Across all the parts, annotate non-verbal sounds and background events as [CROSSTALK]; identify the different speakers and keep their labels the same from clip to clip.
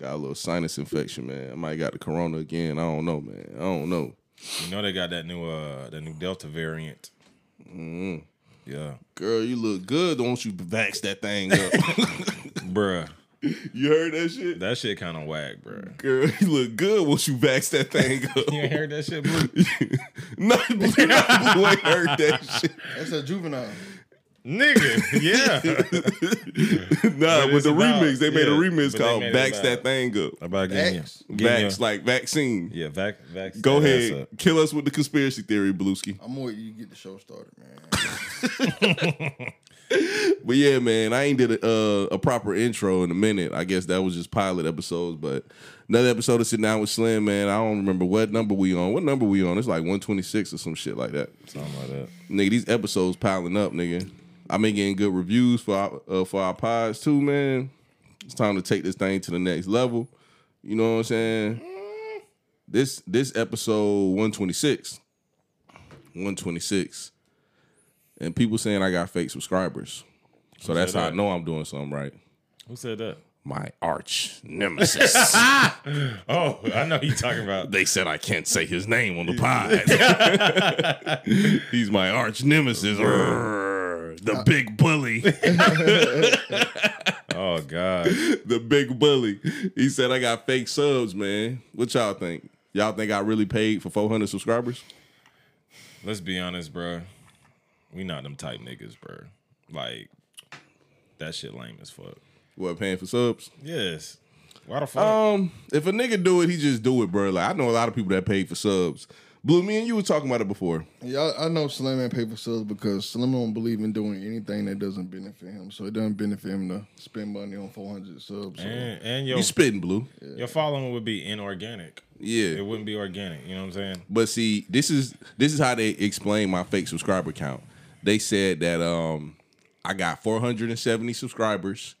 Speaker 1: Got a little sinus infection, man. I might got the corona again. I don't know, man. I don't know.
Speaker 2: You know they got that new uh that new Delta variant.
Speaker 1: Mm.
Speaker 2: Yeah,
Speaker 1: Girl, you look good. Don't you vax that thing up?
Speaker 2: [LAUGHS] bruh,
Speaker 1: you heard that shit?
Speaker 2: that shit kind of whack, bruh.
Speaker 1: Girl, you look good once you vax that thing
Speaker 2: [LAUGHS] You
Speaker 1: up. [LAUGHS]
Speaker 2: ain't heard that shit, Blue?
Speaker 1: not blue, not blue ain't heard that shit.
Speaker 3: That's a juvenile.
Speaker 2: Nigga,
Speaker 1: [LAUGHS]
Speaker 2: yeah.
Speaker 1: Nah,
Speaker 2: But
Speaker 1: with
Speaker 2: it's
Speaker 1: the
Speaker 2: about-
Speaker 1: remix, they made a
Speaker 2: yeah,
Speaker 1: remix
Speaker 2: but they
Speaker 1: called
Speaker 2: made it
Speaker 1: Vax
Speaker 2: about-
Speaker 1: That Thing Up.
Speaker 2: About getting
Speaker 3: Vax.
Speaker 2: your- getting
Speaker 1: Vax,
Speaker 2: your-
Speaker 1: like vaccine.
Speaker 2: yeah, vac, vac.
Speaker 1: Go
Speaker 2: that ass
Speaker 1: ahead.
Speaker 2: up.
Speaker 1: Kill us with the conspiracy theory, Bluesky.
Speaker 3: I'm more you get the show started, man.
Speaker 1: But yeah, man, I ain't did a, uh, a proper intro in a minute. I guess that was just pilot episodes, but another episode of Sitting Down with Slim, man. I don't remember what number we on. What number we on? It's like 126 or some shit like that.
Speaker 2: Something like that.
Speaker 1: Nigga, these episodes piling up, nigga. I've been getting good reviews for our, uh, for our pods too, man. It's time to take this thing to the next level. You know what I'm saying? This this episode 126. 126. And people saying I got fake subscribers. So that's
Speaker 2: said
Speaker 1: how I
Speaker 2: that?
Speaker 1: know I'm doing something right.
Speaker 2: Who said that?
Speaker 1: My arch
Speaker 2: [LAUGHS]
Speaker 1: nemesis.
Speaker 2: Oh, I know who you talking about.
Speaker 1: they said I can't say his name on the pod.
Speaker 2: [LAUGHS]
Speaker 1: He's my arch nemesis. Rrrr. the
Speaker 2: Uh,
Speaker 1: big bully.
Speaker 2: [LAUGHS] Oh God,
Speaker 1: the big bully. He said I got fake subs, man. What y'all think? Y'all think I really paid for 400 subscribers?
Speaker 2: let's be honest, bruh. We not them type niggas, bruh. Like that shit lame as fuck.
Speaker 1: What paying for subs?
Speaker 2: Yes. Why the fuck?
Speaker 1: Um, if a nigga do it, he just do it, bro. Like I know a lot of people that paid for subs. Blue, me and you were talking about it before.
Speaker 3: Yeah, I, I know Slim ain't pay for subs because Slim don't believe in doing anything that doesn't benefit him. So it doesn't benefit him to spend money on 400 subs. So
Speaker 2: and, and your
Speaker 1: You spitting, Blue.
Speaker 2: your following would be inorganic. It
Speaker 1: Yeah.
Speaker 2: wouldn't be organic. You know what I'm saying?
Speaker 1: But see, this is this is how they explain my fake subscriber count. They said that um I got 470 subscribers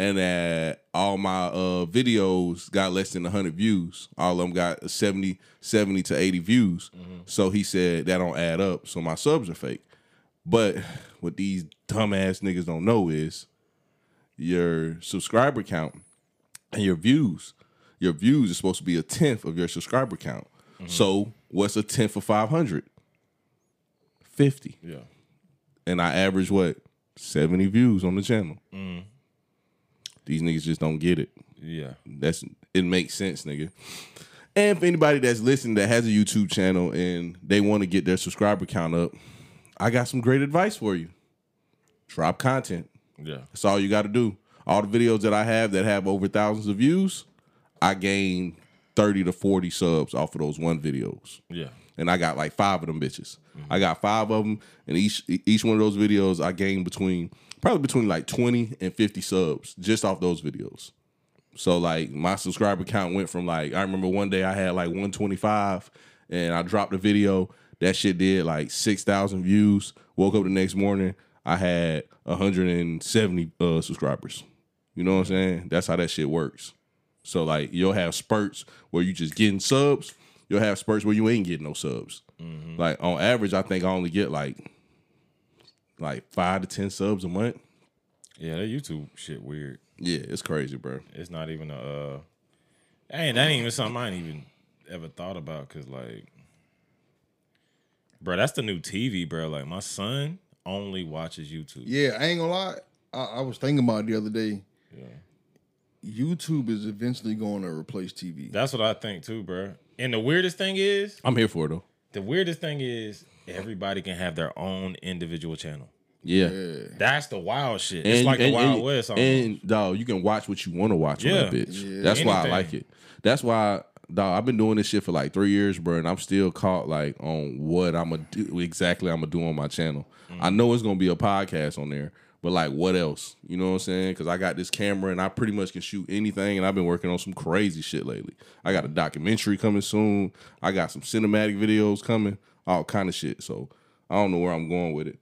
Speaker 1: and that all my uh videos got less than 100 views. All of them got 70 70 to 80 views. So he said that don't add up. So my subs are fake. But what these dumbass niggas don't know is your subscriber count and your views. Your views is supposed to be a tenth of your subscriber count. So what's a tenth of 500? 50.
Speaker 2: Yeah.
Speaker 1: And I average what? 70 views on the channel. These niggas just don't get it.
Speaker 2: Yeah.
Speaker 1: That's it makes sense, nigga. And for anybody that's listening that has a YouTube channel and they want to get their subscriber count up, I got some great advice for you. Drop content.
Speaker 2: Yeah.
Speaker 1: That's all you got to do. All the videos that I have that have over thousands of views, I gain 30 to 40 subs off of those one videos.
Speaker 2: Yeah.
Speaker 1: And I got like five of them bitches. I got five of them and each each one of those videos I gained between probably between like 20 and 50 subs just off those videos. So like my subscriber count went from like I remember one day I had like 125 and I dropped a video that shit did like 6,000 views. Woke up the next morning, I had 170 uh subscribers. You know what I'm saying? That's how that shit works. So like you'll have spurts where you just getting subs, you'll have spurts where you ain't getting no subs. Like on average I think I only get like like 5 to 10 subs a month.
Speaker 2: Yeah. That YouTube shit weird.
Speaker 1: Yeah, it's crazy, bro.
Speaker 2: It's not even a. Uh, that ain't that ain't even something I ain't even ever thought about. Cause like, bro, that's the new TV, bro. Like my son only watches YouTube.
Speaker 3: yeah, I ain't gonna lie. I, I was thinking about it the other day.
Speaker 2: Yeah.
Speaker 3: YouTube is eventually going to replace TV.
Speaker 2: That's what I think too, bro. And the weirdest thing is,
Speaker 1: I'm here for it though.
Speaker 2: the weirdest thing is, everybody can have their own individual channel.
Speaker 1: Yeah.
Speaker 3: yeah.
Speaker 2: That's the wild shit. It's like the Wild West. almost.
Speaker 1: And dog, you can watch what you want to watch on that
Speaker 2: Yeah.
Speaker 1: bitch. That's why I
Speaker 2: Anything.
Speaker 1: like it. That's why dog, I've been doing this shit for like three years, bro, and I'm still caught like on what I'm gonna do exactly. I'm gonna do on my channel. I know it's gonna be a podcast on there, but like what else? You know what I'm saying? Because I got this camera and I pretty much can shoot anything, and I've been working on some crazy shit lately. I got a documentary coming soon. I got some cinematic videos coming, all kind of shit. So I don't know where I'm going with it.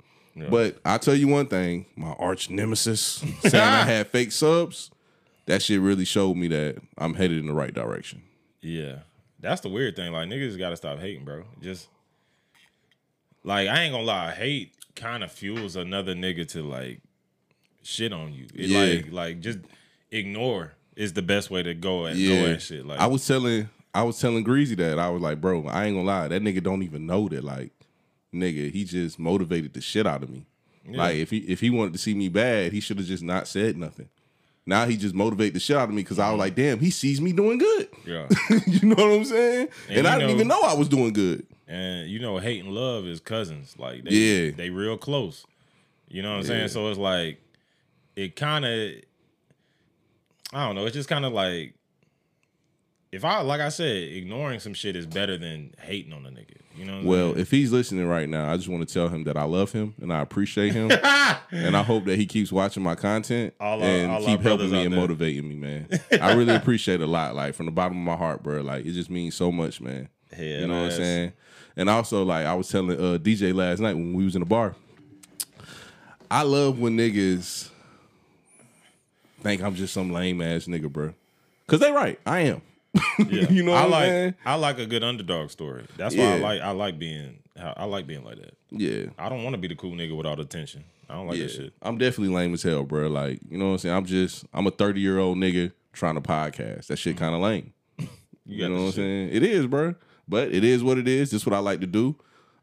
Speaker 1: But I tell you one thing, my arch nemesis saying I had fake subs, that shit really showed me that I'm headed in the right direction.
Speaker 2: Yeah. That's the weird thing. Like niggas gotta stop hating, bro. Just like I ain't gonna lie, hate kind of fuels another nigga to like shit on you. It,
Speaker 1: Yeah.
Speaker 2: Like like just ignore. is the best way to go at
Speaker 1: Yeah,
Speaker 2: go at shit. Like
Speaker 1: I was telling, I was telling Greasy that I was like, bro, I ain't gonna lie, that nigga don't even know that. Like, nigga, he just motivated the shit out of me. Like, if he if he wanted to see me bad, he should have just not said nothing. Now he just motivated the shit out of me because I was like, damn, he sees me doing good. [LAUGHS]
Speaker 2: yeah.
Speaker 1: you know what I'm saying? And,
Speaker 2: And
Speaker 1: I
Speaker 2: you
Speaker 1: didn't
Speaker 2: know-
Speaker 1: even know I was doing good.
Speaker 2: and you know, hate and love is cousins. Like they,
Speaker 1: Yeah.
Speaker 2: they real close. You know what I'm saying? So it's like it kind of, I don't know. It's just kind of like if I, like I said, ignoring some shit is better than hating on a nigga. You know? What I'm
Speaker 1: Well,
Speaker 2: saying?
Speaker 1: if he's listening right now, I just want to tell him that I love him and I appreciate
Speaker 2: [LAUGHS]
Speaker 1: him, and I hope that he keeps watching my content
Speaker 2: All our-
Speaker 1: and
Speaker 2: all our
Speaker 1: keep helping
Speaker 2: brothers
Speaker 1: me
Speaker 2: out
Speaker 1: and
Speaker 2: there.
Speaker 1: motivating me,
Speaker 2: [LAUGHS]
Speaker 1: man. I really appreciate it a lot, like from the bottom of my heart, bro. Like it just means so much, man.
Speaker 2: Hell
Speaker 1: you know what I'm
Speaker 2: yes.
Speaker 1: saying? And also, like I was telling uh, DJ last night when we was in the bar, I love when niggas think I'm just some lame ass nigga, bro. Cause they right, I am.
Speaker 2: Yeah.
Speaker 1: [LAUGHS] you know
Speaker 2: I
Speaker 1: what I'm
Speaker 2: like
Speaker 1: saying?
Speaker 2: I like a good underdog story. That's why I
Speaker 1: Yeah.
Speaker 2: like I like being I like being like that.
Speaker 1: Yeah.
Speaker 2: I don't want to be the cool nigga with all the attention. I don't like
Speaker 1: yeah,
Speaker 2: that shit.
Speaker 1: I'm definitely lame as hell, bro. Like, you know what I'm saying? I'm just, I'm a 30 year old nigga trying to podcast. That shit kind of lame.
Speaker 2: [LAUGHS] You,
Speaker 1: You,
Speaker 2: got
Speaker 1: know
Speaker 2: this
Speaker 1: what I'm saying?
Speaker 2: shit.
Speaker 1: It is, bro. But it is what it is. This is what I like to do.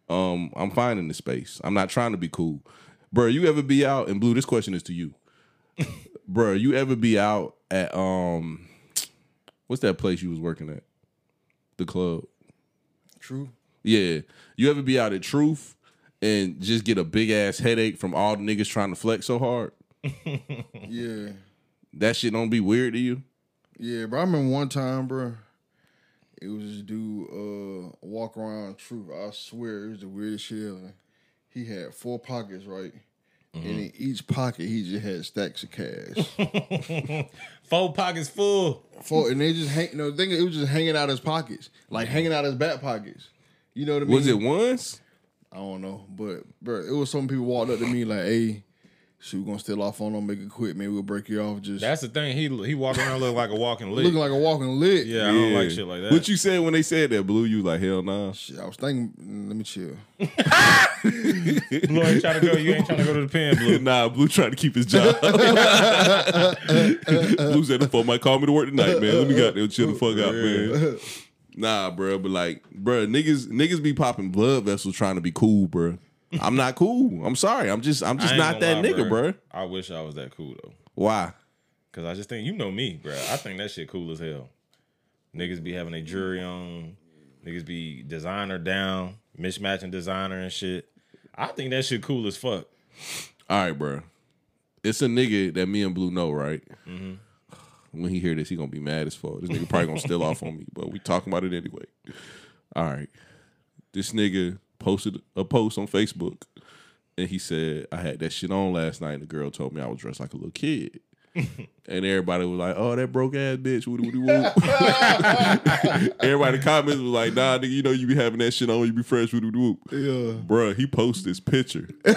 Speaker 1: Um, I'm fine in the space. I'm not trying to be cool, bro. You ever be out and blue? This question is to
Speaker 2: [LAUGHS]
Speaker 1: you, bro. You ever be out at um, what's that place you was working at? The club.
Speaker 3: True.
Speaker 1: Yeah. You ever be out at Truth and just get a big ass headache from all the niggas trying to flex so hard?
Speaker 3: Yeah.
Speaker 1: that shit don't be weird to you?
Speaker 3: Yeah, bro. I remember one time, bro. It was this dude uh, walk around truth. I swear it was the weirdest shit ever. He had four pockets, right? And in each pocket, he just had stacks of cash. [LAUGHS]
Speaker 2: Four pockets full.
Speaker 3: four, and they just hang. No, the thing is, it was just hanging out his pockets, like hanging out his back pockets. You know what I mean?
Speaker 1: Was
Speaker 2: Mm.
Speaker 1: it once?
Speaker 3: I don't know, but bro, it was some people walked up to me like, "Hey, shit, we gonna steal off on them, make it quick, maybe we'll break you off." Just
Speaker 2: That's the thing. He he walk around looking like
Speaker 1: [LAUGHS]
Speaker 2: a walking lick.
Speaker 3: looking like a walking lid.
Speaker 2: yeah, I don't like shit like that.
Speaker 1: What you said when they said that, Blue? You like hell nah. [LAUGHS]
Speaker 3: Shit, I was thinking. mm, Let me chill.
Speaker 2: Blue ain't trying to go. You ain't trying to go to the
Speaker 1: [LAUGHS]
Speaker 2: pen, Blue.
Speaker 1: nah, Blue trying to keep his
Speaker 2: [LAUGHS]
Speaker 1: job. [LAUGHS] Blue said the phone might call me to work tonight, man. Let me go out there and chill the fuck out, man. Nah, bro, but like, bro, niggas, niggas be popping blood vessels trying to be cool, bro. I'm not cool. I'm sorry. I'm just, I'm
Speaker 2: I
Speaker 1: just
Speaker 2: ain't
Speaker 1: not
Speaker 2: gonna
Speaker 1: that
Speaker 2: lie,
Speaker 1: nigga,
Speaker 2: bruh.
Speaker 1: bro.
Speaker 2: I wish I was that cool though,
Speaker 1: Why?
Speaker 2: cause I just think you know me, bro. I think that shit cool as hell. Niggas be having a jewelry on. Niggas be designer down, mismatching designer and shit. I think that shit cool as fuck.
Speaker 1: All right, bro. It's a nigga that me and Blue know, right? When he hear this, he gonna be mad as fuck. This nigga probably gonna steal off on me, but we talking about it anyway. All right, this nigga posted a post on Facebook, and he said I had that shit on last night, and the girl told me I was dressed like a little kid. And everybody was like, "Oh, that broke ass bitch!" Woody, woody, whoop. [LAUGHS] everybody in the comments was like, "Nah, nigga, you know you be having that shit on, you be fresh." Woody, woody, whoop.
Speaker 3: Yeah.
Speaker 1: Bruh, he posted his picture [LAUGHS] in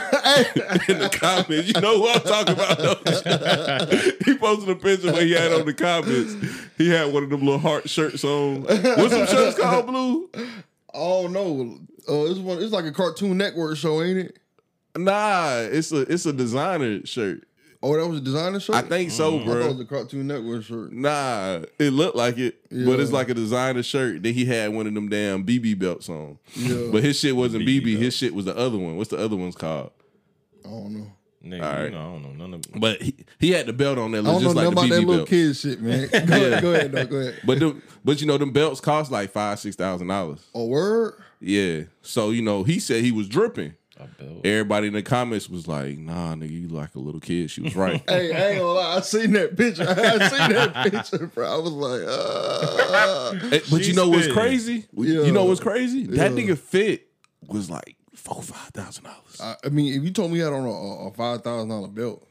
Speaker 1: the comments. You know who I'm talking about. don't you? [LAUGHS] he posted a picture where he had on the comments. He had one of them little heart shirts on. What's them shirts called, Blue?
Speaker 3: Oh no, uh, it's one. It's like a Cartoon Network show, ain't it?
Speaker 1: Nah, it's a it's a designer shirt.
Speaker 3: Oh, that was a designer shirt.
Speaker 1: I think so,
Speaker 3: I thought it was
Speaker 1: bro.
Speaker 3: a Cartoon Network shirt.
Speaker 1: Nah, it looked like it, but it's
Speaker 3: Yeah.
Speaker 1: like a designer shirt. Then he had one of them damn BB belts on.
Speaker 3: Yeah.
Speaker 1: But his shit wasn't
Speaker 2: BB
Speaker 1: BB. His shit was the other one. What's the other one's called?
Speaker 3: I don't know.
Speaker 2: Nigga,
Speaker 1: right.
Speaker 2: you know, I don't know none of.
Speaker 1: But he, he had the belt on there,
Speaker 3: I don't know
Speaker 1: just like
Speaker 3: nothing
Speaker 1: the
Speaker 3: about that
Speaker 1: BB
Speaker 3: little
Speaker 1: belt.
Speaker 3: kid shit, [LAUGHS] man. Go ahead, go ahead, though, go ahead.
Speaker 1: But them, but you know them belts cost like five six thousand dollars.
Speaker 3: A word?
Speaker 1: Yeah. So you know he said he was dripping.
Speaker 2: I bet.
Speaker 1: Everybody in the comments was like, "Nah, nigga, you like a little kid." She was [LAUGHS] right. Eh,
Speaker 3: Hey, I ain't gonna lie. I seen that picture. [LAUGHS] I seen [LAUGHS] that picture, bro. I was like, uh.
Speaker 1: Eh, but
Speaker 2: She
Speaker 1: you know what's
Speaker 2: spitting.
Speaker 1: crazy?
Speaker 3: Yeah.
Speaker 1: You know what's crazy? That
Speaker 3: Yeah.
Speaker 1: nigga fit was like four five thousand dollars.
Speaker 3: I, I mean, if you told me I had on a, a- a five thousand dollar belt,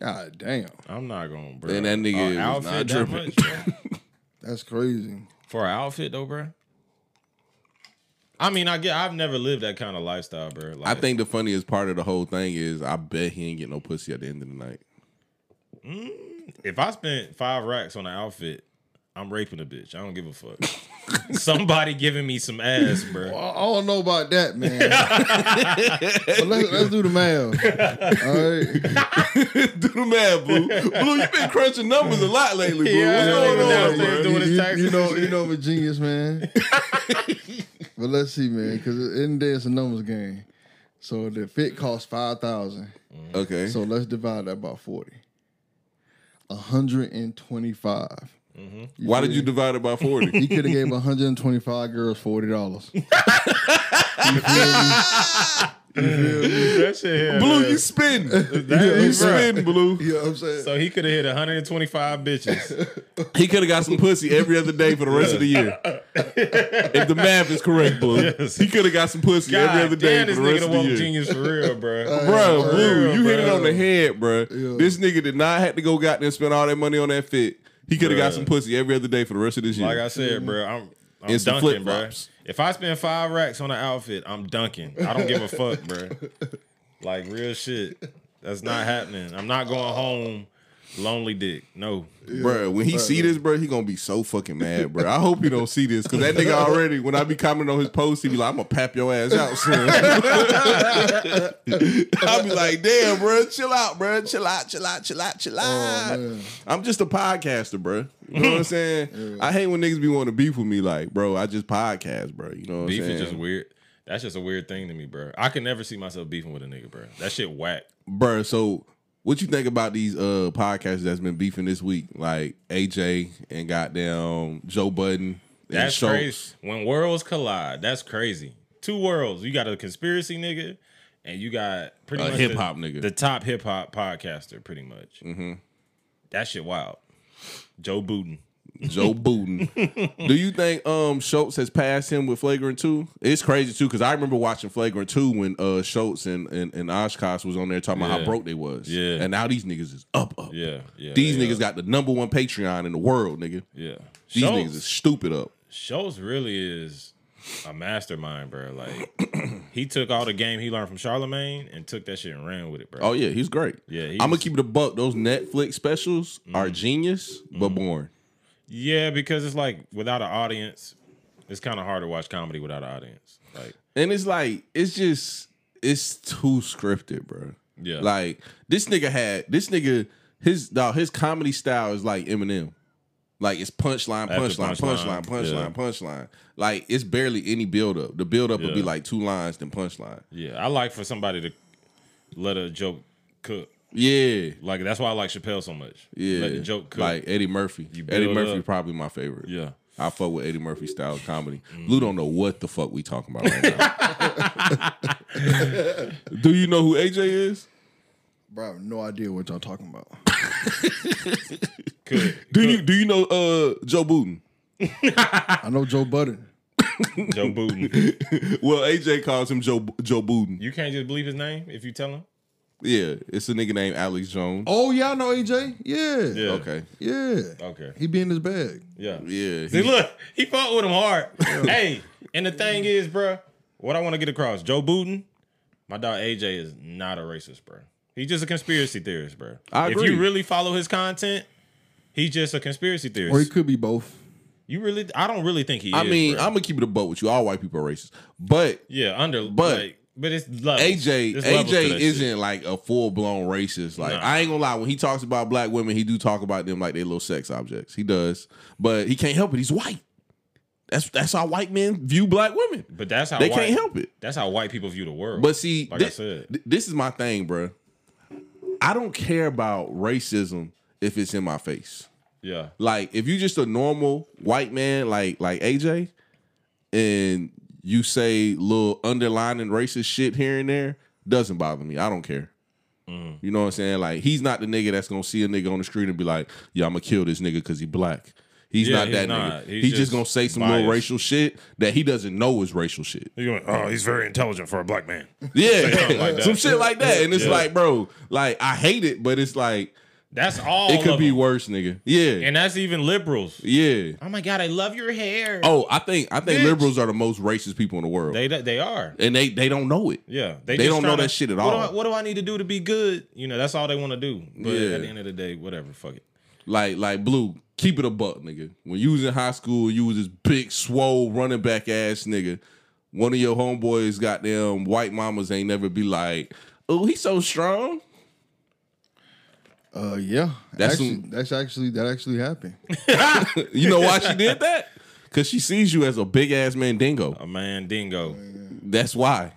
Speaker 3: god damn,
Speaker 2: I'm not gonna, bro.
Speaker 1: And that nigga
Speaker 2: A
Speaker 1: was not dripping.
Speaker 2: bro?
Speaker 3: that's crazy.
Speaker 2: for an outfit though, bro. I mean, I get. I've never lived that kind of lifestyle, bro. Like,
Speaker 1: I think the funniest part of the whole thing is I bet he ain't get no pussy at the end of the night.
Speaker 2: if I spent five racks on an outfit, I'm raping a bitch. I don't give a fuck. [LAUGHS] Somebody giving me some ass,
Speaker 3: I
Speaker 2: bro.
Speaker 3: I don't know about that, man.
Speaker 1: [LAUGHS]
Speaker 3: but let's, let's do the math. All
Speaker 1: [LAUGHS]
Speaker 3: right.
Speaker 1: Do the math, Blue. Blue, you've been crunching numbers a lot lately, Blue.
Speaker 2: Yeah,
Speaker 1: What's
Speaker 2: I
Speaker 1: going
Speaker 2: know.
Speaker 1: on,
Speaker 2: Now
Speaker 1: bro?
Speaker 2: they doing his
Speaker 3: you, you-
Speaker 2: taxes
Speaker 3: you know,
Speaker 2: and
Speaker 3: you know, I'm a genius, [LAUGHS] man. but let's see, man, because at the end of the day, it's a numbers game. So the fit costs five thousand.
Speaker 1: Okay.
Speaker 3: So let's divide that by forty. hundred and twenty-five. Mm-hmm.
Speaker 1: Why did you divide it by 40?
Speaker 3: He
Speaker 1: [LAUGHS]
Speaker 3: could have gave 125 girls forty dollars.
Speaker 2: That shit here,
Speaker 1: Blue,
Speaker 2: man.
Speaker 1: you spin.
Speaker 3: Yeah,
Speaker 1: You
Speaker 3: right.
Speaker 1: spin, Blue.
Speaker 3: You know what I'm saying?
Speaker 2: So he could have hit 125 bitches.
Speaker 1: He could have got some pussy every other day for the rest of the
Speaker 2: [LAUGHS]
Speaker 1: year. if the math is correct, Blue.
Speaker 2: Yes.
Speaker 1: He could have got some pussy [LAUGHS]
Speaker 2: God
Speaker 1: every other day
Speaker 2: damn,
Speaker 1: for
Speaker 2: this
Speaker 1: the rest
Speaker 2: nigga
Speaker 1: of
Speaker 2: the
Speaker 1: the
Speaker 2: woke
Speaker 1: year.
Speaker 2: genius for real,
Speaker 1: [LAUGHS]
Speaker 2: bro.
Speaker 1: Bro,
Speaker 2: For
Speaker 1: Blue,
Speaker 2: real,
Speaker 1: you hit it
Speaker 2: bro.
Speaker 1: on the head, bro.
Speaker 3: Yeah.
Speaker 1: This nigga did not have to go goddamn spend all that money on that fit. He could have got
Speaker 2: Bruh.
Speaker 1: some pussy every other day for the rest of this year.
Speaker 2: Like I said, bro, I'm, I'm
Speaker 1: And some
Speaker 2: dunking, bro.
Speaker 1: flip-flops.
Speaker 2: If I spend five racks on an outfit, I'm dunking. I don't give a fuck, bro.
Speaker 1: [LAUGHS]
Speaker 2: Like real shit. That's not happening. I'm not going home lonely dick. No.
Speaker 1: Bruh, when he see this, bruh, he gonna be so fucking mad, bruh. I hope he don't see this because that nigga already. When I be commenting on his post, he be like, "I'm gonna pap your ass out soon." [LAUGHS] I be like, "Damn, bruh, chill out, bruh, chill out, chill out, chill out, chill out."
Speaker 3: man.
Speaker 1: I'm just a podcaster, bruh. You know what I'm saying? I hate when niggas be wanting to beef with me, like, bro, I just podcast, bruh. You know what
Speaker 2: Beef
Speaker 1: I'm saying?
Speaker 2: is just weird. That's just a weird thing to me, bro. I can never see myself beefing with a nigga, bro. That shit whack.
Speaker 1: Bruh, so what you think about these uh podcasts that's been beefing this week, like AJ and goddamn Joe Budden? and
Speaker 2: That's
Speaker 1: Schultz?
Speaker 2: crazy. When worlds collide, that's crazy. Two worlds. You got a conspiracy nigga, and you got pretty
Speaker 1: A
Speaker 2: much the-
Speaker 1: hip-hop nigga.
Speaker 2: the [LAUGHS] top hip hop podcaster, pretty much. Mm-hmm. That shit wild. Joe Budden.
Speaker 1: Joe Budden. Do you think um Schultz has passed him with Flagrant 2? It's crazy too, because I remember watching Flagrant 2 when uh Schultz and, and, and Oshkosh was on there talking about
Speaker 2: Yeah.
Speaker 1: how broke they was.
Speaker 2: Yeah.
Speaker 1: And now these niggas is up up.
Speaker 2: Yeah, yeah.
Speaker 1: These
Speaker 2: yeah,
Speaker 1: niggas got the number one Patreon in the world, nigga.
Speaker 2: Yeah.
Speaker 1: These
Speaker 2: Schultz,
Speaker 1: niggas is stupid up.
Speaker 2: Schultz really is a mastermind, bro. Like [CLEARS THROAT] he took all the game he learned from Charlemagne and took that shit and ran with it, bro.
Speaker 1: Oh yeah, he's great.
Speaker 2: Yeah, Mm. he's-
Speaker 1: I'm gonna keep it a buck. Those Netflix specials are genius, but
Speaker 2: Mm.
Speaker 1: boring.
Speaker 2: Yeah, because it's like without an audience, it's kind of hard to watch comedy without an audience. Like
Speaker 1: And it's like, it's just, it's too scripted, bro.
Speaker 2: Yeah.
Speaker 1: Like this nigga had this nigga his dog his comedy style is like Eminem. Like it's punchline,
Speaker 2: After
Speaker 1: punchline, punchline,
Speaker 2: punchline, yeah.
Speaker 1: punchline, punchline. Like it's barely any build up. The build up would be
Speaker 2: Yeah.
Speaker 1: like two lines then punchline.
Speaker 2: Yeah, I like for somebody to let a joke cook.
Speaker 1: Yeah.
Speaker 2: Like that's why I like Chappelle so much.
Speaker 1: Yeah.
Speaker 2: let the joke cook.
Speaker 1: Like Eddie Murphy. Eddie
Speaker 2: build
Speaker 1: Murphy
Speaker 2: up.
Speaker 1: probably my favorite.
Speaker 2: yeah, Mm-hmm.
Speaker 1: I fuck with Eddie Murphy style comedy. Blue don't know what the fuck we talking about right now. [LAUGHS] Do you know who AJ is?
Speaker 3: Bro, I have no idea what y'all talking about.
Speaker 2: cook.
Speaker 1: Do you do you know uh Joe Booten?
Speaker 3: I know Joe Budden.
Speaker 2: Joe Budden.
Speaker 1: Well, AJ calls him Joe Joe Budden.
Speaker 2: You can't just believe his name if you tell him.
Speaker 1: Yeah, it's a nigga named Alex Jones.
Speaker 3: Oh yeah, I know AJ. Yeah.
Speaker 2: Yeah.
Speaker 1: Okay.
Speaker 3: Yeah.
Speaker 2: Okay.
Speaker 3: He be in his bag.
Speaker 2: Yeah.
Speaker 1: Yeah. He,
Speaker 2: See, look, he fought with him hard. hey, and the thing is, bro, what I want to get across, Joe Budden, my dog AJ is not a racist, bro. He's just a conspiracy theorist, bro.
Speaker 1: I
Speaker 2: If
Speaker 1: agree.
Speaker 2: you really follow his content, he's just a conspiracy theorist.
Speaker 3: Or he could be both.
Speaker 2: you really, I don't really think he.
Speaker 1: I
Speaker 2: is,
Speaker 1: mean,
Speaker 2: bro.
Speaker 1: I'm gonna keep it a butt with you. All white people are racist, but
Speaker 2: Yeah, under
Speaker 1: But-
Speaker 2: but like, but it's levels.
Speaker 1: AJ
Speaker 2: It's levels to
Speaker 1: AJ
Speaker 2: that
Speaker 1: isn't
Speaker 2: shit.
Speaker 1: like a full blown racist. Like
Speaker 2: Nah.
Speaker 1: I ain't gonna lie, when he talks about black women, he do talk about them like they little sex objects. He does, but he can't help it. He's white. That's that's how white men view black women.
Speaker 2: But that's how
Speaker 1: They
Speaker 2: white,
Speaker 1: can't help it.
Speaker 2: That's how white people view the world.
Speaker 1: But see,
Speaker 2: like
Speaker 1: thi-
Speaker 2: I said,
Speaker 1: thi- this is my thing, bruh. I don't care about racism if it's in my face.
Speaker 2: yeah,
Speaker 1: Like if you just a normal white man like like AJ and you say little underlining racist shit here and there, doesn't bother me. I don't care.
Speaker 2: Mm.
Speaker 1: You know what I'm saying? Like he's not the nigga that's gonna see a nigga on the street and be like, "Yeah, I'm gonna kill this nigga because he black." He's
Speaker 2: Yeah,
Speaker 1: not
Speaker 2: he's
Speaker 1: that
Speaker 2: not.
Speaker 1: nigga. He's,
Speaker 2: He's
Speaker 1: just,
Speaker 2: just
Speaker 1: gonna say some little
Speaker 2: biased.
Speaker 1: racial shit that he doesn't know is racial
Speaker 2: [LAUGHS]
Speaker 1: shit.
Speaker 2: you're going, oh, he's very intelligent for a black man.
Speaker 1: Yeah, [LAUGHS]
Speaker 2: something like that.
Speaker 1: some shit like that, and it's
Speaker 2: Yeah.
Speaker 1: like, bro, like I hate it, but it's like
Speaker 2: That's all.
Speaker 1: it could
Speaker 2: of
Speaker 1: be
Speaker 2: them.
Speaker 1: worse, nigga. Yeah,
Speaker 2: and that's even liberals.
Speaker 1: yeah.
Speaker 2: Oh my god, I love your hair.
Speaker 1: Oh, I think I think
Speaker 2: Bitch.
Speaker 1: liberals are the most racist people in the world,
Speaker 2: they they are.
Speaker 1: and they they don't know it.
Speaker 2: Yeah,
Speaker 1: They
Speaker 2: just
Speaker 1: don't know
Speaker 2: tryna-
Speaker 1: that shit at
Speaker 2: what do
Speaker 1: all.
Speaker 2: I- what do I need to do to be good? You know, that's all they want to do. But
Speaker 1: Yeah.
Speaker 2: at the end of the day, whatever, fuck it.
Speaker 1: Like like blue, keep it a buck, nigga. When you was in high school, you was this big swole running back ass nigga. One of your homeboys got them white mamas ain't never be like, oh, he's so strong. [LAUGHS]
Speaker 3: Uh, yeah.
Speaker 1: That's
Speaker 3: actually,
Speaker 1: some-
Speaker 3: that's actually that actually happened.
Speaker 1: you know why she did that? Cause she sees you as a big ass mandingo.
Speaker 2: A man dingo.
Speaker 1: That's why.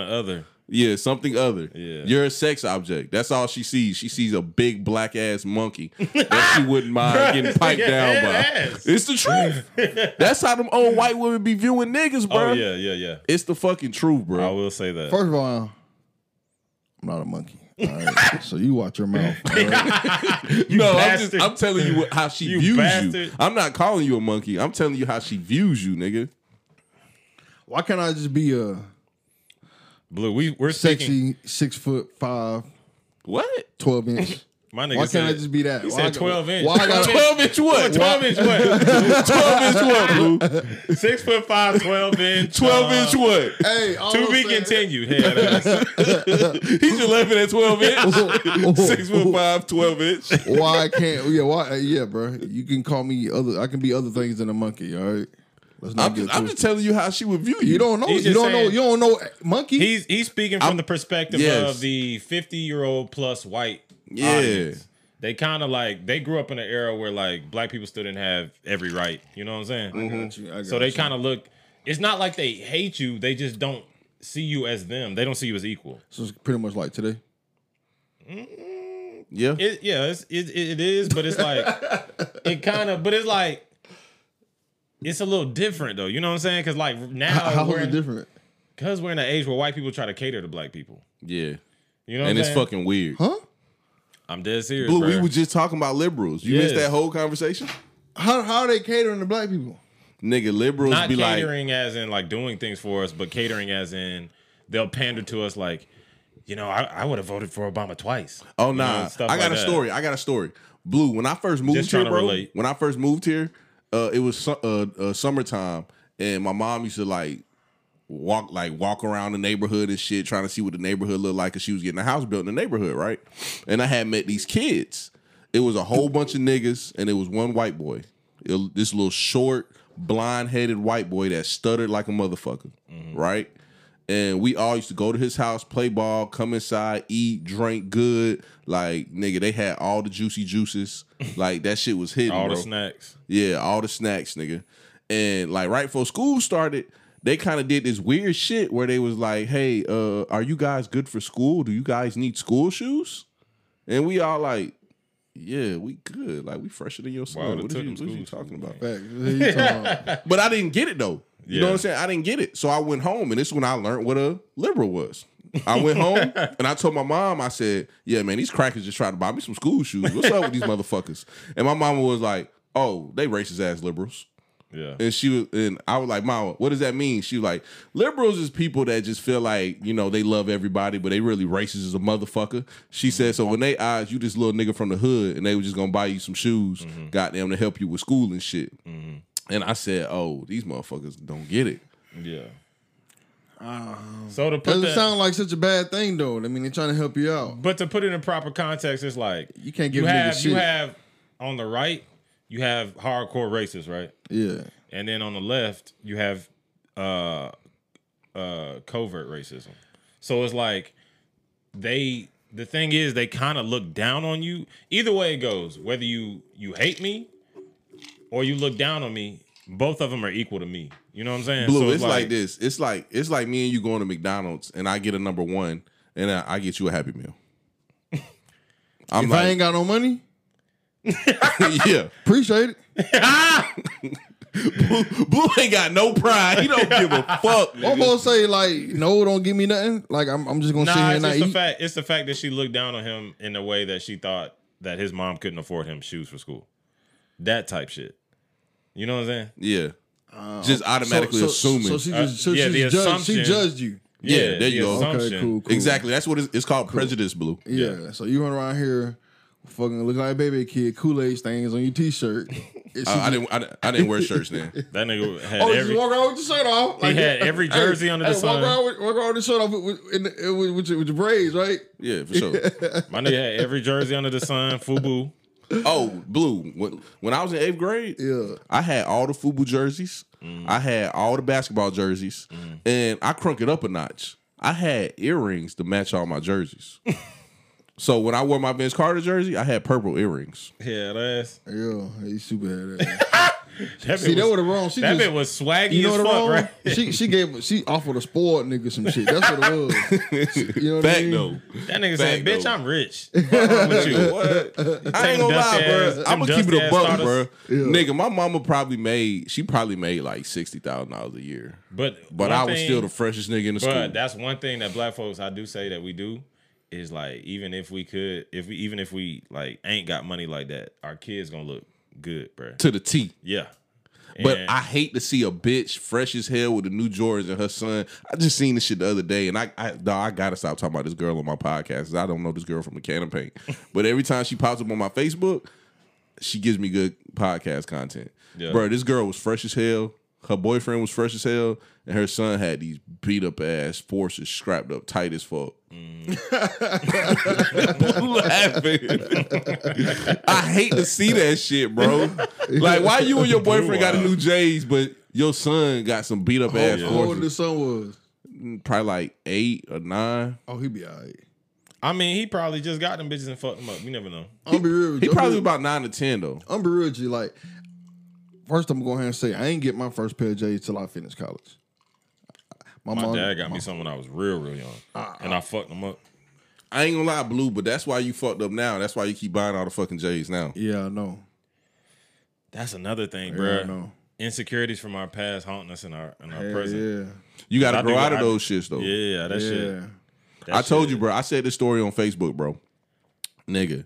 Speaker 1: [LAUGHS]
Speaker 2: other.
Speaker 1: Yeah, something other.
Speaker 2: Yeah.
Speaker 1: You're a sex object. That's all she sees. She sees a big black ass monkey that she wouldn't mind
Speaker 2: [LAUGHS]
Speaker 1: getting piped
Speaker 2: Yeah,
Speaker 1: down by.
Speaker 2: ass.
Speaker 1: [LAUGHS] It's the
Speaker 2: [LAUGHS]
Speaker 1: truth. That's how them old white women be viewing niggas, bro.
Speaker 2: Oh yeah, Oh, yeah, yeah.
Speaker 1: It's the fucking truth,
Speaker 2: I
Speaker 1: bro.
Speaker 2: will say that.
Speaker 3: First of all, I'm not a monkey. All
Speaker 2: [LAUGHS]
Speaker 3: right? so you watch your mouth. all right?
Speaker 2: You
Speaker 1: no, I'm,
Speaker 2: bastard.
Speaker 1: just, I'm telling you what- how she
Speaker 2: You
Speaker 1: views
Speaker 2: bastard.
Speaker 1: you. I'm not calling you a monkey. I'm telling you how she views you, nigga.
Speaker 3: Why can't I just be a
Speaker 2: Blue, we we're speaking.
Speaker 3: sexy six foot five,
Speaker 1: What?
Speaker 3: 12 inch?
Speaker 2: My [LAUGHS] nigga
Speaker 3: Why can't
Speaker 2: said,
Speaker 3: I just be that?
Speaker 2: He
Speaker 3: Why I
Speaker 2: said
Speaker 3: got-
Speaker 2: twelve inch.
Speaker 3: Why
Speaker 2: [LAUGHS]
Speaker 3: I gotta-
Speaker 1: 12 inch what? [LAUGHS]
Speaker 2: 12 inch what?
Speaker 1: 12 inch what, Blue?
Speaker 2: Six foot five, 12 inch.
Speaker 1: 12 inch
Speaker 2: uh,
Speaker 1: what?
Speaker 3: Hey, all
Speaker 2: To
Speaker 3: I'm
Speaker 2: be
Speaker 3: saying- [LAUGHS]
Speaker 2: continued. Hell, that's- [LAUGHS]
Speaker 1: He's just laughing at 12 [LAUGHS] inch. Six foot five, 12 inch.
Speaker 3: Oh, [LAUGHS] Why I can't? Yeah, why? Yeah, bro. You can call me other. I can be other things than a monkey. All right. Let's not
Speaker 1: I'm
Speaker 3: get
Speaker 1: just,
Speaker 3: it
Speaker 1: I'm
Speaker 3: twisted.
Speaker 1: just telling you how she would view you.
Speaker 3: You don't know.
Speaker 2: He's
Speaker 3: You
Speaker 2: just
Speaker 3: don't know.
Speaker 2: saying-
Speaker 3: You don't know monkey.
Speaker 2: he's he's speaking from the perspective
Speaker 1: Yes.
Speaker 2: of the 50 year old plus white.
Speaker 1: Yeah.
Speaker 2: audience. They kind of like they grew up in an era where like black people still didn't have every right. You know what I'm saying?
Speaker 3: Got you, I got
Speaker 2: So they
Speaker 3: you.
Speaker 2: kind of look. It's not like they hate you. They just don't see you as them. They don't see you as equal.
Speaker 3: So it's pretty much like today.
Speaker 1: Yeah.
Speaker 2: It, yeah, it's, it, it is, but it's
Speaker 3: [LAUGHS]
Speaker 2: like it kind of. But it's like it's a little different though. You know what I'm saying? Because like now,
Speaker 3: How, how
Speaker 2: we're
Speaker 3: is it
Speaker 2: in,
Speaker 3: different?
Speaker 2: Because we're in an age where white people try to cater to black people.
Speaker 1: Yeah.
Speaker 2: You know,
Speaker 1: And
Speaker 2: what I'm
Speaker 1: it's
Speaker 2: saying?
Speaker 1: fucking weird.
Speaker 3: Huh?
Speaker 2: I'm dead serious.
Speaker 1: Blue, we
Speaker 2: bruh.
Speaker 1: were just talking about liberals. You missed
Speaker 2: Yes.
Speaker 1: that whole conversation?
Speaker 3: How how are they catering to black people?
Speaker 1: Nigga, liberals
Speaker 2: not
Speaker 1: be like,
Speaker 2: catering as in like doing things for us, but catering as in they'll pander to us like, you know, I, I would have voted for Obama twice.
Speaker 1: oh
Speaker 2: You
Speaker 1: nah.
Speaker 2: know, stuff
Speaker 1: I got
Speaker 2: like
Speaker 1: a
Speaker 2: that.
Speaker 1: story. I got a story. Blue, when I first moved
Speaker 2: Just
Speaker 1: here,
Speaker 2: tryna
Speaker 1: bro,
Speaker 2: relate.
Speaker 1: when I first moved here, uh, it was su- uh, uh, summertime, and my mom used to like walk like walk around the neighborhood and shit, trying to see what the neighborhood looked like, cause she was getting a house built in the neighborhood, right? And I had met these kids. It was a whole bunch of niggas, and it was one white boy. It- this little short, blind headed white boy that stuttered like a motherfucker, right? And we all used to go to his house, play ball, come inside, eat, drink good. Like nigga, they had all the juicy juices. Like that shit was hidden.
Speaker 2: All
Speaker 1: bro.
Speaker 2: the snacks.
Speaker 1: Yeah, all the snacks, nigga. And like right before school started, they kind of did this weird shit where they was like, "Hey, uh, are you guys good for school? Do you guys need school shoes?" And we all like, "Yeah, we good. Like we fresher than your
Speaker 2: would've
Speaker 1: son. What, is
Speaker 2: took
Speaker 1: you,
Speaker 2: them
Speaker 1: what is you
Speaker 2: school
Speaker 1: talking about?"
Speaker 3: Facts. What are
Speaker 2: [LAUGHS]
Speaker 3: you talking about?
Speaker 1: But I didn't get it though. You know
Speaker 2: Yeah.
Speaker 1: what I'm saying? I didn't get it. So I went home, and this is when I learned what a liberal was. I went
Speaker 2: [LAUGHS]
Speaker 1: home and I told my mom, I said, Yeah, man, these crackers just tried to buy me some school shoes. What's up with these motherfuckers? And my mama was like, Oh, they racist ass liberals.
Speaker 2: Yeah.
Speaker 1: And she was, and I was like, Mama, what does that mean? She was like, liberals is people that just feel like, you know, they love everybody, but they really racist as a motherfucker. She said, so in their eyes, you this little nigga from the hood, and they were just gonna buy you some shoes, goddamn, to help you with school and shit. And I said, oh, these motherfuckers don't get it.
Speaker 2: Yeah. so to put
Speaker 3: Doesn't
Speaker 2: that,
Speaker 3: sound like such a bad thing though. I mean, they're trying to help you out.
Speaker 2: but to put it in proper context, it's like
Speaker 3: You can't give
Speaker 2: you
Speaker 3: a nigga
Speaker 2: have you
Speaker 3: shit.
Speaker 2: have on the right, you have hardcore racists, right?
Speaker 3: Yeah.
Speaker 2: And then on the left, you have uh uh covert racism. So it's like they the thing is they kind of look down on you. Either way it goes, whether you you hate me or you look down on me, both of them are equal to me. You know what I'm saying?
Speaker 1: Blue,
Speaker 2: So
Speaker 1: it's like, this. It's like, it's like me and you going to McDonald's and I get a number one and I, I get you a happy meal. I'm
Speaker 3: If I
Speaker 1: like,
Speaker 3: ain't got no money,
Speaker 1: [LAUGHS] yeah.
Speaker 3: appreciate it.
Speaker 1: Blue ain't got no pride. He don't give a fuck.
Speaker 3: I'm
Speaker 1: nigga.
Speaker 3: gonna say like, no, don't give me nothing. Like I'm, I'm just gonna sit
Speaker 2: Nah,
Speaker 3: here
Speaker 2: it's
Speaker 3: and
Speaker 2: just
Speaker 3: not
Speaker 2: the
Speaker 1: E.
Speaker 3: eat.
Speaker 2: fact it's the fact that she looked down on him in a way that she thought that his mom couldn't afford him shoes for school. That type shit. You know what I'm saying?
Speaker 1: Yeah. just
Speaker 3: Uh, So-
Speaker 1: automatically
Speaker 3: so,
Speaker 1: assuming.
Speaker 3: So she just, so
Speaker 2: Uh, yeah,
Speaker 3: she
Speaker 2: the
Speaker 3: just judged. She
Speaker 2: assumption-
Speaker 3: judged you.
Speaker 1: Yeah, there you
Speaker 2: the
Speaker 1: go. Okay,
Speaker 2: assumption.
Speaker 3: Okay, cool, cool.
Speaker 1: Exactly. That's what it's, it's called prejudice blue.
Speaker 3: Yeah. So you run around here, fucking looking like a baby kid, Kool Aid stains on
Speaker 2: [LAUGHS]
Speaker 3: your T-shirt.
Speaker 2: Oh,
Speaker 3: And she
Speaker 1: Uh, I
Speaker 3: just-
Speaker 1: didn't. I, didn't- I didn't wear shirts then.
Speaker 3: [LAUGHS]
Speaker 2: That nigga had
Speaker 3: Oh,
Speaker 2: every
Speaker 3: you walk around with your shirt off. Like,
Speaker 2: had
Speaker 3: [LAUGHS]
Speaker 2: every jersey under the
Speaker 3: walk
Speaker 2: sun.
Speaker 3: Around with, walk around with your shirt off with, with, in the, with, with, your, with your braids, right?
Speaker 1: Yeah, for sure.
Speaker 2: My nigga had every jersey under the sun, FUBU.
Speaker 1: Oh, blue. When, when I was in eighth grade,
Speaker 3: Yeah. Mm.
Speaker 1: I had all the FUBU jerseys. I had all the basketball jerseys, and I crunk it up a notch. I had earrings to match all my
Speaker 3: [LAUGHS]
Speaker 1: jerseys. so when I wore my Vince Carter jersey, I had purple earrings.
Speaker 2: Yeah, that's
Speaker 3: Yeah, he super had [LAUGHS] that.
Speaker 2: that
Speaker 3: See,
Speaker 2: bit
Speaker 3: that
Speaker 2: was-
Speaker 3: would have wrong. She
Speaker 2: that
Speaker 3: just,
Speaker 2: bit was swaggy
Speaker 3: you know
Speaker 2: as
Speaker 3: what
Speaker 2: fuck,
Speaker 3: wrong?
Speaker 2: right?
Speaker 3: [LAUGHS] She she gave she offered a spoiled nigga some shit. That's what it was. [LAUGHS] You know what I
Speaker 1: Fact
Speaker 3: mean?
Speaker 1: though.
Speaker 2: That nigga said,
Speaker 1: Fact,
Speaker 2: "Bitch,
Speaker 1: though.
Speaker 2: I'm rich. What's wrong with you?"
Speaker 1: What? I ain't gonna
Speaker 2: dust
Speaker 1: lie,
Speaker 2: ass-
Speaker 1: bro.
Speaker 2: them
Speaker 1: I'm gonna keep it
Speaker 2: dusty
Speaker 1: a
Speaker 2: ass
Speaker 1: buck,
Speaker 2: starters.
Speaker 1: bro.
Speaker 3: Yeah.
Speaker 1: Nigga, my mama probably made. She probably made like sixty thousand dollars a year.
Speaker 2: But
Speaker 1: But
Speaker 2: one
Speaker 1: I was
Speaker 2: thing-
Speaker 1: still the freshest nigga in the
Speaker 2: But
Speaker 1: school.
Speaker 2: that's one thing that black folks I do say that we do is like even if we could if we even if we like ain't got money like that, our kids gonna look good, bruh.
Speaker 1: to the T.
Speaker 2: Yeah.
Speaker 1: But
Speaker 2: And-
Speaker 1: I hate to see a bitch fresh as hell with the new Jordans and her son. I just seen this shit the other day, and I I, dawg, I gotta stop talking about this girl on my podcast. 'cause I don't know this girl from a can of
Speaker 2: [LAUGHS]
Speaker 1: paint, but every time she pops up on my Facebook, she gives me good podcast content.
Speaker 2: Yeah.
Speaker 1: Bro, this girl was fresh as hell. Her boyfriend was fresh as hell, and her son had these beat up ass forces strapped up tight as fuck.
Speaker 2: [LAUGHS]
Speaker 1: laughing. I hate to see that shit, bro.
Speaker 2: [LAUGHS]
Speaker 1: Like, why you and your boyfriend got a new J's, but your son got some beat
Speaker 2: Oh,
Speaker 1: up ass
Speaker 3: How old
Speaker 1: forces?
Speaker 3: this son was?
Speaker 1: Probably like eight or nine.
Speaker 3: Oh, he be alright.
Speaker 2: I mean, he probably just got them bitches and fucked them up. You never know.
Speaker 3: I'm be real. with
Speaker 1: He
Speaker 3: you. I'm
Speaker 1: probably
Speaker 3: be-
Speaker 1: about nine to ten though.
Speaker 3: I'm be real with you. Like, first I'm going ahead and say I ain't get my first pair of J's till I finished college.
Speaker 2: My dad got me some when I was real, real young, and I fucked them up.
Speaker 1: I ain't gonna lie, blue, but that's why you fucked up now. That's why you keep buying all the fucking J's now.
Speaker 3: Yeah, I know.
Speaker 2: That's another thing,
Speaker 3: Yeah, I
Speaker 2: bruh.
Speaker 3: know.
Speaker 2: Insecurities from our past haunting us in our in our
Speaker 3: Yeah,
Speaker 2: present.
Speaker 3: yeah,
Speaker 1: You gotta
Speaker 2: I
Speaker 1: grow
Speaker 2: think
Speaker 1: out of
Speaker 2: I-
Speaker 1: those shits though.
Speaker 2: Yeah, that shit.
Speaker 3: yeah.
Speaker 2: that
Speaker 1: I told
Speaker 2: shit-
Speaker 1: you, bro. I said this story on Facebook, bro. Nigga,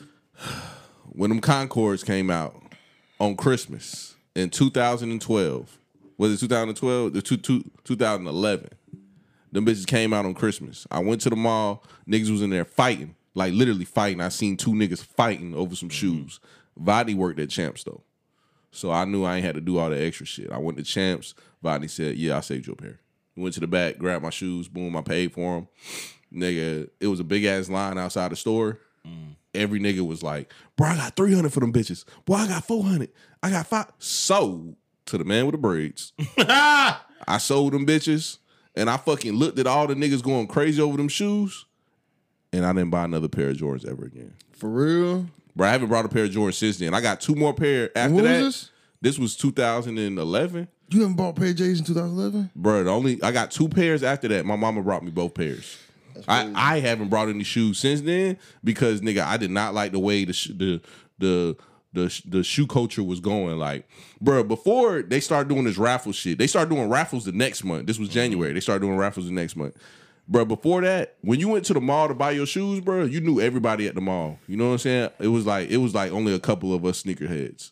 Speaker 1: [SIGHS] when them Concords came out on Christmas in 2012, was it 2012? The two, two, 2011. Them bitches came out on Christmas. I went to the mall. Niggas was in there fighting, like literally fighting. I seen two niggas fighting over some
Speaker 2: Mm-hmm.
Speaker 1: shoes. Vadi worked at Champs though, so I knew I ain't had to do all the extra shit. I went to Champs. Vadi said, "Yeah, I saved your pair." Went to the back, grabbed my shoes. Boom, I paid for them. Nigga, it was a big ass line outside the store. Every nigga was like, "Bro, I got three hundred for them bitches. Boy, I got four hundred. I got five. Sold to the man with the braids. I sold them bitches, and I fucking looked at all the niggas going crazy over them shoes, and I didn't buy another pair of Jordans ever again.
Speaker 3: For real.
Speaker 1: Bro, I haven't brought a pair of Jordans since then. I got two more pair after
Speaker 3: When was
Speaker 1: that.
Speaker 3: this?
Speaker 1: This was 2011,
Speaker 3: You haven't bought pair of J's in 2011.
Speaker 1: bro. The only I got two pairs after that. My mama brought me both pairs. I, I haven't brought any shoes since then because nigga, I did not like the way the sh- the the the sh- the shoe culture was going. Like, bro, before they started doing this raffle shit, they started doing raffles the next month. This was January. They started doing raffles the next month. Bro, before that, when you went to the mall to buy your shoes, bro, you knew everybody at the mall. You know what I'm saying? It was like it was like only a couple of us sneakerheads.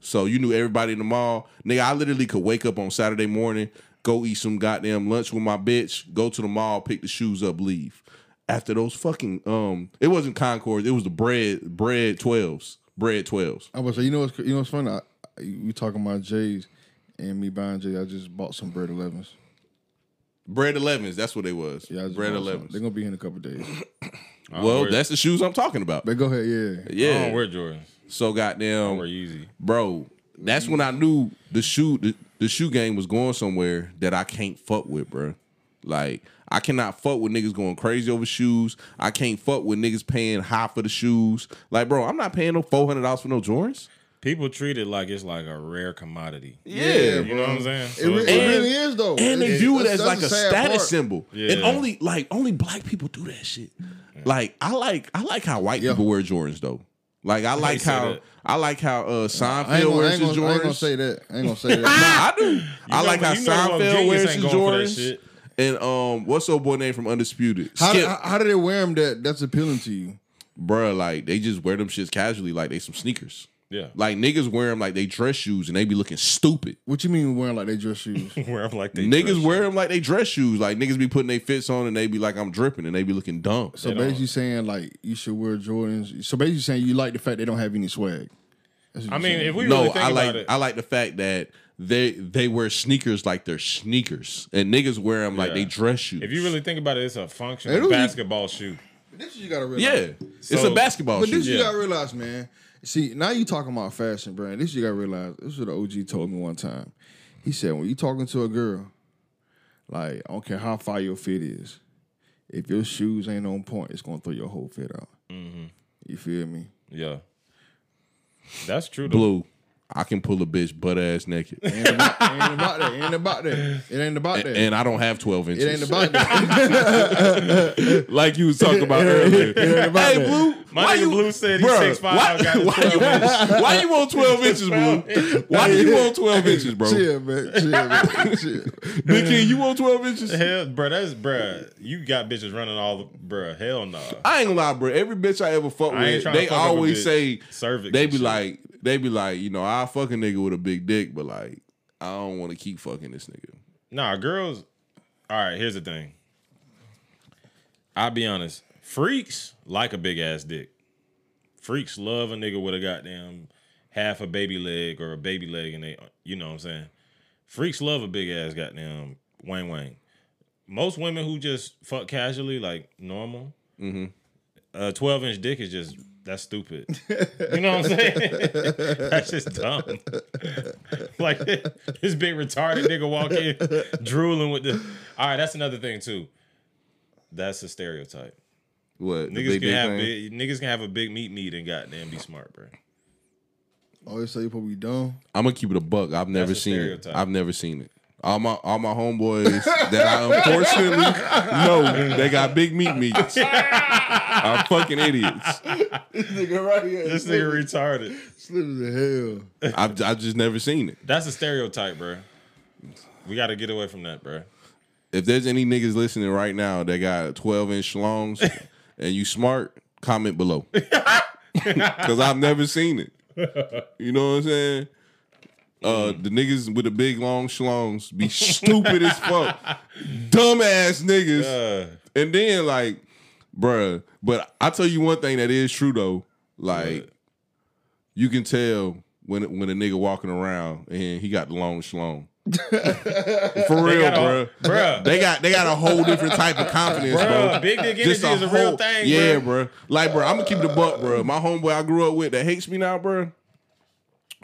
Speaker 1: So you knew everybody in the mall. Nigga, I literally could wake up on Saturday morning, go eat some goddamn lunch with my bitch, go to the mall, pick the shoes up, leave. After those fucking um, it wasn't Concords, it was the bread bread twelves, bread twelves.
Speaker 3: I was say, you know what's you know what's funny? I, I, you talking about J's and me buying J's. I just bought some bread 11s.
Speaker 1: Bread elevens, that's what they was.
Speaker 3: Yeah, I just
Speaker 1: bread
Speaker 3: bought some. They're
Speaker 1: elevens.
Speaker 3: gonna be here in a couple of days.
Speaker 2: I don't
Speaker 1: Well,
Speaker 2: wear-
Speaker 1: that's the shoes I'm talking about.
Speaker 3: But go ahead, yeah.
Speaker 2: I don't
Speaker 1: Yeah.
Speaker 2: wear Jordans.
Speaker 1: So
Speaker 2: I
Speaker 1: goddamn
Speaker 2: wear Yeezy.
Speaker 1: bro. That's when I
Speaker 3: Mm.
Speaker 1: knew the shoe the, the shoe game was going somewhere that I can't fuck with, bro. Like I cannot fuck with niggas going crazy over shoes. I can't fuck with niggas paying high for the shoes. Like, bro, I'm not paying no four hundred dollars for no Jordans.
Speaker 2: People treat it like it's like a rare commodity.
Speaker 1: Yeah,
Speaker 2: You know what I'm saying?
Speaker 3: It, re-
Speaker 2: it's
Speaker 3: it
Speaker 2: like-
Speaker 3: really Oh, is though.
Speaker 1: and they view it
Speaker 3: that's-
Speaker 1: as
Speaker 3: that's
Speaker 1: like
Speaker 3: the
Speaker 1: a
Speaker 3: sad
Speaker 1: status
Speaker 3: part.
Speaker 1: symbol. And
Speaker 2: Yeah.
Speaker 1: only like only black people do that shit. Like I like I like how white
Speaker 3: Yeah.
Speaker 1: people wear Jordans though. Like I like
Speaker 2: say
Speaker 1: how
Speaker 2: that.
Speaker 1: I like how uh
Speaker 3: I ain't,
Speaker 1: Seinfeld
Speaker 3: gonna, I,
Speaker 1: wears
Speaker 3: ain't
Speaker 1: his
Speaker 3: gonna, I ain't gonna
Speaker 1: Jordans.
Speaker 3: say that. I ain't gonna say
Speaker 1: [LAUGHS]
Speaker 3: that.
Speaker 1: Nah, I do. I
Speaker 2: know-
Speaker 1: like how
Speaker 2: you know them
Speaker 1: Seinfeld
Speaker 2: genius
Speaker 1: wears
Speaker 2: ain't
Speaker 1: his
Speaker 2: going for that
Speaker 1: Jordans.
Speaker 2: shit.
Speaker 1: And um, what's old boy name from Undisputed?
Speaker 3: How,
Speaker 1: Skip,
Speaker 3: how, how do they wear them? That that's appealing to you.
Speaker 1: Bruh, Like they just wear them shits casually, like they some sneakers.
Speaker 2: Yeah. [LAUGHS]
Speaker 1: Like niggas wear them like they dress shoes, and they be looking stupid.
Speaker 3: What you mean wearing like they dress shoes?
Speaker 1: [LAUGHS]
Speaker 2: Where I'm like they
Speaker 1: niggas
Speaker 2: dress-
Speaker 1: wear them like they dress shoes. Like niggas be putting their fits on, and they be like, "I'm dripping," and they be looking dumb.
Speaker 3: So
Speaker 2: They don't.
Speaker 3: basically saying like you should wear Jordans. So basically saying you like the fact they don't have any swag. That's what
Speaker 2: I
Speaker 3: you're
Speaker 2: mean,
Speaker 3: saying.
Speaker 2: if we
Speaker 1: no,
Speaker 2: really think
Speaker 1: I like
Speaker 2: about it,
Speaker 1: I like the fact that they they wear sneakers like they're sneakers, and niggas wear them like
Speaker 2: Yeah.
Speaker 1: they dress shoes.
Speaker 2: if you really think about it, it's a functional
Speaker 3: It'll be-
Speaker 2: basketball shoe.
Speaker 3: This is you gotta realize.
Speaker 1: Yeah, it's a
Speaker 2: So-
Speaker 1: basketball
Speaker 3: But
Speaker 1: shoe.
Speaker 3: this you
Speaker 2: Oh, yeah.
Speaker 3: gotta realize, man. See, now you talking about fashion brand. This you gotta realize. This is what the OG told me one time. He said, when you talking to a girl, like I don't care how far your fit is, if your shoes ain't on point, it's gonna throw your whole fit out.
Speaker 2: Mm-hmm.
Speaker 3: You feel me?
Speaker 2: Yeah. That's true. Though.
Speaker 1: Blue, I can pull a bitch butt ass naked, and,
Speaker 3: Ain't about, ain't about that. Ain't about that. It ain't about that.
Speaker 1: I don't have twelve
Speaker 3: it
Speaker 1: inches.
Speaker 3: ain't about [LAUGHS]
Speaker 1: [LAUGHS]
Speaker 3: that.
Speaker 1: like you was talking about earlier. hey, Blue,
Speaker 2: My
Speaker 1: why
Speaker 2: nigga
Speaker 1: you,
Speaker 2: Blue said he's
Speaker 1: Bruh,
Speaker 2: 6'5",
Speaker 1: Why, [LAUGHS]
Speaker 2: got
Speaker 1: why,
Speaker 2: 12
Speaker 1: you, why you want
Speaker 2: [LAUGHS]
Speaker 1: twelve inches, Blue? Why do you want twelve inches, bro?
Speaker 3: Chill, man. Chill, man. Chill.
Speaker 1: Big King, you want twelve
Speaker 2: [LAUGHS]
Speaker 1: inches?
Speaker 2: Hell, bruh, that's bruh. You got bitches running all the bruh. Hell no.
Speaker 1: I ain't gonna lie, bro. Every bitch I ever fuck
Speaker 2: I
Speaker 1: with,
Speaker 2: ain't tryna
Speaker 1: they
Speaker 2: fuck up a
Speaker 1: always
Speaker 2: bitch.
Speaker 1: say
Speaker 2: Cervix
Speaker 1: They
Speaker 2: and
Speaker 1: be
Speaker 2: shit.
Speaker 1: like, they be like, you know, I fuck a nigga with a big dick, but like, I don't want to keep fucking this nigga.
Speaker 2: Nah, girls. All right, here's the thing. I'll be honest. Freaks like a big ass dick. Freaks love a nigga with a goddamn half a baby leg or a baby leg, and they, you know what I'm saying. Freaks love a big ass goddamn wang wang. Most women who just fuck casually, like normal, a 12 inch dick is just that's stupid. You know what I'm saying? [LAUGHS] that's just dumb. [LAUGHS] like this big retarded nigga walk in
Speaker 1: [LAUGHS]
Speaker 2: drooling with the. All right, that's another thing too. That's a stereotype.
Speaker 1: What the
Speaker 2: Niggas
Speaker 1: big
Speaker 2: can
Speaker 1: dick
Speaker 2: have
Speaker 1: thing?
Speaker 2: big, niggas can have a big meat meat and goddamn be smart, bro.
Speaker 3: Always Oh, say you probably dumb.
Speaker 1: I'm gonna keep it a buck. I've never
Speaker 2: That's a
Speaker 1: seen it.
Speaker 2: stereotype.
Speaker 1: I've never seen it. All my all my homeboys that I unfortunately know, they got big meat meats. are fucking idiots.
Speaker 3: This nigga right here.
Speaker 2: This nigga retarded.
Speaker 3: slim as hell.
Speaker 1: I've I've just never seen it.
Speaker 2: That's a stereotype, bro. We got to get away from that, bro.
Speaker 1: If there's any niggas listening right now that got 12 inch longs and you smart, comment below. [LAUGHS] Cause I've never seen it. You know what I'm saying? Uh, the niggas with the big long schlongs be stupid as fuck, dumbass niggas.
Speaker 2: Uh,
Speaker 1: And then like, bruh. But I tell you one thing that is true though. Like, you can tell when when a nigga walking around and he got the long
Speaker 2: [LAUGHS]
Speaker 1: schlong. For
Speaker 2: they
Speaker 1: real,
Speaker 2: got
Speaker 1: bruh.
Speaker 2: a- [LAUGHS] bruh.
Speaker 1: They got they got a whole different type of confidence, bro.
Speaker 2: Bruh, big dick energy is a real thing,
Speaker 1: yeah,
Speaker 2: bruh.
Speaker 1: bro. Like, bro, I'm gonna keep the buck, bro. My homeboy I grew up with that hates me now, bro.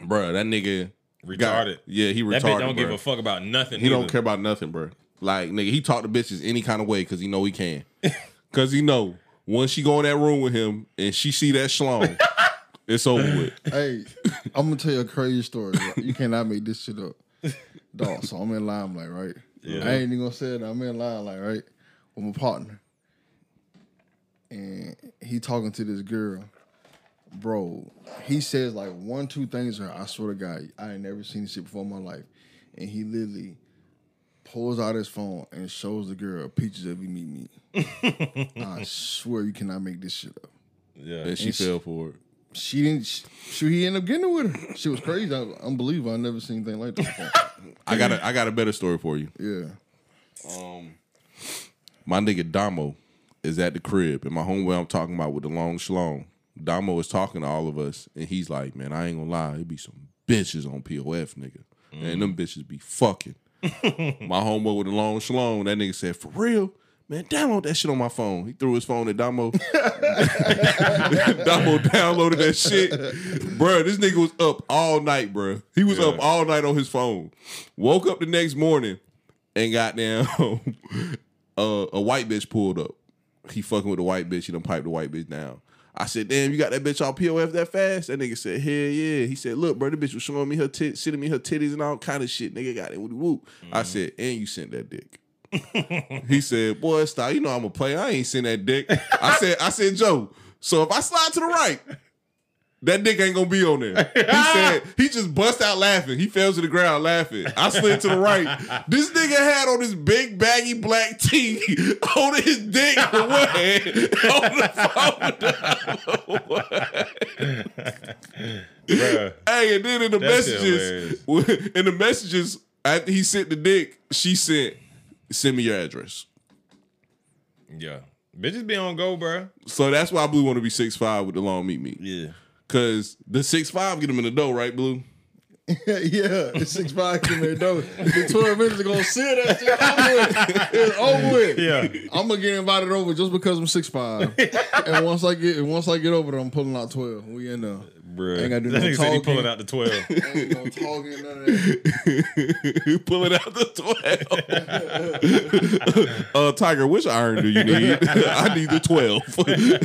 Speaker 1: Bro, that nigga got-
Speaker 2: Retarded.
Speaker 1: yeah, he retarded.
Speaker 2: That bitch don't give
Speaker 1: bruh.
Speaker 2: a fuck about nothing.
Speaker 1: He don't
Speaker 2: either.
Speaker 1: care about nothing, bro. Like nigga, he talk to bitches any kind of way because he know he can. [LAUGHS] Cause he know once she go in that room with him and she see that schlong, it's over with.
Speaker 3: Hey, I'm gonna tell you a crazy story. right? You cannot make this shit up. Dog, so I'm in limelight, right?
Speaker 2: Yeah.
Speaker 3: I ain't even gonna say it. I'm in limelight, right? With my partner. And he talking to this girl. Bro, he says like one, two things to her. I swear to God, I ain't never seen this shit before in my life. And he literally pulls out his phone and shows the girl pictures of him meet me. I swear you cannot make this shit up.
Speaker 2: Yeah.
Speaker 1: [LAUGHS] And she fell for it.
Speaker 3: She didn't. She, she- he ended up getting it with her. She was crazy. I, unbelievable. I never seen anything like that. Before.
Speaker 1: I got a I got a better story for you.
Speaker 3: yeah. [LAUGHS]
Speaker 1: Um, My nigga Damo is at the crib and my homeboy I'm talking about with the long schlong. Damo is talking to all of us and he's like, man, I ain't gonna lie, it be some bitches on POF, nigga. And them bitches be fucking. my homeboy with the long schlong, that nigga said, for real? Man, download that shit on my phone. He threw his phone at Damo. [LAUGHS] Damo downloaded that shit. Bruh, this nigga was up all night, bruh. He was up
Speaker 2: Yeah.
Speaker 1: all night on his phone. Woke up the next morning and got down. [LAUGHS] uh, a white bitch pulled up. He fucking with the white bitch. He done piped the white bitch down. I said, damn, you got that bitch all POF that fast? That nigga said, hell yeah. He said, look, bro, the bitch was showing me her tits, sending me her titties and all kind of shit. Nigga got it. Whoop, whoop. I said, and you sent that dick. [LAUGHS] He said, "Boy, stop! You know I'm a player. I ain't seen that dick." I said, "I said, Joe. So if I slide to the right, that dick ain't gonna be on there." He
Speaker 2: [LAUGHS]
Speaker 1: said, "He just bust out laughing. He fell to the ground laughing. I slid to the right. This nigga had on his big baggy black tee, [LAUGHS] holding his dick [LAUGHS] with one
Speaker 2: [LAUGHS]
Speaker 1: hand, on the phone. with the other.
Speaker 2: Bruh.
Speaker 1: Hey, and then in the
Speaker 2: That shit
Speaker 1: messages, [LAUGHS] in the messages after he sent the dick, she sent, "Send me your address."
Speaker 2: Yeah. Bitches be on go, bruh.
Speaker 1: So that's why Blue want to be six five with the long meat meat.
Speaker 2: Yeah.
Speaker 1: Cause the six five get him in the dough, right, Blue?
Speaker 3: yeah, it's six five Khmer Dog. In twelve minutes ago, sit that shit over with. It's over with.
Speaker 2: Yeah.
Speaker 1: [LAUGHS]
Speaker 3: I'm gonna get invited over just because I'm six five. and once I get once I get over there, I'm pulling out twelve. We in there.
Speaker 2: Bruh.
Speaker 3: Ain't gotta do
Speaker 2: that
Speaker 3: no
Speaker 2: nigga said he
Speaker 3: talking.
Speaker 2: pulling out the 12.
Speaker 3: [LAUGHS] Ain't no talking, none of that.
Speaker 1: [LAUGHS] Pull it out the 12. [LAUGHS] uh, Tiger, which iron do you need? [LAUGHS] I need the 12. [LAUGHS]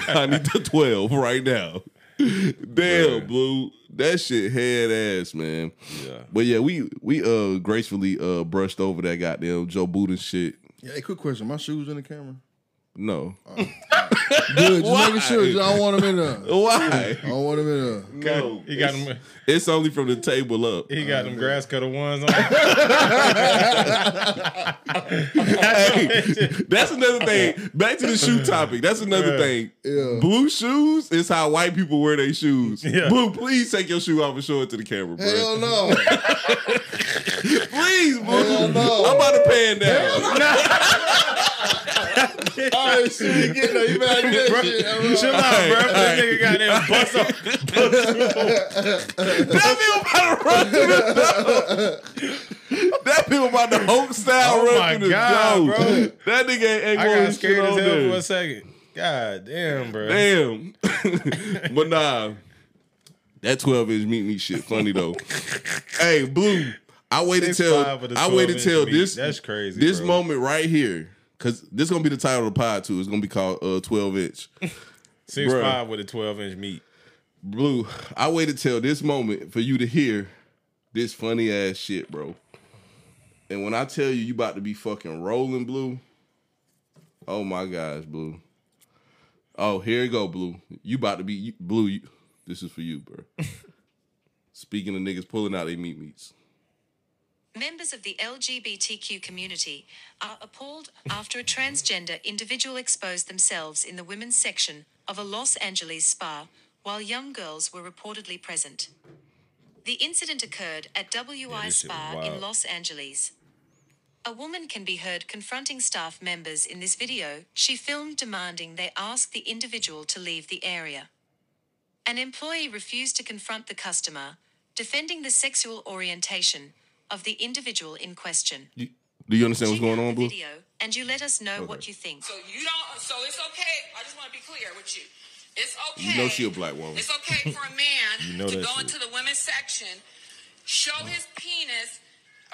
Speaker 1: I need the 12 right now. Damn,
Speaker 2: Bruh.
Speaker 1: Blue. That shit head ass, man.
Speaker 2: yeah.
Speaker 1: But yeah, we we uh gracefully uh brushed over that goddamn Joe Budden shit.
Speaker 3: Yeah, hey, quick question. My shoes in the camera.
Speaker 1: No.
Speaker 3: Good, just
Speaker 1: Why?
Speaker 3: making sure. Just- I don't want them in there.
Speaker 1: Why?
Speaker 3: I don't want them in there.
Speaker 1: No.
Speaker 2: Oh, He got
Speaker 1: it's,
Speaker 2: him.
Speaker 1: it's only from the table up.
Speaker 2: He got them grass cutter ones
Speaker 3: [LAUGHS]
Speaker 2: on. That's- [LAUGHS]
Speaker 1: Hey, that's another thing. Back to the shoe topic. That's another
Speaker 2: Yeah.
Speaker 1: thing.
Speaker 3: Yeah.
Speaker 1: Blue shoes is how white people wear their shoes.
Speaker 2: Yeah.
Speaker 1: Blue, please take your shoe off and show it to the camera, bro.
Speaker 3: Hell no.
Speaker 2: [LAUGHS]
Speaker 1: Please, Blue.
Speaker 3: Hell no.
Speaker 1: I'm about to pan down.
Speaker 3: All right, soon we get there. You better get
Speaker 2: Bro,
Speaker 3: that shit. I'm like,
Speaker 2: Chill out,
Speaker 1: Hey,
Speaker 2: bro. That nigga got that bust
Speaker 1: That people
Speaker 2: [LAUGHS] up.
Speaker 1: about to run through the door. That people about to Hulk style
Speaker 2: Oh my
Speaker 1: run through the
Speaker 2: God,
Speaker 1: door.
Speaker 2: bro.
Speaker 1: That nigga ain't- ain't
Speaker 2: I
Speaker 1: going
Speaker 2: got scared as hell for
Speaker 1: there.
Speaker 2: a second. God damn, bro.
Speaker 1: Damn. [LAUGHS] but nah. That 12 inch meet me shit funny though.
Speaker 2: [LAUGHS]
Speaker 1: hey, Blue, I waited
Speaker 2: Six
Speaker 1: till
Speaker 2: five with a
Speaker 1: I waited
Speaker 2: 12
Speaker 1: till
Speaker 2: inch meet.
Speaker 1: this
Speaker 2: That's crazy,
Speaker 1: This
Speaker 2: bro.
Speaker 1: moment right here. Cause this gonna be the title of the pod too. It's gonna be called uh 12 inch.
Speaker 2: Six
Speaker 1: Bruh.
Speaker 2: five with a twelve inch meat.
Speaker 1: Blue, I waited till this moment for you to hear this funny ass shit, bro. And when I tell you you about to be fucking rolling, Blue. Oh my gosh, Blue. Oh, here you go, Blue. You about to be you- Blue. You, this is for you, bro. [LAUGHS] Speaking of niggas pulling out their meat meats.
Speaker 4: Members of the LGBTQ community are appalled after a transgender individual exposed themselves in the women's section of a Los Angeles spa while young girls were reportedly present. The incident occurred at WI
Speaker 2: this shit was
Speaker 4: Spa
Speaker 2: wild.
Speaker 4: in Los Angeles. A woman can be heard confronting staff members in this video she filmed demanding they ask the individual to leave the area. An employee refused to confront the customer, defending the sexual orientation of the individual in question.
Speaker 1: You- do you understand what's
Speaker 4: Check out
Speaker 1: going on,
Speaker 4: the
Speaker 1: Blue?
Speaker 4: video, and you let us know what you think.
Speaker 5: So you don't. So it's okay. I just want to be clear with you. It's okay.
Speaker 1: You know she a black woman.
Speaker 5: It's okay for
Speaker 1: [LAUGHS]
Speaker 5: a man
Speaker 2: know
Speaker 5: to
Speaker 2: that
Speaker 5: go
Speaker 2: shit.
Speaker 5: into the women's section, show
Speaker 1: Uh-huh.
Speaker 5: his penis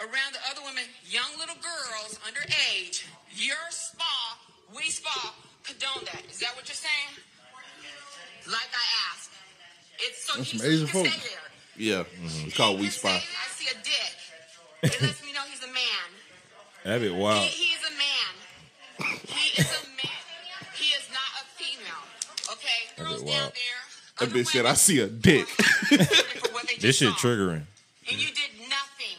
Speaker 5: around the other women, young little girls underage. Your spa, we spa, condone that. Is that what you're saying? Like I asked. It's so
Speaker 3: That's
Speaker 5: he
Speaker 3: some Asian
Speaker 5: can
Speaker 3: folks.
Speaker 5: stay there.
Speaker 1: Yeah. It's called Oh,
Speaker 5: He
Speaker 1: We
Speaker 5: can stay
Speaker 1: Spy.
Speaker 5: there. I see a dick. It lets me know he's a man.
Speaker 2: That bit wild.
Speaker 5: He, he is a man. He is a man. He is not a female. Okay,
Speaker 2: That
Speaker 5: girls
Speaker 2: bit
Speaker 5: down
Speaker 2: wild.
Speaker 5: there.
Speaker 1: That
Speaker 5: other
Speaker 1: bitch said, I
Speaker 5: women,
Speaker 1: see a dick.
Speaker 5: for what they
Speaker 2: This
Speaker 5: just
Speaker 2: shit
Speaker 5: saw.
Speaker 2: triggering.
Speaker 5: And you did nothing.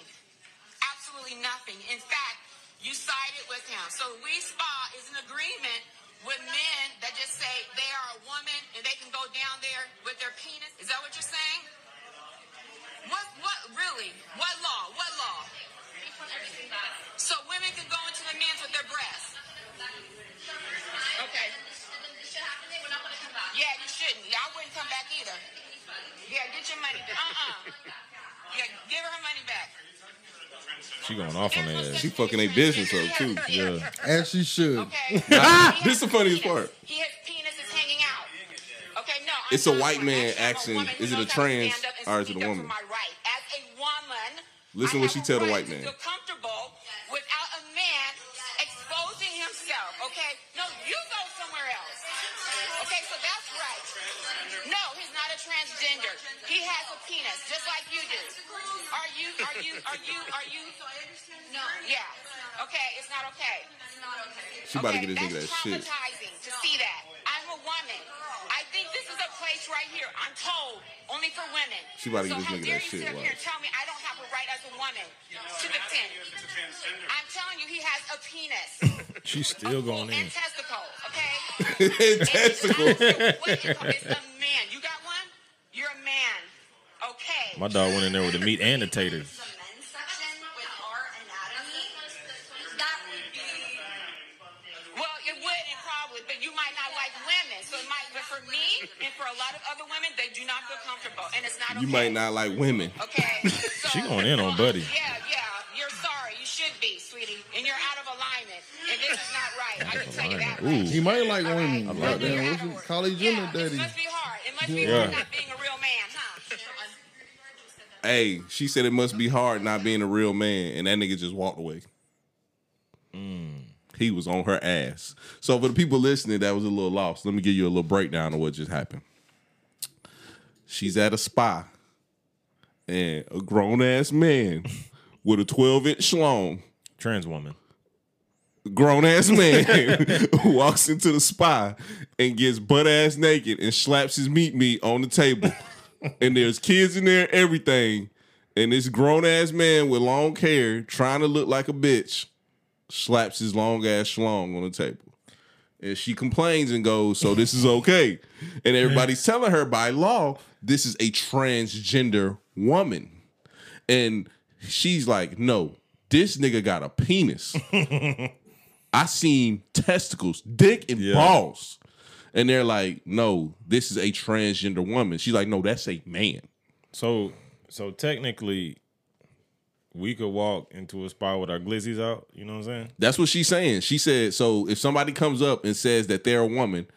Speaker 5: Absolutely nothing. In fact, you sided with him. So we spa is an agreement with men that just say they are a woman and they can go down there with their penis. Is that what you're saying? What what really? What law? What law? So women can go into the men's with their breasts. Okay. Yeah, you shouldn't. Yeah, I wouldn't come back either. Yeah, get your money. Uh-uh. Yeah, give her her money back.
Speaker 2: She going off on that ass.
Speaker 1: She fucking they business up, too.
Speaker 5: [LAUGHS] Yeah.
Speaker 3: As she should.
Speaker 1: [LAUGHS]
Speaker 5: Okay.
Speaker 1: This the funniest part.
Speaker 5: He his penis is hanging out. Okay, no. I'm
Speaker 1: It's a
Speaker 5: not
Speaker 1: white
Speaker 5: one.
Speaker 1: man
Speaker 5: Actually, I'm a
Speaker 1: acting.
Speaker 5: woman who
Speaker 1: Is it a
Speaker 5: knows how to
Speaker 1: trans
Speaker 5: stand up and
Speaker 1: or is it
Speaker 5: speak
Speaker 1: a
Speaker 5: up for
Speaker 1: woman?
Speaker 5: My right. As a woman,
Speaker 1: Listen
Speaker 5: I
Speaker 1: what
Speaker 5: have
Speaker 1: she
Speaker 5: a
Speaker 1: tell the
Speaker 5: right
Speaker 1: white
Speaker 5: to
Speaker 1: man.
Speaker 5: Feel comfortable without a man exposing himself. Okay, no, you go somewhere else. Okay, so that's right. No, he's not a transgender. He has a penis, just like you do. Are you? Are you? Are you? Are [LAUGHS] you? No. Yeah. Okay, uh, it's not okay.
Speaker 1: She about to
Speaker 5: Okay,
Speaker 1: get this nigga that
Speaker 5: that's
Speaker 1: shit.
Speaker 5: traumatizing to see that. I'm a woman. I think this is a place right here. I'm told only for women.
Speaker 1: She about to
Speaker 5: so
Speaker 1: get this
Speaker 5: how
Speaker 1: nigga
Speaker 5: dare
Speaker 1: that
Speaker 5: you
Speaker 1: shit,
Speaker 5: sit up
Speaker 1: watch.
Speaker 5: here and tell me I don't have a right as a woman to defend? I'm telling you, he has a
Speaker 1: [LAUGHS]
Speaker 5: penis.
Speaker 2: She's still going in.
Speaker 5: And testicles, okay?
Speaker 1: Testicles.
Speaker 5: And what is- It's a man. You got one? You're a man. Okay.
Speaker 2: My dog went in there with the meat and the taters.
Speaker 5: The men's section with our anatomy, that would be. Well, it wouldn't probably, but you might not like women, so it might. But for me and for a lot of other women, they do not feel comfortable, and it's not.
Speaker 1: You
Speaker 5: okay.
Speaker 1: might not like women.
Speaker 2: [LAUGHS]
Speaker 5: Okay. So,
Speaker 2: She going in on Buddy.
Speaker 5: Yeah, yeah. You're sorry. You should be, sweetie. And you're out of alignment. And this is not right. I can tell you that.
Speaker 2: Ooh.
Speaker 5: Right.
Speaker 3: He might like
Speaker 5: All
Speaker 3: women.
Speaker 5: right.
Speaker 3: Goddamn, what's
Speaker 5: You're out of
Speaker 3: his-
Speaker 5: order.
Speaker 3: College
Speaker 5: yeah,
Speaker 3: Jenner
Speaker 5: It
Speaker 3: daddy.
Speaker 5: must be hard. It must be
Speaker 3: Yeah.
Speaker 5: hard not being a real man, huh?
Speaker 1: Hey, she said it must be hard not being a real man, and that nigga just walked away. He was on her ass. So for the people listening, that was a little lost. Let me give you a little breakdown of what just happened. She's at a spa, and a grown ass man with a twelve inch schlong,
Speaker 2: Trans woman.
Speaker 1: grown ass man, [LAUGHS] walks into the spa and gets butt ass naked and slaps his meat meat on the table. and there's kids in there, everything. And this grown ass man with long hair trying to look like a bitch slaps his long ass schlong on the table. And she complains and goes, So this is okay. And everybody's telling her by law, this is a transgender woman. And she's like, No, this nigga got a penis. I seen testicles, dick, and
Speaker 2: Yeah.
Speaker 1: balls. And they're like, No, this is a transgender woman. She's like, No, that's a man.
Speaker 2: So so technically, we could walk into a spot with our glizzies out. You know what I'm saying?
Speaker 1: That's what she's saying. She said, so if somebody comes up and says that they're a woman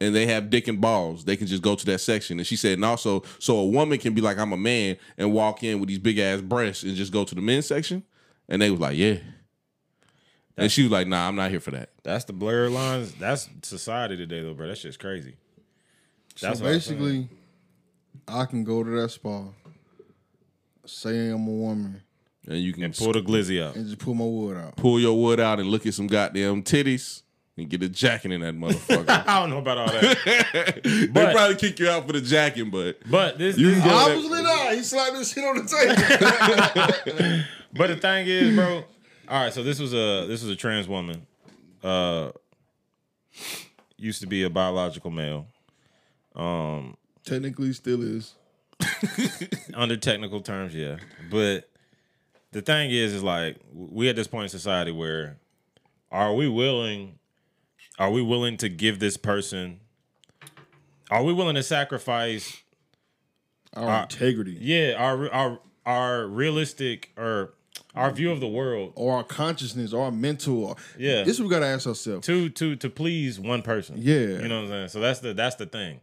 Speaker 1: and they have dick and balls, they can just go to that section. And she said, and also, so a woman can be like, I'm a man and walk in with these big ass breasts and just go to the men's section. And they was like, yeah. And she was like, nah, I'm not here for that.
Speaker 2: That's the blurred lines. That's society today, though, bro. That's just crazy. That's
Speaker 3: so
Speaker 2: what I'm saying.
Speaker 3: basically, I can go to that spa, say I'm a woman,
Speaker 1: And you can
Speaker 2: And
Speaker 1: pull,
Speaker 2: pull the glizzy out.
Speaker 3: and just pull my wood out.
Speaker 1: pull your wood out and look at some goddamn titties and get a jacking in that
Speaker 2: [LAUGHS]
Speaker 1: motherfucker.
Speaker 2: I don't know about all that, [LAUGHS]
Speaker 1: they
Speaker 2: But-
Speaker 1: probably kick you out for the jacking, but
Speaker 2: but this,
Speaker 1: You
Speaker 2: this-
Speaker 1: can go-
Speaker 3: I was lit out. He slapped his shit on
Speaker 2: [LAUGHS]
Speaker 3: the table.
Speaker 2: But the thing is, bro. All right, so this was a this was a trans woman. Uh, used to be a biological male.
Speaker 3: Technically, still is.
Speaker 2: under technical terms, yeah. But the thing is, is like we at this point in society where are we willing? Are we willing to give this person? Are we willing to sacrifice?
Speaker 3: Our
Speaker 2: Uh,
Speaker 3: integrity
Speaker 2: Yeah, our our our realistic or our view of the world
Speaker 3: or our consciousness or our mental. Or,
Speaker 2: Yeah.
Speaker 3: This is what we got to ask ourselves.
Speaker 2: to to to please one person.
Speaker 3: Yeah.
Speaker 2: you know what I'm saying. So that's the that's the thing.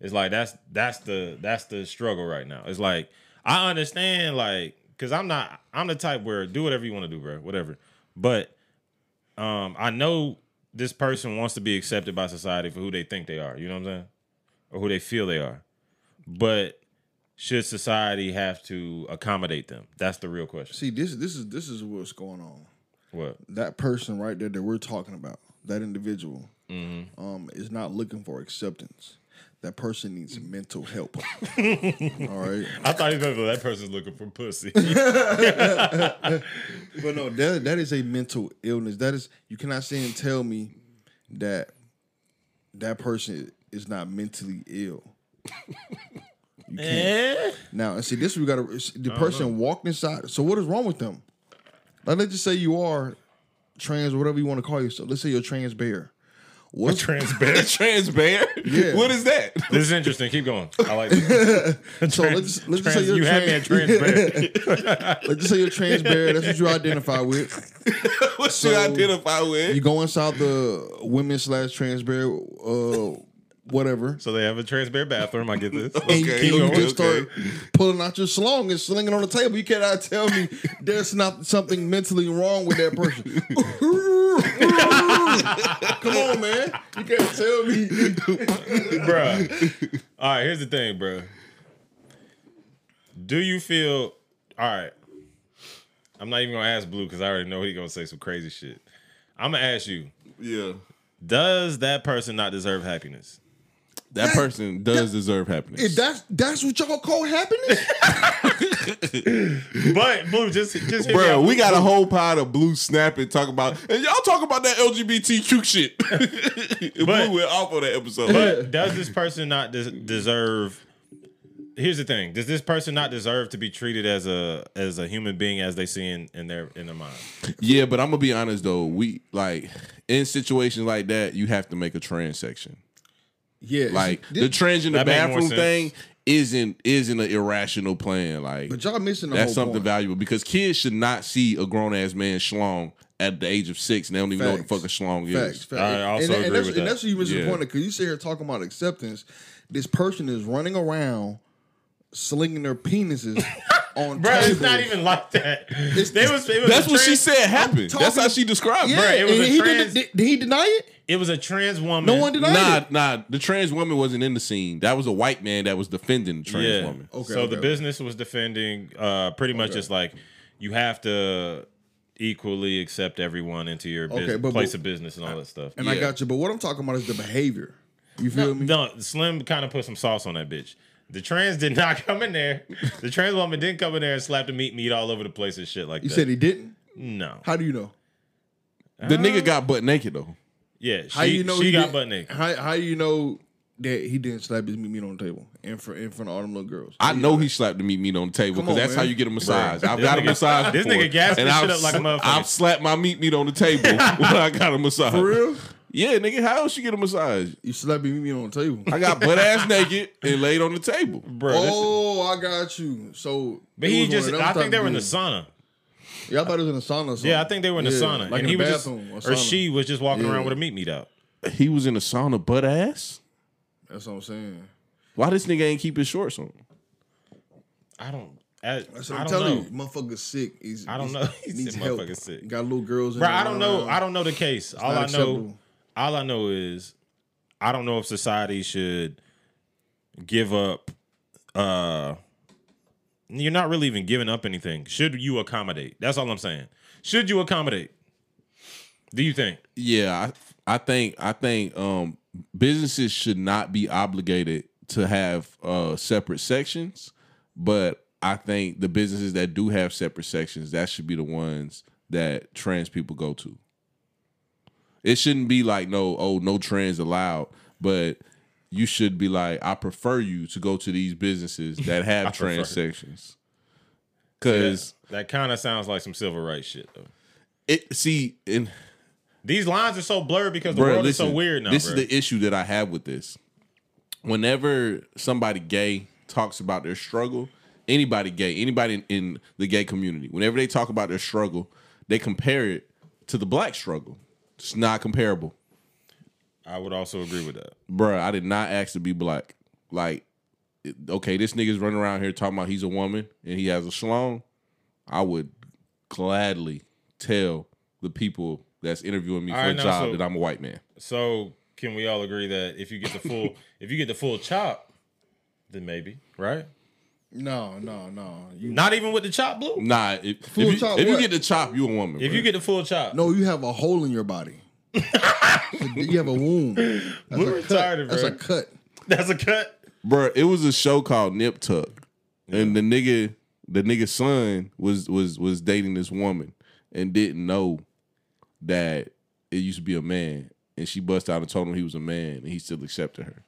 Speaker 2: It's like that's that's the that's the struggle right now. It's like I understand, like, cause I'm not I'm the type where do whatever you want to do, bro, whatever. But um, I know this person wants to be accepted by society for who they think they are. You know what I'm saying, or who they feel they are. But should society have to accommodate them? That's the real question.
Speaker 3: See, this this is this is what's going on.
Speaker 2: What?
Speaker 3: That person right there that we're talking about, that individual,
Speaker 2: Mm-hmm.
Speaker 3: um, is not looking for acceptance. That person needs mental help. All right.
Speaker 2: I thought you meant that person's looking for pussy.
Speaker 3: But no, that that is a mental illness. That is you cannot say and tell me that that person is not mentally ill. You can't.
Speaker 2: [LAUGHS] Eh?
Speaker 3: Now, and see, this we got to the person walked inside. So what is wrong with them? Like, let's just say you are trans, whatever you want to call yourself. Let's say you're trans bear. What's
Speaker 2: Trans
Speaker 1: [LAUGHS]
Speaker 2: bear.
Speaker 1: trans bear?
Speaker 3: Yeah.
Speaker 1: What is that?
Speaker 2: This is interesting. Keep going. I like this.
Speaker 3: so? let's let's just say
Speaker 2: Trans,
Speaker 3: you're
Speaker 2: you had me at
Speaker 3: trans.
Speaker 2: trans bear.
Speaker 3: let's just say you're trans bear. That's what you identify with. [LAUGHS]
Speaker 1: What [LAUGHS]
Speaker 3: So,
Speaker 1: should I identify with?
Speaker 3: You go inside the women slash trans bear, uh, whatever.
Speaker 2: So they have a trans bear bathroom. I get this.
Speaker 3: And
Speaker 1: Okay,
Speaker 3: you, and you
Speaker 1: okay,
Speaker 3: just
Speaker 1: okay.
Speaker 3: start pulling out your slong and slinging on the table. You cannot tell me there's not something mentally wrong with that person. [LAUGHS] Come on, man. You can't tell me.
Speaker 2: bruh. All right, here's the thing, bruh. Do you feel all right? I'm not even gonna ask Blue because I already know he gonna say some crazy shit. I'm gonna ask you:
Speaker 1: Yeah.
Speaker 2: Does that person not deserve happiness?
Speaker 1: That person does deserve happiness.
Speaker 3: If that's that's what y'all call happiness,
Speaker 2: But Blue, just just hit me
Speaker 1: Bro,
Speaker 2: up.
Speaker 1: we got a whole pile of blue snapping talk about and y'all talk about that LGBTQ shit. [LAUGHS]
Speaker 2: But-
Speaker 1: blue went off on that episode.
Speaker 2: But [LAUGHS] does this person not des- deserve? Here's the thing: Does this person not deserve to be treated as a as a human being as they see in, in their in their mind?
Speaker 1: yeah, but I'm gonna be honest though, we like in situations like that, you have to make a trans section.
Speaker 3: Yeah,
Speaker 1: Like
Speaker 3: this-
Speaker 1: the trends in the
Speaker 2: That made more
Speaker 1: bathroom
Speaker 2: sense.
Speaker 1: thing isn't isn't an irrational plan. Like
Speaker 3: But y'all missing the
Speaker 1: that's
Speaker 3: whole
Speaker 1: something
Speaker 3: point.
Speaker 1: valuable because kids should not see a grown ass man schlong at the age of six and they don't even know what the
Speaker 3: Facts.
Speaker 1: fuck a schlong
Speaker 3: Facts,
Speaker 1: is.
Speaker 3: facts.
Speaker 2: I also
Speaker 3: and,
Speaker 2: agree
Speaker 3: and that's,
Speaker 2: with
Speaker 3: and
Speaker 2: that.
Speaker 3: that's what you missed
Speaker 1: Yeah.
Speaker 3: the point because you sit here talking about acceptance. This person is running around slinging
Speaker 2: [LAUGHS]
Speaker 3: their penises on
Speaker 2: Bro, it's
Speaker 3: tables.
Speaker 2: not even like [LAUGHS] that. They was, it was
Speaker 1: That's
Speaker 2: a
Speaker 1: what she
Speaker 2: trans-
Speaker 1: said happened.
Speaker 3: talking-
Speaker 1: That's how she described it.
Speaker 3: Yeah,
Speaker 2: Bruh, it was
Speaker 3: and
Speaker 2: a
Speaker 3: he
Speaker 2: trans-
Speaker 3: did, did, did he deny it?
Speaker 2: It was a trans woman.
Speaker 3: No one denied
Speaker 1: Nah,
Speaker 3: it.
Speaker 1: nah. The trans woman wasn't in the scene. That was a white man that was defending the trans
Speaker 2: yeah. Oh.
Speaker 1: woman.
Speaker 3: Okay,
Speaker 2: so the
Speaker 3: okay.
Speaker 2: business was defending uh, pretty much just like you have to equally accept everyone into your
Speaker 3: Okay,
Speaker 2: business,
Speaker 3: but-
Speaker 2: place
Speaker 3: but-
Speaker 2: of business and all that stuff.
Speaker 3: And I
Speaker 1: Yeah.
Speaker 3: got you. But what I'm talking about is the behavior. You feel me?
Speaker 2: No, Slim kind of put some sauce on that bitch. The trans did not [LAUGHS] come in there. The trans woman didn't come in there and slap the meat meat all over the place and shit like
Speaker 3: You
Speaker 2: that.
Speaker 3: said he didn't.
Speaker 2: no.
Speaker 3: How do you know?
Speaker 1: The nigga got butt naked though.
Speaker 2: Yeah, she,
Speaker 3: How you know
Speaker 2: she
Speaker 3: he
Speaker 2: got
Speaker 3: did-
Speaker 2: butt naked.
Speaker 3: How how you know that he didn't slap his meat meat on the table in front in front of all them little girls?
Speaker 1: I know he slapped the meat meat on the table
Speaker 3: Come
Speaker 1: because
Speaker 3: on,
Speaker 1: that's
Speaker 3: man.
Speaker 1: how you get a massage. I've
Speaker 2: This
Speaker 1: got a
Speaker 2: nigga-
Speaker 1: massage.
Speaker 2: this
Speaker 1: before,
Speaker 2: nigga gassed this
Speaker 1: I've
Speaker 2: shit up like a
Speaker 1: sl-
Speaker 2: motherfucker.
Speaker 1: I've slapped my meat meat on the
Speaker 2: [LAUGHS]
Speaker 1: table when I got a massage.
Speaker 3: For real?
Speaker 1: Yeah, nigga, how else you get a massage?
Speaker 3: You slapped his meat meat on the table.
Speaker 1: I got butt ass naked and laid on the table.
Speaker 2: Bro, this-
Speaker 3: oh, I got you. So,
Speaker 2: but
Speaker 3: it
Speaker 2: he
Speaker 3: was one
Speaker 2: just,
Speaker 3: of them
Speaker 2: I
Speaker 3: type
Speaker 2: think they were in the
Speaker 3: dudes.
Speaker 2: sauna.
Speaker 3: Yeah, I thought it was in the sauna. Or something.
Speaker 2: Yeah, I think they were in the
Speaker 3: Yeah,
Speaker 2: sauna. and
Speaker 3: like in
Speaker 2: he
Speaker 3: the
Speaker 2: was
Speaker 3: bathroom
Speaker 2: just,
Speaker 3: or,
Speaker 2: or,
Speaker 3: sauna.
Speaker 2: she was just walking
Speaker 3: Yeah.
Speaker 2: around with a meat meat out.
Speaker 1: He was in a sauna butt ass.
Speaker 3: That's what I'm saying.
Speaker 1: Why this nigga ain't keep his shorts on?
Speaker 2: I don't, I,
Speaker 3: That's what
Speaker 2: I
Speaker 3: I'm
Speaker 2: don't
Speaker 3: telling
Speaker 2: know.
Speaker 3: you. Motherfucker's sick. He's,
Speaker 2: I don't
Speaker 3: he's-
Speaker 2: know. [LAUGHS] He
Speaker 3: needs
Speaker 2: said
Speaker 3: help.
Speaker 2: motherfucker's sick.
Speaker 3: Got little girls. in
Speaker 2: Bro,
Speaker 3: there
Speaker 2: I don't know.
Speaker 1: Uh,
Speaker 3: running
Speaker 2: I
Speaker 3: around.
Speaker 2: don't know the case. all
Speaker 3: not
Speaker 2: I know,
Speaker 3: acceptable.
Speaker 2: all I know is, I don't know if society should give up. uh You're not really even giving up anything. Should you accommodate? That's all I'm saying. Should you accommodate? Do you think?
Speaker 1: Yeah, I, I think I think um, businesses should not be obligated to have uh, separate sections, but I think the businesses that do have separate sections that should be the ones that trans people go to. It shouldn't be like no oh no trans allowed, but you should be like I prefer you to go to these businesses that have trans
Speaker 2: prefer.
Speaker 1: sections. Cause
Speaker 2: That kind of sounds like some civil rights shit though.
Speaker 1: it see and
Speaker 2: These lines are so blurred because the
Speaker 1: Bruh,
Speaker 2: world is so
Speaker 1: listen,
Speaker 2: weird now.
Speaker 1: This
Speaker 2: bruh.
Speaker 1: is the issue that I have with this. Whenever somebody gay talks about their struggle, anybody gay, anybody in, in the gay community, whenever they talk about their struggle, they compare it to the black struggle. It's not comparable.
Speaker 2: I would also agree with that.
Speaker 1: Bruh, I did not ask to be black. Like, it- okay, this nigga's running around here talking about he's a woman and he has a schlong. I would gladly tell the people that's interviewing me for
Speaker 2: All right,
Speaker 1: a
Speaker 2: now,
Speaker 1: job
Speaker 2: so-
Speaker 1: that I'm a white man.
Speaker 2: So can we all agree that if you get the full, if you get the full chop, then maybe right?
Speaker 3: No, no, no. You,
Speaker 2: Not even with the chop blue.
Speaker 1: Nah, if, if,
Speaker 3: Full
Speaker 1: you,
Speaker 3: chop
Speaker 1: if you
Speaker 3: what?
Speaker 1: get the chop, you a woman.
Speaker 2: If
Speaker 1: bruh.
Speaker 2: you get the full chop,
Speaker 3: no, you have a hole in your body. [LAUGHS] you have a wound. That's
Speaker 2: Blue
Speaker 3: a cut.
Speaker 2: retarded,
Speaker 3: That's
Speaker 2: bro.
Speaker 3: a cut.
Speaker 2: that's a cut.
Speaker 1: Bruh, it was a show called Nip Tuck, and the nigga, the nigga's son was was was dating this woman and didn't know that it used to be a man, and she bust out and told him he was a man, and he still accepted her.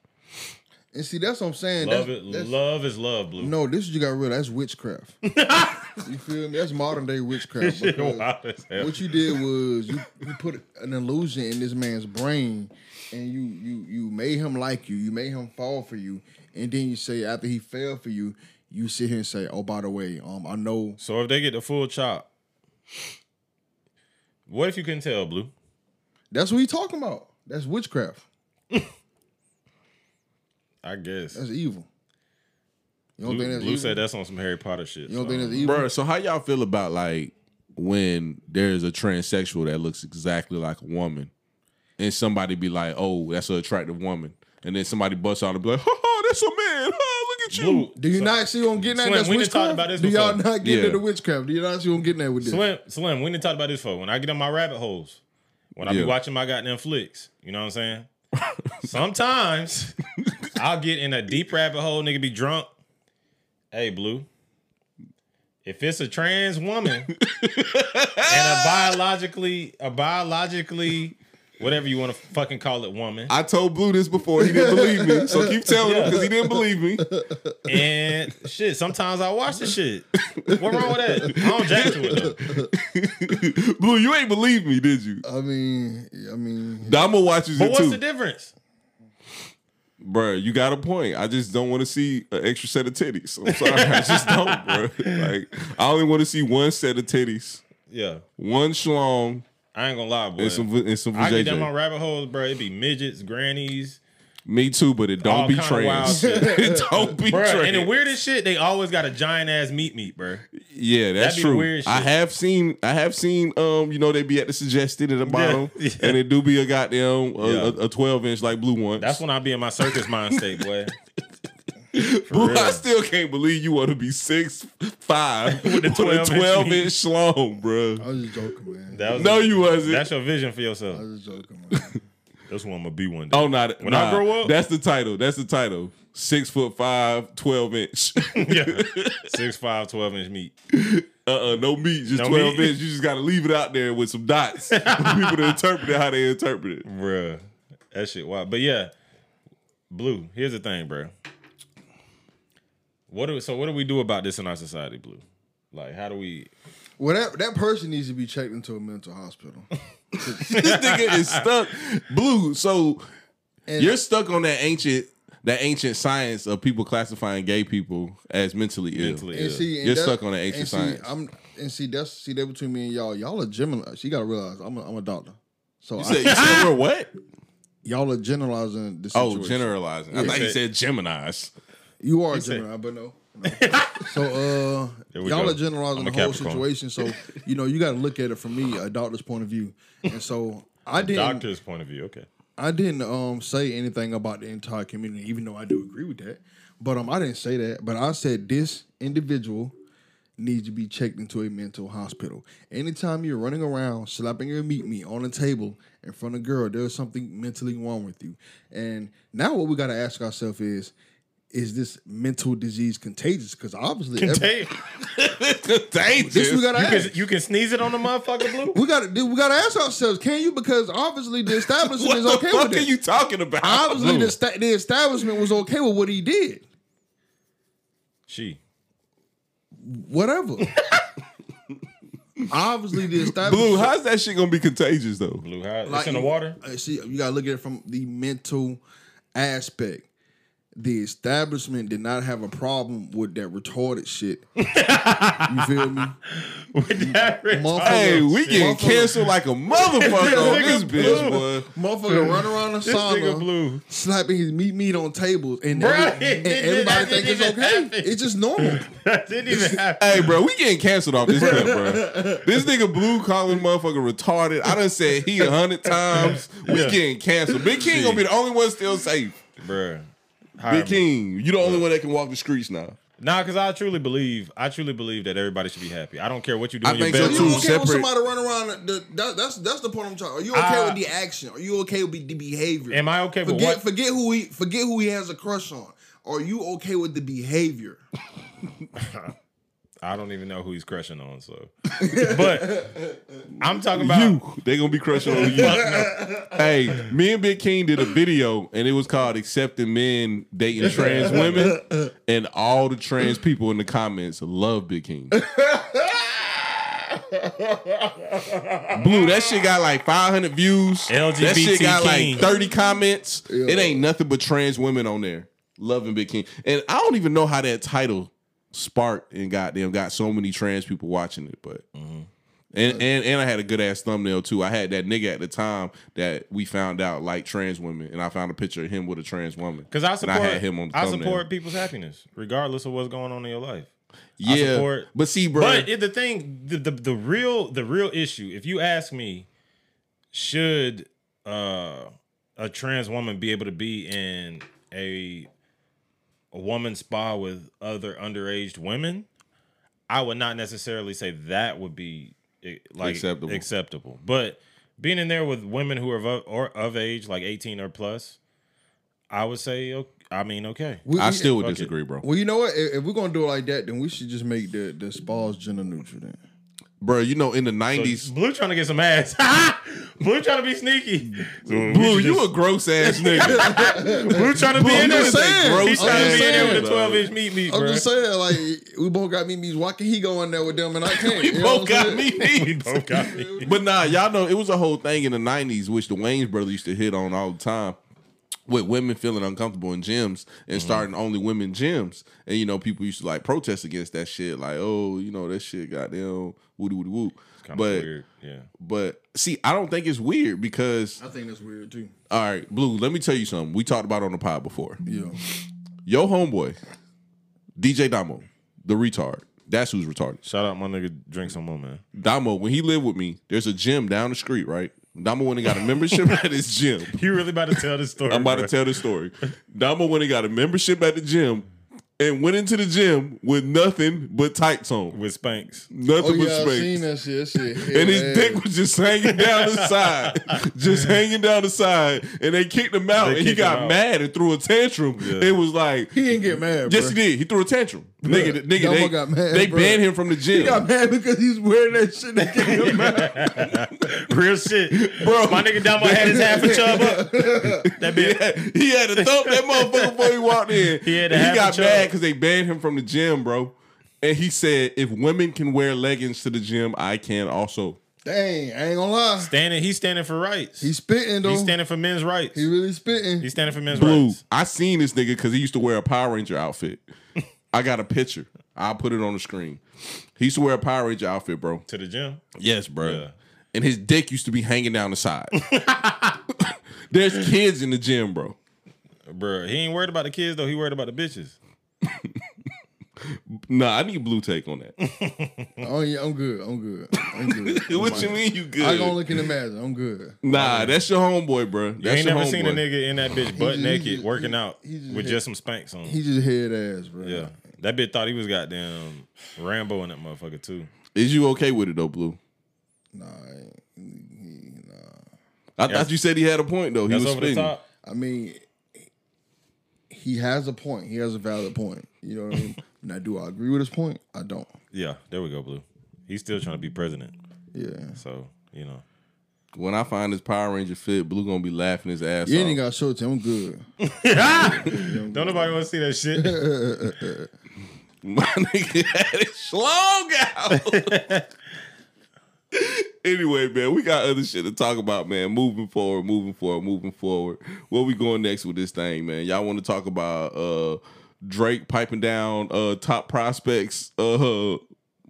Speaker 3: And see, that's what I'm saying.
Speaker 2: Love
Speaker 3: that's,
Speaker 2: it.
Speaker 3: that's-
Speaker 2: Love is love, blue.
Speaker 3: No, this is you got real. That's witchcraft. you feel me? That's modern
Speaker 2: [LAUGHS]
Speaker 3: day witchcraft. because
Speaker 2: [LAUGHS] Wild as hell.
Speaker 3: What you did was you, you put an illusion in this man's brain, and you you you made him like you. You made him fall for you, and then you say after he fell for you, you sit here and say, "Oh, by the way, um, I know."
Speaker 2: So if they get the full chop, what if you couldn't tell, blue?
Speaker 3: That's what he talking about. That's witchcraft.
Speaker 2: I guess
Speaker 3: That's evil. You don't
Speaker 2: blue,
Speaker 3: think that's
Speaker 2: blue
Speaker 3: evil?
Speaker 2: said that's on some Harry Potter shit.
Speaker 3: you don't
Speaker 2: so
Speaker 3: think that's evil?
Speaker 1: Bruh, so how y'all feel about like when there's a transsexual that looks exactly like a woman, and somebody be like, "Oh, that's an attractive woman," and then somebody busts out and be like, [LAUGHS] "Ha ha, that's a man! [LAUGHS] Ha, look at you!"
Speaker 2: blue.
Speaker 3: Do you
Speaker 2: so-
Speaker 3: not see what I'm getting at?
Speaker 2: Slim,
Speaker 3: That's
Speaker 2: we done
Speaker 3: witchcraft.
Speaker 2: talked about this
Speaker 3: Do y'all
Speaker 2: before.
Speaker 3: not get
Speaker 1: Yeah.
Speaker 3: into witchcraft? Do you not see what I'm getting at with this?
Speaker 2: Slim, Slim, we didn't talk about this for when I get on my rabbit holes, when I
Speaker 1: Yeah.
Speaker 2: be watching my goddamn flicks, you know what I'm saying? [LAUGHS] Sometimes I'll get in a deep rabbit hole, nigga be drunk. Hey, Blue, if it's a trans woman and a biologically, a biologically, whatever you want to fucking call it, woman,
Speaker 1: I told Blue this before. He didn't believe me. So keep telling him because he didn't believe me. [LAUGHS]
Speaker 2: and shit, sometimes I watch the shit. What wrong with that? I don't jack to
Speaker 1: [LAUGHS]
Speaker 2: it though.
Speaker 1: Blue, you ain't believe me, did you?
Speaker 3: I mean, I mean,
Speaker 1: I'ma watch this
Speaker 2: But what's
Speaker 1: too.
Speaker 2: the difference?
Speaker 1: Bruh, you got a point. I just don't want to see an extra set of titties. I'm sorry, I just don't, bro. Like, I only want to see one set of titties,
Speaker 2: Yeah,
Speaker 1: one schlong,
Speaker 2: I ain't gonna lie, boy.
Speaker 1: and some and some
Speaker 2: I get down my
Speaker 1: vajayjay.
Speaker 2: rabbit holes, bro. It be midgets,
Speaker 1: [LAUGHS]
Speaker 2: grannies,
Speaker 1: Me too, but it don't
Speaker 2: all
Speaker 1: be
Speaker 2: kinda wild
Speaker 1: trans. [LAUGHS]
Speaker 2: shit.
Speaker 1: it don't be
Speaker 2: Bruh,
Speaker 1: trans.
Speaker 2: And the weirdest shit, they always got a giant ass meat meat, bro.
Speaker 1: Yeah, that's
Speaker 2: be
Speaker 1: true.
Speaker 2: weird
Speaker 1: I
Speaker 2: shit.
Speaker 1: have seen, I have seen, um, you know, they be at the suggested at the bottom,
Speaker 2: [LAUGHS] yeah.
Speaker 1: and it do be a goddamn uh,
Speaker 2: Yeah.
Speaker 1: a, a twelve inch like blue one.
Speaker 2: That's when I be in my circus mind state,
Speaker 1: [LAUGHS]
Speaker 2: boy.
Speaker 1: Boo, I
Speaker 2: real.
Speaker 1: still can't believe you want to be six
Speaker 2: [LAUGHS]
Speaker 1: five with a
Speaker 2: 12 inch
Speaker 1: twelve
Speaker 2: meat.
Speaker 1: inch long,
Speaker 3: I
Speaker 1: bro.
Speaker 3: was just joking, man.
Speaker 2: That was
Speaker 1: No, you wasn't.
Speaker 2: Oh, That's your vision for
Speaker 3: I
Speaker 2: yourself.
Speaker 3: was just joking, man.
Speaker 2: That's what I'm gonna be one day.
Speaker 1: Oh, not
Speaker 2: When I grow up-
Speaker 1: That's the title. That's the title. Six foot five, 12 [LAUGHS] inch. uh
Speaker 2: [LAUGHS] yeah, six five, twelve inch meat.
Speaker 1: uh no meat, just
Speaker 2: No
Speaker 1: 12
Speaker 2: meat.
Speaker 1: inch. You just got to leave it out there with some
Speaker 2: [LAUGHS]
Speaker 1: dots for people to interpret it how they interpret it.
Speaker 2: Bruh. That shit wild. But yeah, Blue, here's the thing, bruh. What do so what do we do about this in our society, Blue? Like how do we
Speaker 3: Well, that, that person needs to be checked into a
Speaker 2: [LAUGHS]
Speaker 3: mental hospital.
Speaker 1: This nigga is stuck. Blue, so
Speaker 3: And
Speaker 6: You're stuck on that ancient that ancient science of people classifying gay people as mentally ill.
Speaker 2: mentally
Speaker 3: and see, and
Speaker 6: You're
Speaker 3: that-
Speaker 6: stuck on the ancient
Speaker 3: and see,
Speaker 6: science.
Speaker 3: I'm and see that's see that between me and y'all. Y'all are generalizing. You gotta realize I'm a, I'm a doctor. So
Speaker 6: You said,
Speaker 3: I,
Speaker 6: you said we're what?
Speaker 3: y'all are generalizing the
Speaker 6: Oh,
Speaker 3: situation.
Speaker 6: generalizing. I thought you said Gemini's.
Speaker 3: You are a
Speaker 2: said-
Speaker 3: Gemini,
Speaker 2: [LAUGHS]
Speaker 3: but no. no. so uh,
Speaker 2: There we
Speaker 3: y'all
Speaker 2: go.
Speaker 3: are generalizing
Speaker 2: I'm a
Speaker 3: the whole
Speaker 2: Capricorn.
Speaker 3: situation. So you know you got to look at it from me, a doctor's point of view. And so I
Speaker 1: Hmm.
Speaker 3: didn't,
Speaker 2: doctor's point of view, okay.
Speaker 3: I didn't um say anything about the entire community, even though I do agree with that. But um, I didn't say that. But I said this individual needs to be checked into a mental hospital. Anytime you're running around slapping your meat meat on a table in front of a girl, there's something mentally wrong with you. And now what we got to ask ourselves is. Is this mental disease contagious? Because obviously,
Speaker 2: Hey,
Speaker 3: every- this we
Speaker 1: Dangerous.
Speaker 3: gotta
Speaker 2: you
Speaker 3: ask.
Speaker 2: can, you can sneeze it on the motherfucker, Blue?
Speaker 3: we gotta do. We gotta ask ourselves. Can you? Because obviously,
Speaker 1: [LAUGHS]
Speaker 3: the establishment
Speaker 1: What
Speaker 3: is
Speaker 1: the
Speaker 3: okay
Speaker 1: fuck
Speaker 3: with
Speaker 1: are
Speaker 3: it.
Speaker 1: you talking about?
Speaker 3: obviously the, sta- the establishment was okay with what he did.
Speaker 2: She.
Speaker 3: Whatever. [LAUGHS] obviously the establishment.
Speaker 1: Blue, how's that shit gonna be contagious though?
Speaker 2: Blue high.
Speaker 3: like,
Speaker 2: it's in the water.
Speaker 3: uh, See, you gotta look at it from the mental aspect. The establishment did not have a problem with that
Speaker 2: [LAUGHS]
Speaker 3: retarded shit. you feel me?
Speaker 2: With that
Speaker 3: Motherfucker-
Speaker 1: Hey, we getting
Speaker 3: motherfucker-
Speaker 1: canceled like a motherfucker on this
Speaker 2: Nigga,
Speaker 1: bitch,
Speaker 2: Blue.
Speaker 1: boy.
Speaker 3: Motherfucker run around the
Speaker 2: this nigga
Speaker 3: sauna,
Speaker 2: Blue.
Speaker 3: slapping his meat meat on tables, and,
Speaker 2: Bruh,
Speaker 3: every-
Speaker 2: it [LAUGHS]
Speaker 3: and
Speaker 2: didn't-
Speaker 3: everybody
Speaker 2: that
Speaker 3: think
Speaker 2: didn't
Speaker 3: it's
Speaker 2: even
Speaker 3: okay.
Speaker 2: happen.
Speaker 3: It's just normal.
Speaker 2: That didn't even happen.
Speaker 1: Hey, bro, we getting canceled off this clip, bro. This nigga blue calling motherfucker retarded. I done said he a hundred times. We
Speaker 2: Yeah.
Speaker 1: getting canceled. Big King gonna be the only one still safe.
Speaker 2: Bruh. Hire
Speaker 1: Big
Speaker 2: me.
Speaker 1: King, you the only one that can walk the streets now.
Speaker 2: Nah, because I truly believe, I truly believe that everybody should be happy. I don't care what you do
Speaker 1: I
Speaker 2: in your
Speaker 1: think so,
Speaker 3: Are
Speaker 2: bedroom.
Speaker 3: you
Speaker 1: two
Speaker 3: okay
Speaker 1: separate-
Speaker 3: with somebody running around? The, that, that's that's the point I'm talking. Are you okay
Speaker 2: I-
Speaker 3: with the action? Are you okay with the behavior?
Speaker 2: Am I okay with
Speaker 3: forget,
Speaker 2: what-
Speaker 3: Forget who he forget who he has a crush on. Are you okay with the behavior?
Speaker 2: I don't even know who he's crushing on, so. [LAUGHS] but I'm talking about
Speaker 1: You, they gonna be crushing on you. Hey, me and Big King did a video and it was called "Accepting Men Dating Trans Women," and all the trans people in the comments love Big King. Blue, that shit got like 500 views. that shit
Speaker 2: LGBT
Speaker 1: got
Speaker 2: King.
Speaker 1: like 30 comments. It ain't nothing but trans women on there loving Big King, and I don't even know how that title sparked and goddamn got so many trans people watching it, but. And, and and I had a good ass thumbnail too. I had that nigga at the time that we found out like trans women, and I found a picture of him with a trans woman.
Speaker 2: because I support
Speaker 1: and I had him on the
Speaker 2: I
Speaker 1: thumbnail.
Speaker 2: support people's happiness, regardless of what's going on in your life.
Speaker 1: yeah,
Speaker 2: support-
Speaker 1: but see, bro,
Speaker 2: But it, the thing, the, the the real the real issue, if you ask me, should uh, a trans woman be able to be in a a woman's spa with other underage women? I would not necessarily say that would be eh, like
Speaker 1: Acceptable.
Speaker 2: acceptable. But being in there with women who are of, or of age, like eighteen or plus, I would say, o- I mean, okay.
Speaker 3: We-
Speaker 1: I
Speaker 3: we-
Speaker 1: still would
Speaker 2: Fuck it.
Speaker 1: disagree, bro.
Speaker 3: Well, you know what? If, if we're gonna do it like that, then we should just make the the spas gender neutral. Then
Speaker 1: Bro, you know, in the nineties,
Speaker 2: Blue trying to get some ass. [LAUGHS] Blue trying to be sneaky.
Speaker 1: [LAUGHS] blue, you a gross
Speaker 2: [LAUGHS]
Speaker 1: ass nigga.
Speaker 2: Blue trying to be in
Speaker 3: I'm
Speaker 2: there.
Speaker 3: just saying.
Speaker 2: Bro, he's
Speaker 3: I'm
Speaker 2: trying to
Speaker 3: just
Speaker 2: be in there with
Speaker 1: saying.
Speaker 2: a 12 inch meat meat,
Speaker 3: I'm
Speaker 2: bro. [LAUGHS]
Speaker 3: just saying, like [LAUGHS] we both got memes. Why can he go in there with
Speaker 1: [LAUGHS]
Speaker 3: them and I can't?
Speaker 1: we
Speaker 3: You know
Speaker 1: both
Speaker 3: what I'm
Speaker 1: got
Speaker 3: saying?
Speaker 1: me. [LAUGHS]
Speaker 2: We both got me.
Speaker 1: But nah, y'all know it was a whole thing in the nineties, which the Wayne's brother used to hit on all the time. with women feeling uncomfortable in gyms
Speaker 2: Mm-hmm.
Speaker 1: and starting only women gyms. And you know, people used to like protest against that shit, like, oh, you know, that shit goddamn woody woody woo.
Speaker 2: Kinda
Speaker 1: But
Speaker 2: weird. yeah,
Speaker 1: but see, I don't think it's weird because
Speaker 3: I think that's weird too.
Speaker 1: all right, Blue, let me tell you something. We talked about it on the pod before.
Speaker 3: Yeah.
Speaker 1: Yo homeboy, DJ Damo, the retard. That's who's retarded.
Speaker 2: shout out my nigga, drink some more, man.
Speaker 1: Damo, when he lived with me, there's a gym down the street, right? Damo went and got a membership [LAUGHS] at his gym.
Speaker 2: You really about to tell this story?
Speaker 1: I'm about
Speaker 2: bro.
Speaker 1: to tell this story. Damo went and got a membership at the gym and went into the gym with nothing but tights on.
Speaker 2: with Spanks.
Speaker 1: Nothing
Speaker 3: Oh
Speaker 1: but
Speaker 3: yeah, I
Speaker 1: space.
Speaker 3: seen that shit. That
Speaker 1: [LAUGHS]
Speaker 3: shit
Speaker 1: And his
Speaker 3: hell
Speaker 1: dick was just hanging down
Speaker 3: [LAUGHS]
Speaker 1: the side, just hanging down the side. And they kicked him out, and
Speaker 2: They
Speaker 1: he
Speaker 2: kicked him
Speaker 1: got
Speaker 2: out.
Speaker 1: mad and threw a tantrum.
Speaker 2: Yeah.
Speaker 1: It was like,
Speaker 3: He didn't get mad.
Speaker 1: yes,
Speaker 3: bruh.
Speaker 1: he did. He threw a tantrum. Nigga, th- nigga,
Speaker 3: Damo
Speaker 1: they,
Speaker 3: got mad,
Speaker 1: they
Speaker 3: bruh.
Speaker 1: banned him from the gym.
Speaker 3: He got mad because he's wearing that shit. That gave him mad.
Speaker 2: [LAUGHS] Real shit, bro. My nigga Damo had his half [LAUGHS] a chub up. That bitch.
Speaker 1: he had to thump that motherfucker before he walked in.
Speaker 2: [LAUGHS] He had to
Speaker 1: And
Speaker 2: have
Speaker 1: he got
Speaker 2: a
Speaker 1: mad
Speaker 2: chub.
Speaker 1: because they banned him from the gym, bro. And he said, if women can wear leggings to the gym, I can also.
Speaker 3: Dang, I ain't gonna lie.
Speaker 2: Standing, he's standing for rights.
Speaker 3: He's spitting though.
Speaker 2: He's standing for men's rights.
Speaker 3: He really spitting.
Speaker 2: He's standing for men's
Speaker 1: Blue,
Speaker 2: rights.
Speaker 1: I seen this nigga because he used to wear a Power Ranger outfit. I got a picture. I'll put it on the screen. He used to wear a Power Ranger outfit, bro.
Speaker 2: To the gym.
Speaker 1: Yes, bro.
Speaker 2: Yeah.
Speaker 1: And his dick used to be hanging down the side. [LAUGHS] There's kids in the gym, bro.
Speaker 2: Bro, he ain't worried about the kids though. He worried about the bitches.
Speaker 1: Nah, I need blue take on that.
Speaker 3: Oh yeah, I'm good. I'm good. I'm
Speaker 2: [LAUGHS]
Speaker 3: good.
Speaker 1: [LAUGHS] what you mean you good?
Speaker 3: I gonna look in the mask. I'm good.
Speaker 1: Nah, that's your homeboy, bro. That's
Speaker 2: You ain't
Speaker 1: your
Speaker 2: never
Speaker 1: homeboy.
Speaker 2: seen a nigga in that bitch butt
Speaker 3: just- he
Speaker 2: naked
Speaker 3: just-
Speaker 2: working
Speaker 3: he-
Speaker 2: out
Speaker 3: he just
Speaker 2: with
Speaker 3: hit-
Speaker 2: just some spanks on.
Speaker 3: He just head ass, bro.
Speaker 2: yeah, that bitch thought he was goddamn Rambo in that motherfucker too.
Speaker 1: Is you okay with it though, Blue?
Speaker 3: Nah, I, ain't- he- nah.
Speaker 1: I thought you said he had a point though. He
Speaker 2: That's
Speaker 1: was
Speaker 2: over the
Speaker 1: spinning.
Speaker 2: top.
Speaker 3: I mean, he has a point. He has a valid point. You know what I
Speaker 2: [LAUGHS]
Speaker 3: mean? now, do I agree with his point? I don't.
Speaker 2: Yeah, there we go, Blue. He's still trying to be president,
Speaker 3: Yeah.
Speaker 2: so you know.
Speaker 1: When I find this Power Ranger fit, Blue gonna be laughing his ass
Speaker 3: You
Speaker 1: off.
Speaker 3: ain't got to show it to him.
Speaker 2: [LAUGHS]
Speaker 3: I'm good.
Speaker 2: Don't nobody want to see that shit.
Speaker 1: [LAUGHS] My nigga had his slog out. [LAUGHS] anyway, man, we got other shit to talk about, man. Moving forward, moving forward, moving forward. Where we going next with this thing, man? Y'all want to talk about uh Drake piping down uh top prospects uh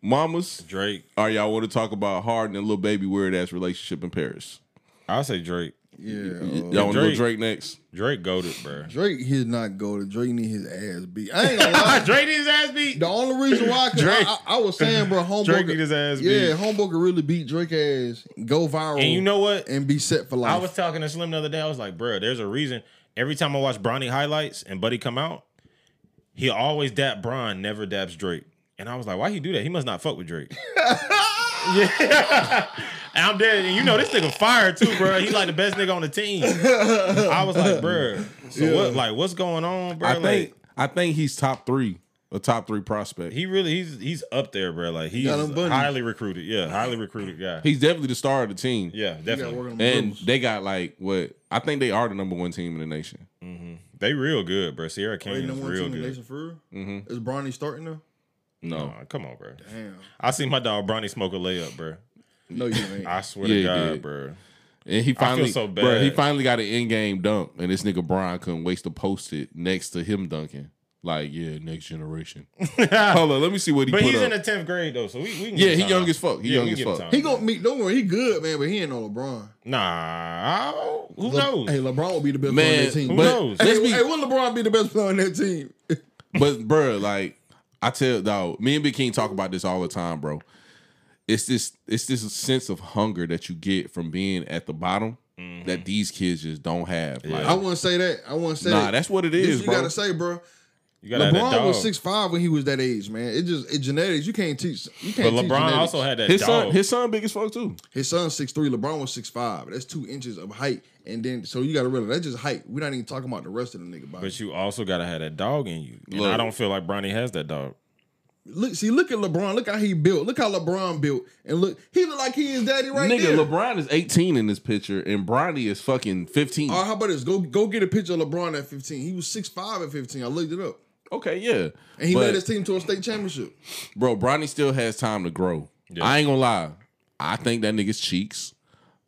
Speaker 1: mamas?
Speaker 2: [LAUGHS] Drake,
Speaker 1: All right, y'all want to talk about Harden and Lil Baby weird ass relationship in Paris?
Speaker 2: I'll say Drake.
Speaker 3: Yeah. uh,
Speaker 1: Y'all want to go
Speaker 2: Drake.
Speaker 1: Drake next?
Speaker 2: Drake goaded, bro.
Speaker 3: Drake, he's not golden. Drake need his ass beat. I ain't
Speaker 2: [LAUGHS]
Speaker 3: gonna lie.
Speaker 2: Drake need his ass beat.
Speaker 3: The only reason why, cause
Speaker 2: Drake-
Speaker 3: I, I, I was saying, bro, homeboy,
Speaker 2: Drake
Speaker 3: could-
Speaker 2: need his ass
Speaker 3: yeah,
Speaker 2: beat.
Speaker 3: homeboy could really beat Drake ass, go viral,
Speaker 2: And you know what?
Speaker 3: and be set for life.
Speaker 2: I was talking to Slim the other day. I was like, bro, there's a reason. Every time I watch Bronny highlights and Buddy come out, he always dap Bron, never daps Drake. And I was like, why he do that? He must not fuck with
Speaker 3: [LAUGHS]
Speaker 2: Drake. yeah. and I'm dead. And you know, this nigga fire too, bro. He like the best nigga on the team. I was like, bro, so what like what's going on, bro?
Speaker 1: I
Speaker 2: like
Speaker 1: think I think he's top three, a top three prospect.
Speaker 2: he really he's he's up there, bro. Like he's
Speaker 3: Got him bunny.
Speaker 2: highly recruited. Yeah, highly recruited guy.
Speaker 1: he's definitely the star of the team.
Speaker 2: yeah,
Speaker 3: You gotta work
Speaker 2: definitely.
Speaker 3: on the
Speaker 1: And
Speaker 3: moves.
Speaker 1: they got like what I think they are the number one team in the nation.
Speaker 2: They real good, bro. Sierra
Speaker 3: Ain't
Speaker 2: Canyon
Speaker 3: no
Speaker 2: is
Speaker 3: one
Speaker 2: real
Speaker 3: team in the
Speaker 2: good. Mm-hmm.
Speaker 3: nation for real? Is Bronny starting though?
Speaker 1: No,
Speaker 2: Aw, come on, bro.
Speaker 3: Damn.
Speaker 2: I see my dog Bronny smoke a layup, bro.
Speaker 3: No, you
Speaker 2: [LAUGHS]
Speaker 3: ain't.
Speaker 2: I swear
Speaker 1: Yeah, he
Speaker 2: to God,
Speaker 1: did. [LAUGHS]
Speaker 2: bro.
Speaker 1: and he
Speaker 2: I feel
Speaker 1: finally,
Speaker 2: so
Speaker 1: so
Speaker 2: bad.
Speaker 1: he finally got an in game dunk, and this nigga Brian couldn't waste to post it next to him dunking. Like, yeah, next generation.
Speaker 2: [LAUGHS]
Speaker 1: Hold on, let me see what he.
Speaker 2: But
Speaker 1: put
Speaker 2: he's
Speaker 1: up.
Speaker 2: in the tenth grade though, so we, we
Speaker 1: Yeah,
Speaker 2: can give him
Speaker 1: he
Speaker 2: time.
Speaker 1: young as fuck. He
Speaker 2: Yeah,
Speaker 1: young
Speaker 2: we
Speaker 1: as
Speaker 2: can give him
Speaker 1: fuck.
Speaker 2: time.
Speaker 3: he gonna meet. Don't worry, he good, man. But he ain't no LeBron.
Speaker 2: Nah, I don't- who
Speaker 3: Le-
Speaker 2: knows?
Speaker 3: Hey, LeBron will be the best player on
Speaker 1: Man,
Speaker 3: that team.
Speaker 1: but
Speaker 2: Who knows?
Speaker 1: let's
Speaker 3: hey,
Speaker 1: be
Speaker 3: hey, will LeBron be the best player on that team?
Speaker 1: But bro, like I tell dog, me and Big King talk about this all the time, bro. It's this it's this sense of hunger that you get from being at the bottom
Speaker 2: Mm-hmm.
Speaker 1: that these kids just don't have. Like,
Speaker 3: I wouldn't say that. I wouldn't say
Speaker 1: nah,
Speaker 3: that.
Speaker 1: that's what it
Speaker 3: This
Speaker 1: is,
Speaker 3: you
Speaker 1: bro.
Speaker 3: gotta say, bro.
Speaker 2: you gotta have that
Speaker 3: LeBron
Speaker 2: dog.
Speaker 3: was six five when he was that age, man. It just it genetics. You can't teach. You
Speaker 2: but
Speaker 3: can't teach
Speaker 2: LeBron
Speaker 3: genetics.
Speaker 2: also had that
Speaker 1: his
Speaker 2: dog.
Speaker 1: son, his son, big as fuck too.
Speaker 3: His son's six three. LeBron was six five. That's two inches of height. And then so you gotta realize that's just height. We're not even talking about the rest of the nigga body.
Speaker 2: but you also gotta have that dog in you. And
Speaker 1: Look.
Speaker 2: I don't feel like Bronny has that dog.
Speaker 3: Look, see, look at LeBron. Look how he built. Look how LeBron built. And look, he look like he is daddy right
Speaker 1: Nigga,
Speaker 3: there.
Speaker 1: LeBron is 18 in this picture, and Bronny is fucking 15.
Speaker 3: All right, how about this? Go go get a picture of LeBron at 15. He was 6'5 at 15. I looked it up.
Speaker 1: okay, yeah.
Speaker 3: And he
Speaker 1: But-
Speaker 3: led his team to a state championship.
Speaker 1: bro, Bronny still has time to grow. I ain't gonna lie. I think that nigga's cheeks.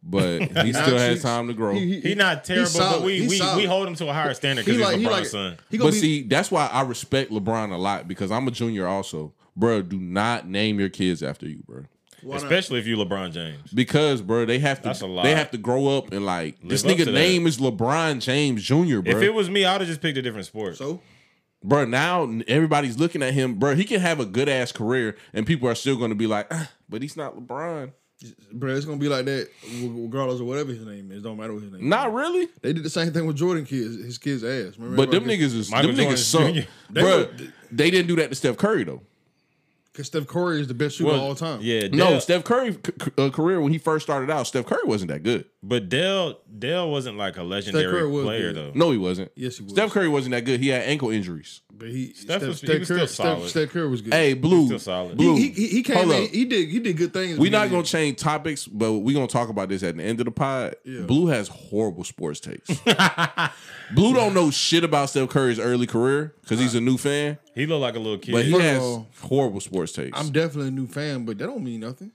Speaker 1: but
Speaker 3: [LAUGHS]
Speaker 1: he still has time to grow.
Speaker 2: He not terrible, but
Speaker 3: solid.
Speaker 2: we
Speaker 3: He
Speaker 2: we, we
Speaker 3: solid.
Speaker 2: hold him to a higher standard
Speaker 3: He
Speaker 2: because he's
Speaker 3: like he
Speaker 2: LeBron's
Speaker 3: like
Speaker 2: son.
Speaker 3: he gonna
Speaker 1: But
Speaker 3: be
Speaker 1: see, that's why I respect LeBron a lot because I'm a junior also. Bro, do not name your kids after you, bro.
Speaker 3: why not?
Speaker 2: Especially if you LeBron James.
Speaker 1: Because bro, they have to
Speaker 2: That's a lot.
Speaker 1: they have to grow up and like this
Speaker 2: up to
Speaker 1: nigga
Speaker 2: that.
Speaker 1: name is LeBron James Jr.
Speaker 2: If
Speaker 1: Bro,
Speaker 2: it was me, I would have just picked a different sport.
Speaker 3: so
Speaker 1: bro, now everybody's looking at him. Bro, he can have a good ass career and people are still going to be like, "Ah, but he's not LeBron.
Speaker 3: bro. It's gonna be like that regardless of whatever his name is. Don't matter what his name. is.
Speaker 1: Not really.
Speaker 3: They did the same thing with Jordan kids. His kids ass. Remember
Speaker 1: But them
Speaker 3: everybody-
Speaker 1: niggas is
Speaker 2: Michael
Speaker 1: them niggas
Speaker 2: Jordan's
Speaker 1: suck, [LAUGHS]
Speaker 2: junior.
Speaker 3: They
Speaker 1: bro.
Speaker 3: were-
Speaker 1: They didn't do that to Steph Curry though.
Speaker 3: Cause Steph Curry is the best shooter
Speaker 1: Well,
Speaker 3: of all time.
Speaker 2: Yeah,
Speaker 1: uh, No,
Speaker 2: Dell-
Speaker 1: Steph Curry c- c- uh, career when he first started out, Steph Curry wasn't that good.
Speaker 2: but Dell Dell wasn't like a legendary
Speaker 3: Curry was
Speaker 2: player though.
Speaker 3: good.
Speaker 1: No, he wasn't.
Speaker 3: Yes, he was.
Speaker 1: Steph Curry wasn't that good. He had ankle injuries.
Speaker 3: but he
Speaker 2: Steph was- he was
Speaker 3: Curry,
Speaker 2: still solid.
Speaker 3: Steph, Steph Curry was good.
Speaker 1: Hey, Blue,
Speaker 2: still solid.
Speaker 1: Blue,
Speaker 3: he, he, he came
Speaker 1: hold
Speaker 3: in.
Speaker 1: up.
Speaker 3: He did he did good things.
Speaker 1: We're not gonna
Speaker 3: going to
Speaker 1: change topics, but we're gonna talk about this at the end of the pod.
Speaker 3: Yeah.
Speaker 1: Blue has horrible sports
Speaker 3: [LAUGHS]
Speaker 1: takes. Blue don't know shit about Steph Curry's early career because he's a new fan,
Speaker 2: He looked like a little kid.
Speaker 1: but he
Speaker 3: First of
Speaker 1: has
Speaker 3: all,
Speaker 1: horrible sports takes.
Speaker 3: I'm definitely a new fan, but that don't mean nothing.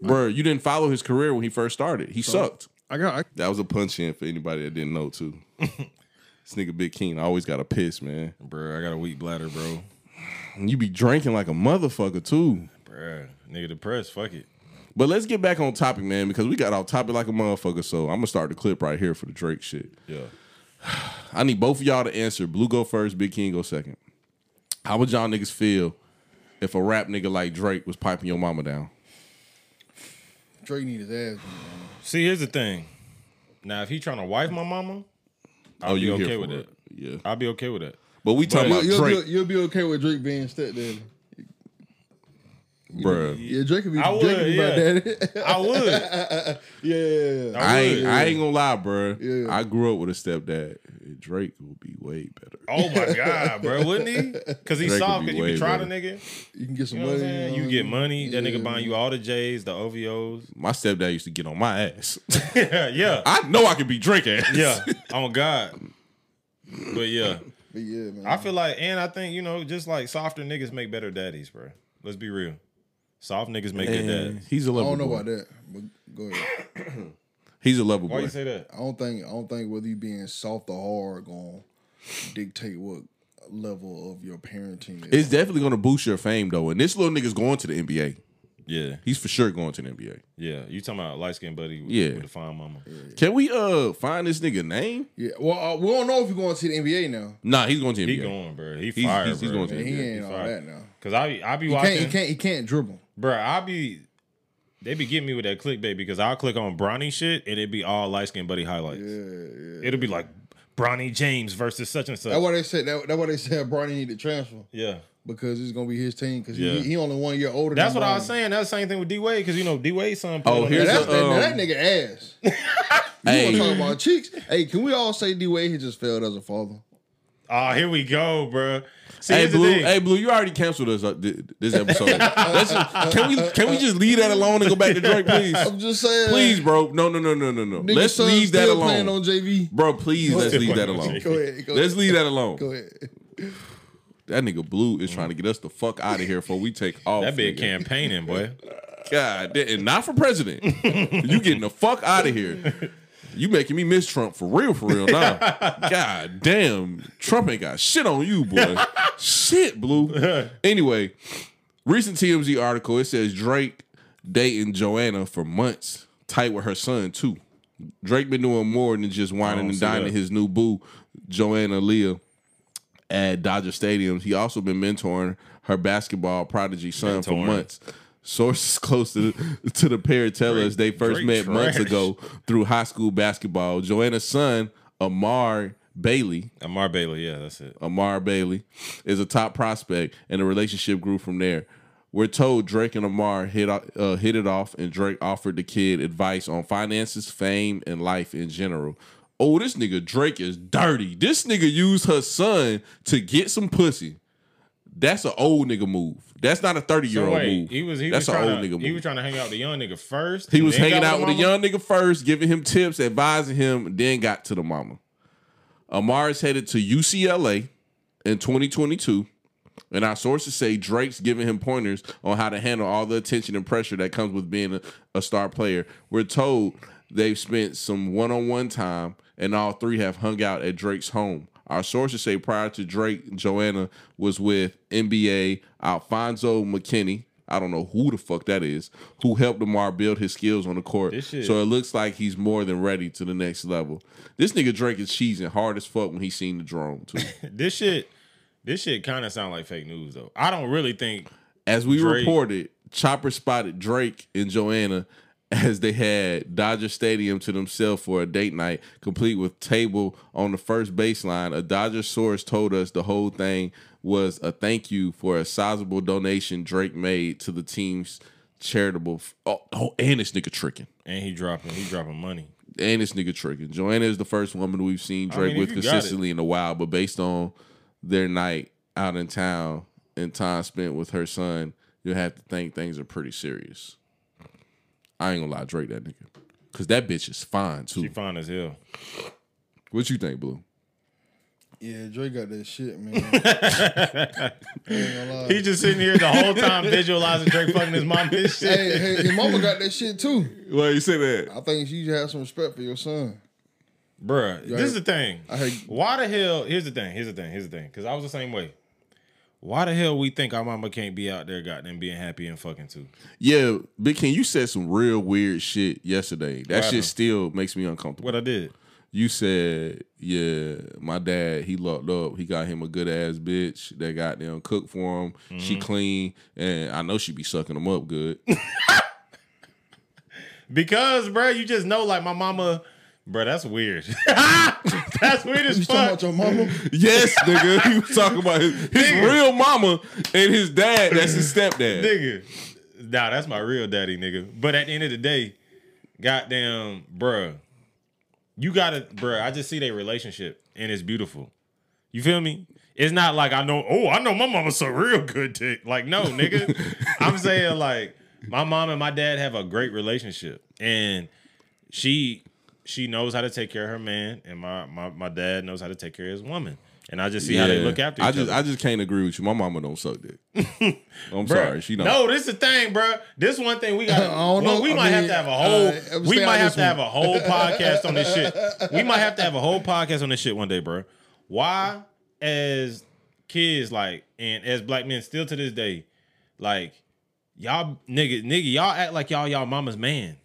Speaker 1: Bro, you didn't follow his career when he first started. He sucked.
Speaker 3: I got I,
Speaker 1: That was a punch in for anybody that didn't know
Speaker 3: [LAUGHS]
Speaker 1: too. this nigga Big Keen always got a piss, man.
Speaker 2: Bruh, I got a weak bladder, bro.
Speaker 1: And you be drinking like a motherfucker too.
Speaker 2: Bruh, nigga depressed. Fuck it.
Speaker 1: But let's get back on topic, man, because we got off topic like a motherfucker. So I'm gonna start the clip right here for the Drake shit.
Speaker 2: Yeah.
Speaker 1: I need both of y'all to answer. Blue go first, Big King go second. How would y'all niggas feel if a rap nigga like Drake was piping your mama down?
Speaker 3: Drake need his ass. beat.
Speaker 2: See, here's the thing. Now, if he trying to wife my mama, I'll be
Speaker 1: Oh, you
Speaker 2: okay with it.
Speaker 1: Yeah.
Speaker 2: I'll be okay with that.
Speaker 1: But we talking
Speaker 3: You'll,
Speaker 1: about
Speaker 3: you'll,
Speaker 1: Drake,
Speaker 3: be, you'll be okay with Drake being stepdad.
Speaker 1: bruh.
Speaker 3: Yeah, Drake could be.
Speaker 2: I
Speaker 3: Drake
Speaker 2: would,
Speaker 3: could be my
Speaker 2: yeah.
Speaker 3: daddy. [LAUGHS]
Speaker 1: [LAUGHS]
Speaker 2: I would.
Speaker 3: yeah, yeah, yeah.
Speaker 1: I
Speaker 2: I
Speaker 1: ain't,
Speaker 2: would.
Speaker 1: I ain't gonna lie, bruh.
Speaker 3: Yeah.
Speaker 1: I grew up with a stepdad. Drake will be way better.
Speaker 2: Oh my god, bro, wouldn't he? Because he
Speaker 1: Drake
Speaker 2: soft.
Speaker 1: would be
Speaker 2: Because you can
Speaker 1: way
Speaker 2: try the
Speaker 1: better.
Speaker 2: nigga.
Speaker 3: You can get some
Speaker 2: You know what I'm
Speaker 3: money.
Speaker 2: saying? You
Speaker 3: know
Speaker 2: get
Speaker 3: what
Speaker 2: money. That
Speaker 3: Yeah.
Speaker 2: nigga buying you all the J's, the OVOs.
Speaker 1: My stepdad used to get on my ass. [LAUGHS]
Speaker 2: yeah, [LAUGHS] yeah,
Speaker 1: I know I could be Drake ass.
Speaker 2: yeah. Oh God. But yeah,
Speaker 3: I mean? But yeah, man.
Speaker 2: I feel like, and I think you know, just like softer niggas make better daddies, bro. Let's be real. Soft niggas make good
Speaker 1: [LAUGHS] And
Speaker 2: dads.
Speaker 1: he's a
Speaker 3: I
Speaker 1: level
Speaker 3: don't know
Speaker 1: boy.
Speaker 3: about that, but go ahead.
Speaker 1: He's a level
Speaker 2: Why
Speaker 1: boy.
Speaker 2: you say that?
Speaker 3: I don't think I don't think whether you being soft or hard gonna dictate what level of your parenting is.
Speaker 1: It's definitely gonna boost your fame though. And this little nigga's going to the NBA.
Speaker 2: Yeah,
Speaker 1: He's for sure going to the NBA.
Speaker 2: yeah. You talking about light skinned buddy? With,
Speaker 1: Yeah.
Speaker 2: with a fine mama.
Speaker 1: Can we uh find this nigga name?
Speaker 3: yeah. Well, uh, we don't know if you're going to the NBA now.
Speaker 1: Nah, he's going to the
Speaker 2: He
Speaker 1: NBA.
Speaker 2: going, bro. He
Speaker 1: He's-
Speaker 2: fire,
Speaker 1: he's- he's
Speaker 2: bro.
Speaker 1: going to
Speaker 3: Man,
Speaker 1: Yeah,
Speaker 3: he
Speaker 1: yeah,
Speaker 3: ain't
Speaker 2: he
Speaker 3: all
Speaker 2: fire.
Speaker 3: that now.
Speaker 2: Cause I be, I be
Speaker 3: He
Speaker 2: watching,
Speaker 3: can't. He can't. He can't dribble.
Speaker 2: bro. I be, they be getting me with that clickbait because I'll click on Bronny shit and it'd be all light skinned buddy highlights. It'll be like Bronny James versus such and such.
Speaker 3: That's why they said that. That's why they said Bronny need to transfer
Speaker 2: yeah,
Speaker 3: because it's gonna be his team because
Speaker 2: Yeah.
Speaker 3: he, he only one year older.
Speaker 2: that's
Speaker 3: than
Speaker 2: what I was
Speaker 3: Bronny.
Speaker 2: saying. That's the same thing with D Wade because you know D Wade's son.
Speaker 1: Oh,
Speaker 2: played on
Speaker 1: here's
Speaker 2: that-
Speaker 1: a-
Speaker 3: Now, that's, that, now
Speaker 1: um,
Speaker 3: that
Speaker 1: [LAUGHS]
Speaker 3: nigga ass. you
Speaker 1: Hey.
Speaker 3: want to talk about cheeks? Hey, can we all say D Wade he just failed as a father?
Speaker 2: oh, here we go, bro. See,
Speaker 1: Hey
Speaker 2: here's the
Speaker 1: blue,
Speaker 2: thing.
Speaker 1: hey blue, you already canceled us uh, th- this episode.
Speaker 3: [LAUGHS]
Speaker 1: Let's just- can we can we just leave that alone and go back to Drake,
Speaker 3: [LAUGHS]
Speaker 1: please?
Speaker 3: I'm just saying.
Speaker 1: Please, bro. No, no, no, no, no, no.
Speaker 3: Nigga
Speaker 1: Let's
Speaker 3: son
Speaker 1: leave that
Speaker 3: still Playing
Speaker 1: alone, [LAUGHS]
Speaker 3: on JV.
Speaker 1: bro. Please, let's leave that alone.
Speaker 3: Go ahead. Go
Speaker 1: Let's
Speaker 3: ahead.
Speaker 1: leave that alone.
Speaker 3: Go ahead. Mm-hmm.
Speaker 1: That nigga Blue is trying to get us the fuck out of here before we take off.
Speaker 2: that big
Speaker 1: nigga. [LAUGHS]
Speaker 2: campaigning, boy.
Speaker 1: God, da- and not for
Speaker 2: [LAUGHS]
Speaker 1: president. you getting the fuck out of here. You making me miss Trump for real, for real now. God damn, Trump ain't got shit on you, boy. shit, Blue. Anyway, recent TMZ article it says Drake dating Joanna for months, tight with her son too. Drake been doing more than just
Speaker 2: I
Speaker 1: whining
Speaker 2: don't
Speaker 1: and
Speaker 2: see
Speaker 1: dining
Speaker 2: that.
Speaker 1: his new boo, Joanna Leah at Dodger Stadium. He also been mentoring her basketball prodigy son for
Speaker 2: Mentoring.
Speaker 1: months. Sources [LAUGHS] close to to the pair tell us they first
Speaker 2: Drake
Speaker 1: met months
Speaker 2: trash.
Speaker 1: ago through high school basketball. Joanna's son, Amar Bailey,
Speaker 2: Amar Bailey, yeah, that's it.
Speaker 1: Amar Bailey, is a top prospect, and the relationship grew from there. We're told Drake and Amar hit o- uh, hit it off, and Drake offered the kid advice on finances, fame, and life in general. Oh, this nigga Drake is dirty. This nigga used her son to get some pussy. That's an old nigga move. That's not a thirty year
Speaker 2: So
Speaker 1: old
Speaker 2: wait,
Speaker 1: move.
Speaker 2: he was he
Speaker 1: That's
Speaker 2: was
Speaker 1: an
Speaker 2: trying
Speaker 1: old
Speaker 2: to,
Speaker 1: nigga move.
Speaker 2: he was trying to hang out with the young nigga first.
Speaker 1: He
Speaker 2: and
Speaker 1: was
Speaker 2: then
Speaker 1: hanging
Speaker 2: got
Speaker 1: out with a
Speaker 2: mama?
Speaker 1: young nigga first, giving him tips, advising him, then got to the mama. Amar is headed to UCLA in 2022, and our sources say Drake's giving him pointers on how to handle all the attention and pressure that comes with being a, a star player. We're told They've spent some one on one time, and all three have hung out at Drake's home. Our sources say prior to Drake, Joanna was with NBA Alfonso McKinney. I don't know who the fuck that is, who helped Lamar build his skills on the court.
Speaker 2: This shit-
Speaker 1: So it looks like he's more than ready to the next level. This nigga Drake is cheesing hard as fuck when he seen the drone too.
Speaker 2: This shit, this shit kind of sound like fake news though. I don't really think
Speaker 1: As we
Speaker 2: Drake.
Speaker 1: reported, Chopper spotted Drake and Joanna as they had Dodger Stadium to themselves for a date night, complete with table on the first baseline. A Dodger source told us the whole thing was a thank you for a sizable donation Drake made to the team's charitable. F- oh, oh, and this nigga tricking.
Speaker 2: and he dropping he dropping money.
Speaker 1: And this nigga tricking. Joanna is the first woman we've seen
Speaker 2: I mean,
Speaker 1: Drake
Speaker 2: if
Speaker 1: with
Speaker 2: you got it.
Speaker 1: consistently in a while, but based on their night out in town and time spent with her son, you'll have to think things are pretty serious. I ain't gonna lie, Drake that nigga. Cause that bitch is fine too.
Speaker 2: She fine as hell.
Speaker 1: what you think, Blue?
Speaker 3: Yeah, Drake got that shit,
Speaker 1: [LAUGHS]
Speaker 3: man. I ain't gonna lie.
Speaker 2: He just sitting here the
Speaker 3: [LAUGHS]
Speaker 2: whole time visualizing Drake fucking his mom. This shit.
Speaker 3: hey, hey, his mama got that shit too.
Speaker 1: Why you say that?
Speaker 3: I think she should have some respect for your son.
Speaker 2: Bruh, this is the thing.
Speaker 3: I heard-
Speaker 2: Why the hell? Here's the thing. Here's the thing. Here's the thing. Because I was the same way. Why the hell we think our mama can't be out there, goddamn, being happy and fucking too?
Speaker 1: Yeah, Big King, you said some real weird shit yesterday. That
Speaker 2: happened?
Speaker 1: shit still makes me uncomfortable.
Speaker 2: What I did.
Speaker 1: you said, yeah, my dad, he locked up. He got him a good ass bitch that got them cooked for him. She
Speaker 2: Mm-hmm.
Speaker 1: clean, and I know she be sucking him up good. [LAUGHS]
Speaker 2: Because, bruh, you just know, like my mama, bruh, that's weird. [LAUGHS] that's weird as
Speaker 3: You talking about
Speaker 2: fuck.
Speaker 3: your mama?
Speaker 1: yes, nigga. He was talking about his, his
Speaker 2: Nigga.
Speaker 1: real mama and his dad. That's his stepdad.
Speaker 2: [LAUGHS] Nigga. Nah, that's my real daddy, nigga. But at the end of the day, goddamn, bruh, you gotta, bruh, I just see their relationship and it's beautiful. You feel me? It's not like I know, oh, I know my mama's a real good dick. Like,
Speaker 1: [LAUGHS]
Speaker 2: no, nigga. I'm saying, like, my mom and my dad have a great relationship. And she she knows how to take care of her man, and my my, my dad knows how to take care of his woman. And I just see how they
Speaker 1: Yeah.
Speaker 2: look after each
Speaker 1: I just,
Speaker 2: other.
Speaker 1: I just can't agree with you. My mama don't suck
Speaker 2: [LAUGHS]
Speaker 1: dick. I'm
Speaker 2: Bruh,
Speaker 1: sorry, she don't.
Speaker 2: No, this is the thing, bro. This one thing we got.
Speaker 3: [LAUGHS] I don't know.
Speaker 2: We
Speaker 3: I
Speaker 2: might have
Speaker 3: mean,
Speaker 2: to have a whole.
Speaker 3: uh, I'm
Speaker 2: we
Speaker 3: staying
Speaker 2: might
Speaker 3: on
Speaker 2: have
Speaker 3: this
Speaker 2: to have a whole podcast on this shit.
Speaker 3: [LAUGHS]
Speaker 2: We might have to have a whole podcast on this shit one day, bro. Why, as kids, like, and as black men, still to this day, like, y'all nigga, nigga, y'all act like y'all y'all mama's man.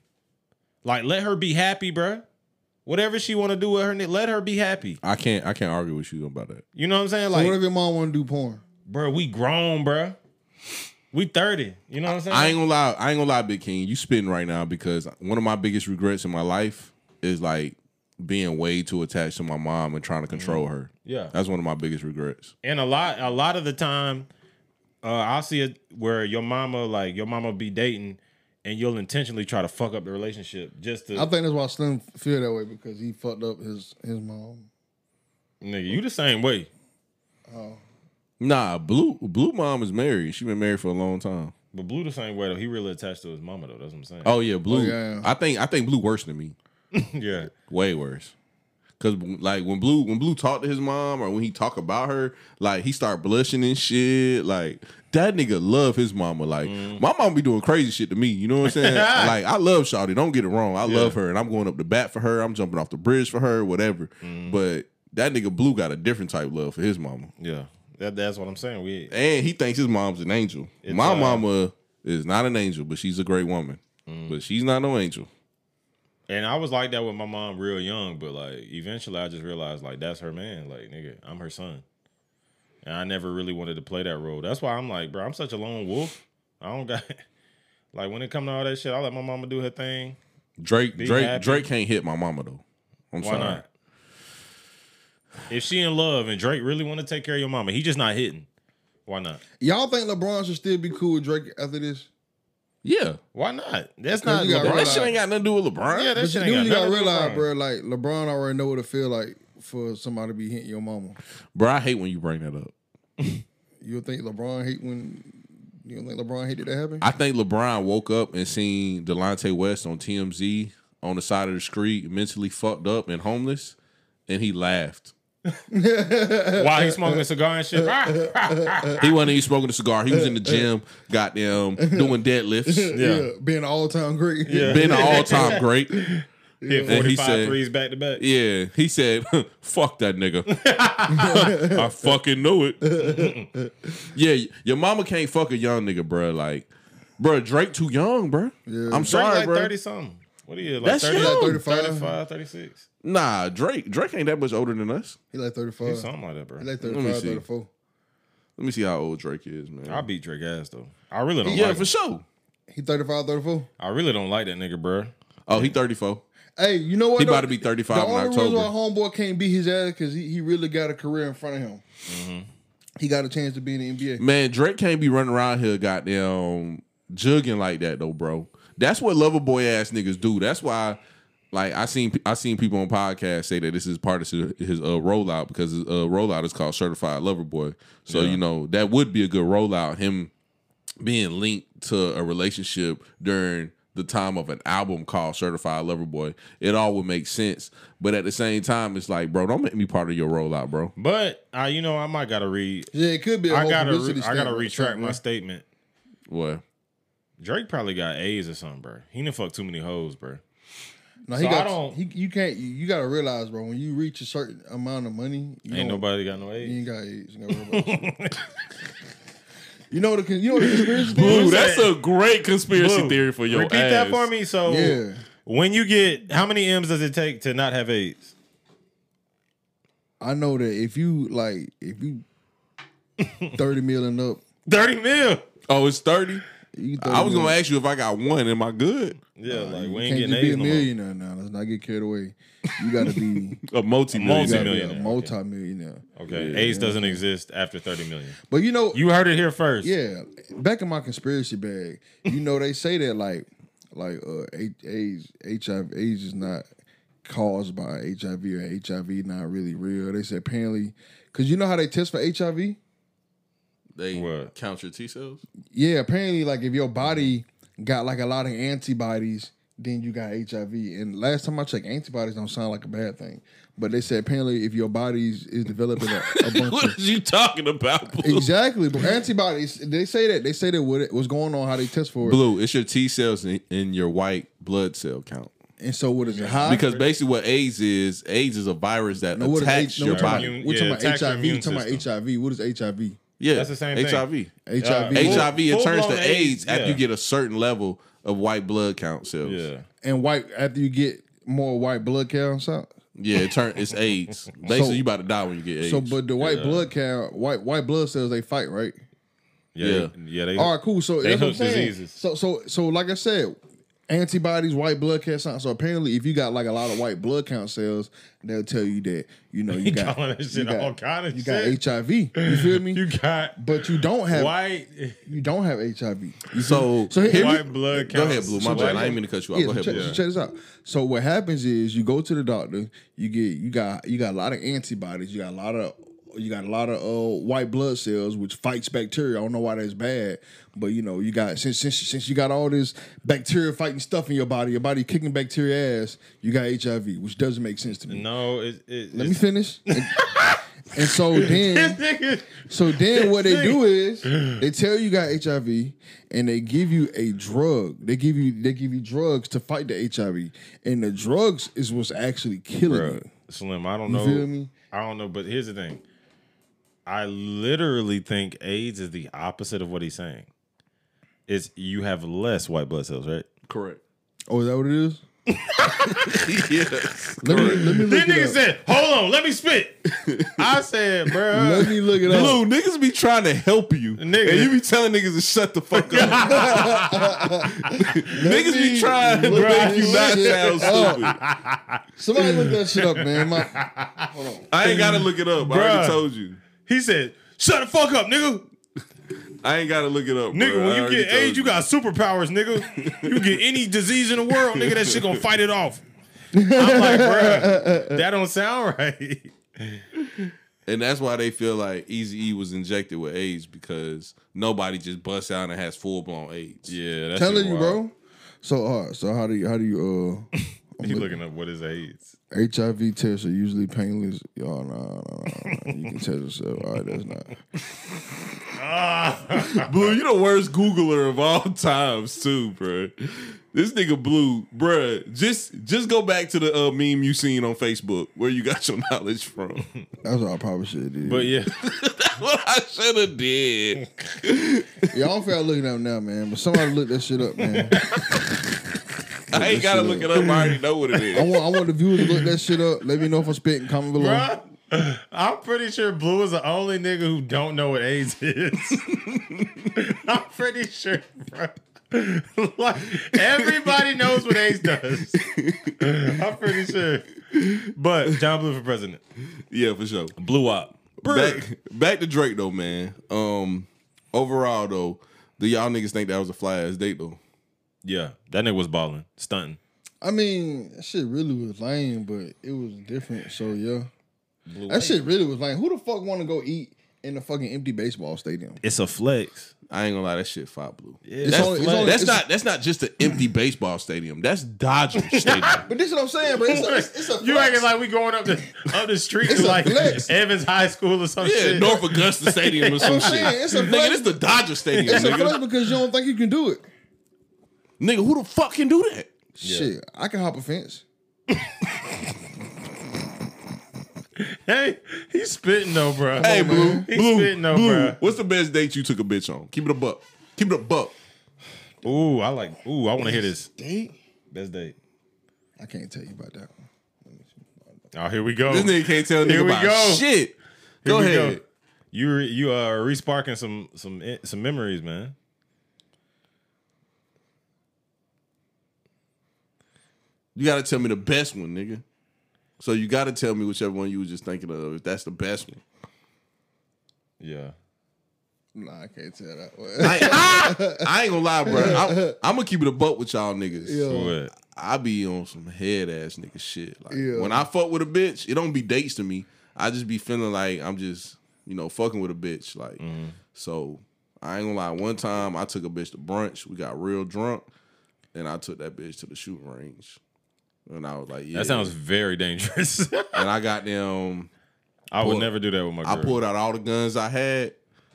Speaker 2: Like, let her be happy, bro. Whatever she want to do with her, ni- let her be happy.
Speaker 1: I can't, I can't argue with you about that.
Speaker 2: You know what I'm saying?
Speaker 3: So
Speaker 2: Like,
Speaker 3: what if your mom want to do porn?
Speaker 2: bro, we grown, bro. We thirty. You know what I'm saying?
Speaker 1: I ain't gonna lie. I ain't gonna lie, Big King. You spitting right now because one of my biggest regrets in my life is like being way too attached to my mom and trying to control her.
Speaker 2: Yeah.
Speaker 1: that's one of my biggest regrets.
Speaker 2: and a lot a lot of the time uh i'll see it where your mama like your mama be dating and you'll intentionally try to fuck up the relationship just to
Speaker 3: I think that's why Slim feel that way because he fucked up his his mom.
Speaker 2: nigga you the same way
Speaker 1: Nah, blue blue mom is married. She been married for a long time.
Speaker 2: but blue the same way though he really attached to his mama though that's what i'm saying
Speaker 1: Oh yeah, blue.
Speaker 3: Oh, yeah.
Speaker 1: I think I think blue worse than me.
Speaker 2: yeah
Speaker 1: Way worse. Cause like when blue when blue talked to his mom or when he talk about her, like he start blushing and shit. Like that nigga love his mama. Like
Speaker 2: Mm.
Speaker 1: my mom be doing crazy shit to me. You know what I'm saying?
Speaker 2: [LAUGHS]
Speaker 1: like I love Shawty. Don't get it wrong. I love her and I'm going up the bat for her. I'm jumping off the bridge for her. Whatever.
Speaker 2: Mm.
Speaker 1: But that nigga blue got a different type of love for his mama.
Speaker 2: yeah that, that's what i'm saying we
Speaker 1: And he thinks his mom's an angel. My
Speaker 2: uh,
Speaker 1: mama is not an angel, but she's a great woman.
Speaker 2: Mm.
Speaker 1: But she's not no angel.
Speaker 2: and i was like that with my mom real young but like eventually i just realized like that's her man like nigga i'm her son and i never really wanted to play that role that's why i'm like bro i'm such a lone wolf i don't got [LAUGHS] like when it come to all that shit i let my mama do her thing
Speaker 1: Drake Drake
Speaker 2: happy.
Speaker 1: Drake can't hit my mama though. I'm
Speaker 2: Why
Speaker 1: sorry.
Speaker 2: not? If she in love and Drake really want to take care of your mama, he just not hitting. Why not?
Speaker 3: Y'all think LeBron should still be cool with Drake after this?
Speaker 1: Yeah.
Speaker 2: Why not? That's
Speaker 3: Because
Speaker 2: not.
Speaker 3: you got
Speaker 2: LeBron.
Speaker 3: Right.
Speaker 1: That shit ain't got nothing to do with LeBron.
Speaker 2: Yeah, that
Speaker 3: But
Speaker 2: shit
Speaker 3: you
Speaker 2: ain't got
Speaker 3: you
Speaker 2: nothing to do
Speaker 3: gotta
Speaker 2: with
Speaker 3: realize,
Speaker 2: LeBron.
Speaker 3: bro. Like LeBron already know what it feel like for somebody to be hitting your mama.
Speaker 1: Bro, I hate when you bring that up.
Speaker 3: You don't think LeBron hate when? You don't think LeBron hated that happen?
Speaker 1: I think LeBron woke up and seen Delonte West on TMZ on the side of the street, mentally fucked up and homeless, and he laughed.
Speaker 2: Why he smoking a cigar and
Speaker 3: [LAUGHS]
Speaker 2: shit?
Speaker 1: He wasn't even smoking a cigar. He was in the gym, goddamn, doing deadlifts.
Speaker 2: [LAUGHS] yeah.
Speaker 3: being an all time great. [LAUGHS]
Speaker 2: Yeah.
Speaker 1: Been an all time great.
Speaker 2: Hit
Speaker 1: And he
Speaker 2: 45
Speaker 1: said-
Speaker 2: threes back to back.
Speaker 1: Yeah, he said, [LAUGHS] "Fuck that
Speaker 2: [LAUGHS]
Speaker 1: nigga." I fucking knew it. yeah, y- your mama can't fuck a young nigga, bruh. Like, bruh, Drake too young, bruh.
Speaker 3: Yeah.
Speaker 1: I'm
Speaker 3: Drake
Speaker 1: sorry,
Speaker 2: like
Speaker 1: bruh.
Speaker 2: 30 something. What are you, like
Speaker 1: That's
Speaker 2: 30,
Speaker 1: young.
Speaker 3: 35.
Speaker 2: 35, 36?
Speaker 1: Nah, Drake, Drake ain't that much older than us.
Speaker 3: He like thirty
Speaker 2: He's
Speaker 3: five.
Speaker 2: something like that, bro.
Speaker 3: He like
Speaker 1: me
Speaker 3: 35,
Speaker 1: see.
Speaker 3: 34.
Speaker 1: Let me see how old Drake is, man.
Speaker 2: I beat Drake ass, though. I really don't
Speaker 1: yeah,
Speaker 2: like
Speaker 1: for
Speaker 2: him.
Speaker 1: sure.
Speaker 3: He 35, 34.
Speaker 2: I really don't like that nigga, bro.
Speaker 1: Oh, he 34.
Speaker 3: Hey, you know what?
Speaker 1: He about
Speaker 3: though?
Speaker 1: to be 35
Speaker 3: The
Speaker 1: in
Speaker 3: only reason
Speaker 1: October.
Speaker 3: why homeboy can't beat his ass because he, he really got a career in front of him.
Speaker 2: Mm-hmm.
Speaker 3: He got a chance to be in the NBA.
Speaker 1: Man, Drake can't be running around here goddamn jugging like that though, bro. That's what lover boy ass niggas do. That's why like I seen I seen people on podcasts say that this is part of his, his uh, rollout because his uh, rollout is called Certified Lover Boy. So you know that would be a good rollout. Him being linked to a relationship during the time of an album called Certified Lover Boy, it all would make sense. But at the same time, it's like, bro, don't make me part of your rollout, bro.
Speaker 2: But, uh, you know, I might got to read.
Speaker 3: Yeah, it could be. I
Speaker 2: I gotta, re- I gotta retract my statement.
Speaker 1: What?
Speaker 2: Drake probably got A's or something, bro. He done fucked too many hoes, bro.
Speaker 3: No, he
Speaker 2: So I
Speaker 3: got.
Speaker 2: don't-
Speaker 3: He, you can't. You, you gotta realize, bro. When you reach a certain amount of money, you
Speaker 2: Ain't
Speaker 3: don't-
Speaker 2: nobody got no
Speaker 3: You
Speaker 2: A's.
Speaker 3: ain't got AIDS. You, gotta worry
Speaker 2: [LAUGHS]
Speaker 3: about it. You know the. con- You know the conspiracy theory.
Speaker 1: Ooh, that's a great conspiracy
Speaker 2: Boo.
Speaker 1: theory for your
Speaker 2: Repeat
Speaker 1: ass.
Speaker 2: that for me. So
Speaker 3: Yeah.
Speaker 2: when you get, how many M's does it take to not have AIDS?
Speaker 3: I know that if you like, if
Speaker 2: [LAUGHS]
Speaker 3: you thirty million up,
Speaker 2: 30 mil.
Speaker 1: Oh, it's 30?
Speaker 3: you 30
Speaker 1: I was going
Speaker 3: million.
Speaker 1: to ask you if I got one. Am I good?
Speaker 2: Yeah, like we
Speaker 3: You
Speaker 2: ain't getting
Speaker 3: can't just be
Speaker 2: A's
Speaker 3: a
Speaker 2: no more.
Speaker 3: millionaire now. Let's not get carried away. You gotta be.
Speaker 1: A multi
Speaker 3: You gotta
Speaker 1: million.
Speaker 2: Multi-
Speaker 3: be a
Speaker 2: Millionaire, okay.
Speaker 3: multi-millionaire.
Speaker 2: Okay, AIDS doesn't exist after 30 million.
Speaker 3: But you know,
Speaker 2: You heard it here first.
Speaker 3: yeah. Back in my conspiracy bag, you know they say that like, like uh, H- AIDS, HIV, AIDS is not caused by HIV or HIV not really real. They say apparently, because you know how they test for HIV.
Speaker 1: They
Speaker 2: What?
Speaker 1: count your T cells?
Speaker 3: Yeah, apparently, like if your body got like a lot of antibodies, then you got HIV. And last time I checked, antibodies don't sound like a bad thing. But they said apparently, if your body is- is developing a, a
Speaker 1: [LAUGHS] [LAUGHS]
Speaker 3: bunch
Speaker 1: What
Speaker 3: of
Speaker 1: is you talking about, Blue?
Speaker 3: exactly, but antibodies. They say that they say that what it, what's going on, how they test for it,
Speaker 1: Blue, it's your T cells and, and your white blood cell count.
Speaker 3: and so what is it high?
Speaker 1: Because basically, what AIDS is, AIDS is a virus that
Speaker 3: what is
Speaker 1: attacks
Speaker 3: H- no,
Speaker 1: your
Speaker 3: we're talking
Speaker 1: body.
Speaker 3: about- We're talking
Speaker 2: Yeah,
Speaker 3: about
Speaker 2: attacks your
Speaker 3: HIV. We're
Speaker 2: immune
Speaker 3: talking about
Speaker 2: system.
Speaker 3: HIV. What is HIV?
Speaker 1: Yeah,
Speaker 2: That's the same thing.
Speaker 1: HIV.
Speaker 3: HIV.
Speaker 2: Yeah.
Speaker 3: Full-
Speaker 1: HIV, it turns
Speaker 2: full-blown
Speaker 1: to AIDS
Speaker 2: AIDS,
Speaker 1: after
Speaker 2: yeah.
Speaker 1: you get a certain level of white blood count cells.
Speaker 2: Yeah.
Speaker 3: and white after you get more white blood counts out.
Speaker 1: Yeah, it turn, it's [LAUGHS] AIDS. Basically,
Speaker 3: So-
Speaker 1: you about to die when you get AIDS.
Speaker 3: So, but the white blood count, white white blood cells, they fight right.
Speaker 2: Yeah.
Speaker 1: Yeah.
Speaker 2: Yeah. They, [LAUGHS]
Speaker 3: All right, cool. So
Speaker 2: They
Speaker 3: that's what I'm
Speaker 2: hook
Speaker 3: saying.
Speaker 2: diseases.
Speaker 3: So so so like I said, antibodies, white blood count. So so apparently, if you got like a lot of white blood count cells, they'll tell you that
Speaker 2: [LAUGHS]
Speaker 3: you know you got
Speaker 2: calling that
Speaker 3: you
Speaker 2: shit
Speaker 3: got,
Speaker 2: all kind of
Speaker 3: you got
Speaker 2: shit.
Speaker 3: HIV. You feel me?
Speaker 2: [LAUGHS] You got
Speaker 3: but you don't have
Speaker 2: white
Speaker 3: you don't have HIV. You
Speaker 1: so,
Speaker 3: So here-
Speaker 2: white blood counts.
Speaker 1: go ahead, Blue. My bad. I ain't mean to cut you off.
Speaker 3: Yeah,
Speaker 1: go
Speaker 3: so
Speaker 1: ahead,
Speaker 3: check,
Speaker 1: Blue.
Speaker 3: so check this out. So what happens is you go to the doctor, you get you got you got a lot of antibodies, you got a lot of you got a lot of uh, white blood cells which fights bacteria. I don't know why that's bad, but you know you got since since since you got all this bacteria fighting stuff in your body, your body kicking bacteria ass. You got HIV, which doesn't make sense to me.
Speaker 2: No, it, it,
Speaker 3: Let me
Speaker 2: it's,
Speaker 3: finish. And, and so then,
Speaker 2: [LAUGHS]
Speaker 3: so then what they do is they tell you you got HIV and they give you a drug. They give you they give you drugs to fight the HIV, and the drugs is what's actually killing you.
Speaker 2: Slim, I don't
Speaker 3: You
Speaker 2: know.
Speaker 3: feel me?
Speaker 2: I don't know, but here's the thing. I literally think AIDS is the opposite of what he's saying. It's you have less white blood cells, right?
Speaker 1: [LAUGHS]
Speaker 2: [LAUGHS]
Speaker 1: Correct.
Speaker 3: Oh, is that what it is?
Speaker 1: yes.
Speaker 3: Let me let me
Speaker 2: This
Speaker 3: look
Speaker 2: nigga
Speaker 3: it up.
Speaker 2: said, "Hold on, let me spit." I said, "Bro,
Speaker 3: Let me look it up.
Speaker 1: Blue, niggas be trying to help you.
Speaker 2: Nigga.
Speaker 1: And you be telling niggas to shut the fuck
Speaker 2: [LAUGHS]
Speaker 1: up. niggas be trying to
Speaker 3: Look
Speaker 1: make
Speaker 3: this
Speaker 1: you not
Speaker 3: shit
Speaker 1: sound
Speaker 2: Oh.
Speaker 1: stupid.
Speaker 3: Somebody look that shit up, man. My,
Speaker 1: I ain't gotta look it up. I
Speaker 2: Bruh.
Speaker 1: already told you.
Speaker 2: He said, "Shut the fuck up, nigga."
Speaker 1: I ain't gotta look it up.
Speaker 2: Nigga,
Speaker 1: bruh. I
Speaker 2: when you
Speaker 1: already
Speaker 2: get
Speaker 1: told
Speaker 2: AIDS, you got superpowers, nigga. You get any disease in the world, nigga, that shit gonna fight it off. I'm like, bruh, that don't sound right.
Speaker 1: And that's why they feel like Easy E was injected with AIDS because nobody just busts out and has full blown AIDS.
Speaker 2: Yeah, that's
Speaker 3: telling you, bro. So hard. So how do you how do you uh?
Speaker 2: He looking up what is AIDS.
Speaker 3: HIV tests are usually painless. Y'all, nah, nah, nah, nah. You can test yourself. All right, that's
Speaker 1: [LAUGHS]
Speaker 3: not.
Speaker 1: Blue, you the worst Googler of all times, too, bro. This nigga blue, bruh. Just just go back to the uh, meme you seen on Facebook where you got [LAUGHS] your knowledge from.
Speaker 3: That's what I probably should have did.
Speaker 2: But yeah,
Speaker 1: what I should have [LAUGHS] did.
Speaker 3: Y'all don't feel looking up now, man. But somebody look that shit up, man.
Speaker 1: I ain't gotta look it up. I already know what it
Speaker 3: I
Speaker 1: [LAUGHS] is.
Speaker 3: want I want the viewers to look that shit up. Let me know if I'm spitting. Comment below.
Speaker 2: bruh, [LAUGHS] I'm pretty sure Blue is the only nigga who don't know what AIDS is. [LAUGHS] I'm pretty sure, bro. [LAUGHS] like everybody knows what AIDS does. [LAUGHS] I'm pretty sure. But John Blue for president.
Speaker 1: Yeah, for sure.
Speaker 2: Blew up.
Speaker 1: Back back to Drake though, man. Um, overall though, do y'all niggas think that was a fly ass date though?
Speaker 2: Yeah, that nigga was balling, stunting.
Speaker 3: I mean, that shit really was lame, but it was different. So yeah, that shit really was lame. Who the fuck want to go eat in the fucking empty baseball stadium?
Speaker 2: It's a flex.
Speaker 1: I ain't gonna lie, that shit fought blue.
Speaker 3: It's
Speaker 1: That's,
Speaker 3: only- it's only-
Speaker 1: that's
Speaker 3: it's-
Speaker 1: not that's not just an empty baseball stadium. That's
Speaker 3: [LAUGHS]
Speaker 1: Dodger Stadium.
Speaker 3: But this is what I'm saying, bro. It's a, it's, it's a
Speaker 2: [LAUGHS] you
Speaker 3: flex.
Speaker 2: acting like we going up the up the street
Speaker 3: It's
Speaker 2: to
Speaker 3: a
Speaker 2: like
Speaker 3: flex.
Speaker 2: Evans High School or some
Speaker 1: yeah,
Speaker 2: shit.
Speaker 1: North Augusta Stadium or some
Speaker 3: I'm
Speaker 1: shit.
Speaker 3: saying, Oh, it's a
Speaker 1: nigga,
Speaker 3: flex.
Speaker 1: this the Dodger Stadium,
Speaker 3: it's a
Speaker 1: nigga.
Speaker 3: flex because you don't think you can do it.
Speaker 1: nigga, who the fuck can do that?
Speaker 3: Shit, I can hop a fence.
Speaker 2: Hey, he's spitting though, bro.
Speaker 3: Oh,
Speaker 1: Hey, blue,
Speaker 2: He's
Speaker 1: blue,
Speaker 2: spitting though,
Speaker 1: blue.
Speaker 2: bruh.
Speaker 1: What's the best date you took a bitch on? Keep it a buck. Keep it a buck.
Speaker 2: Ooh, I like. Ooh, I want to hear this.
Speaker 3: Date?
Speaker 2: Best date.
Speaker 3: I can't tell you about that. one.
Speaker 2: Oh, here we go.
Speaker 1: This nigga can't tell a nigga
Speaker 2: Here we
Speaker 1: about
Speaker 2: go.
Speaker 1: shit.
Speaker 2: Here
Speaker 1: Go
Speaker 2: we
Speaker 1: ahead.
Speaker 2: You re- you are re-sparking some some eh, some memories, man.
Speaker 1: You gotta tell me the best one, nigga. So you gotta tell me whichever one you was just thinking of. If that's the best one,
Speaker 2: Yeah.
Speaker 3: Nah, I can't tell that. one.
Speaker 1: I, I ain't [LAUGHS] gonna lie, bro. I'm, I'm gonna keep it a buck with y'all niggas.
Speaker 3: Yeah.
Speaker 2: What?
Speaker 1: I be on some head ass nigga shit. Like
Speaker 3: Yeah.
Speaker 1: when I fuck with a bitch, it don't be dates to me. I just be feeling like I'm just, you know, fucking with a bitch. Like
Speaker 2: Mm-hmm.
Speaker 1: so I ain't gonna lie, one time I took a bitch to brunch, we got real drunk, and I took that bitch to the shooting range. And I was like, yeah.
Speaker 2: That sounds very dangerous. [LAUGHS]
Speaker 1: and I got them
Speaker 2: I would
Speaker 1: Pull-
Speaker 2: never do that with my
Speaker 1: I
Speaker 2: girl.
Speaker 1: pulled out all the guns I had.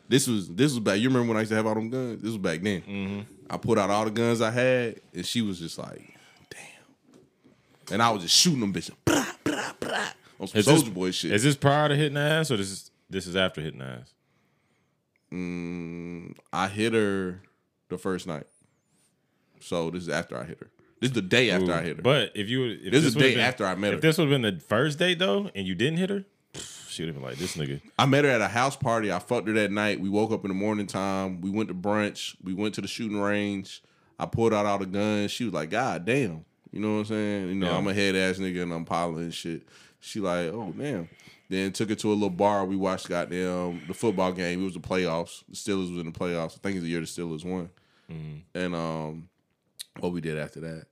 Speaker 1: This was this was back. You remember when I used to have all them guns? This was back then.
Speaker 2: Mm-hmm.
Speaker 1: I pulled out all the guns I had, and she was just like, "Damn!" And I was just shooting them bitches, brah, brah, brah, on some
Speaker 2: Is this-
Speaker 1: Soldier Boy shit.
Speaker 2: Is this prior to hitting the ass or this is this is after hitting the ass?
Speaker 1: I hit her the first night, so this is after I hit her. This is the day after I hit her.
Speaker 2: But if you if
Speaker 1: This is
Speaker 2: would've
Speaker 1: day after I met
Speaker 2: if
Speaker 1: her.
Speaker 2: this would have been the first date though, and you didn't hit her, she would have been like this nigga.
Speaker 1: I met her at a house party. I fucked her that night. We woke up in the morning time. We went to brunch. We went to the shooting range. I pulled out all the guns. She was like, God damn. You know what I'm saying? You know,
Speaker 2: Yeah.
Speaker 1: I'm a head ass nigga and I'm piling and shit. She like, oh damn. Then took her to a little bar. We watched goddamn the football game. It was the playoffs. The Steelers was in the playoffs. I think it's the year the Steelers won. And um what we did after that.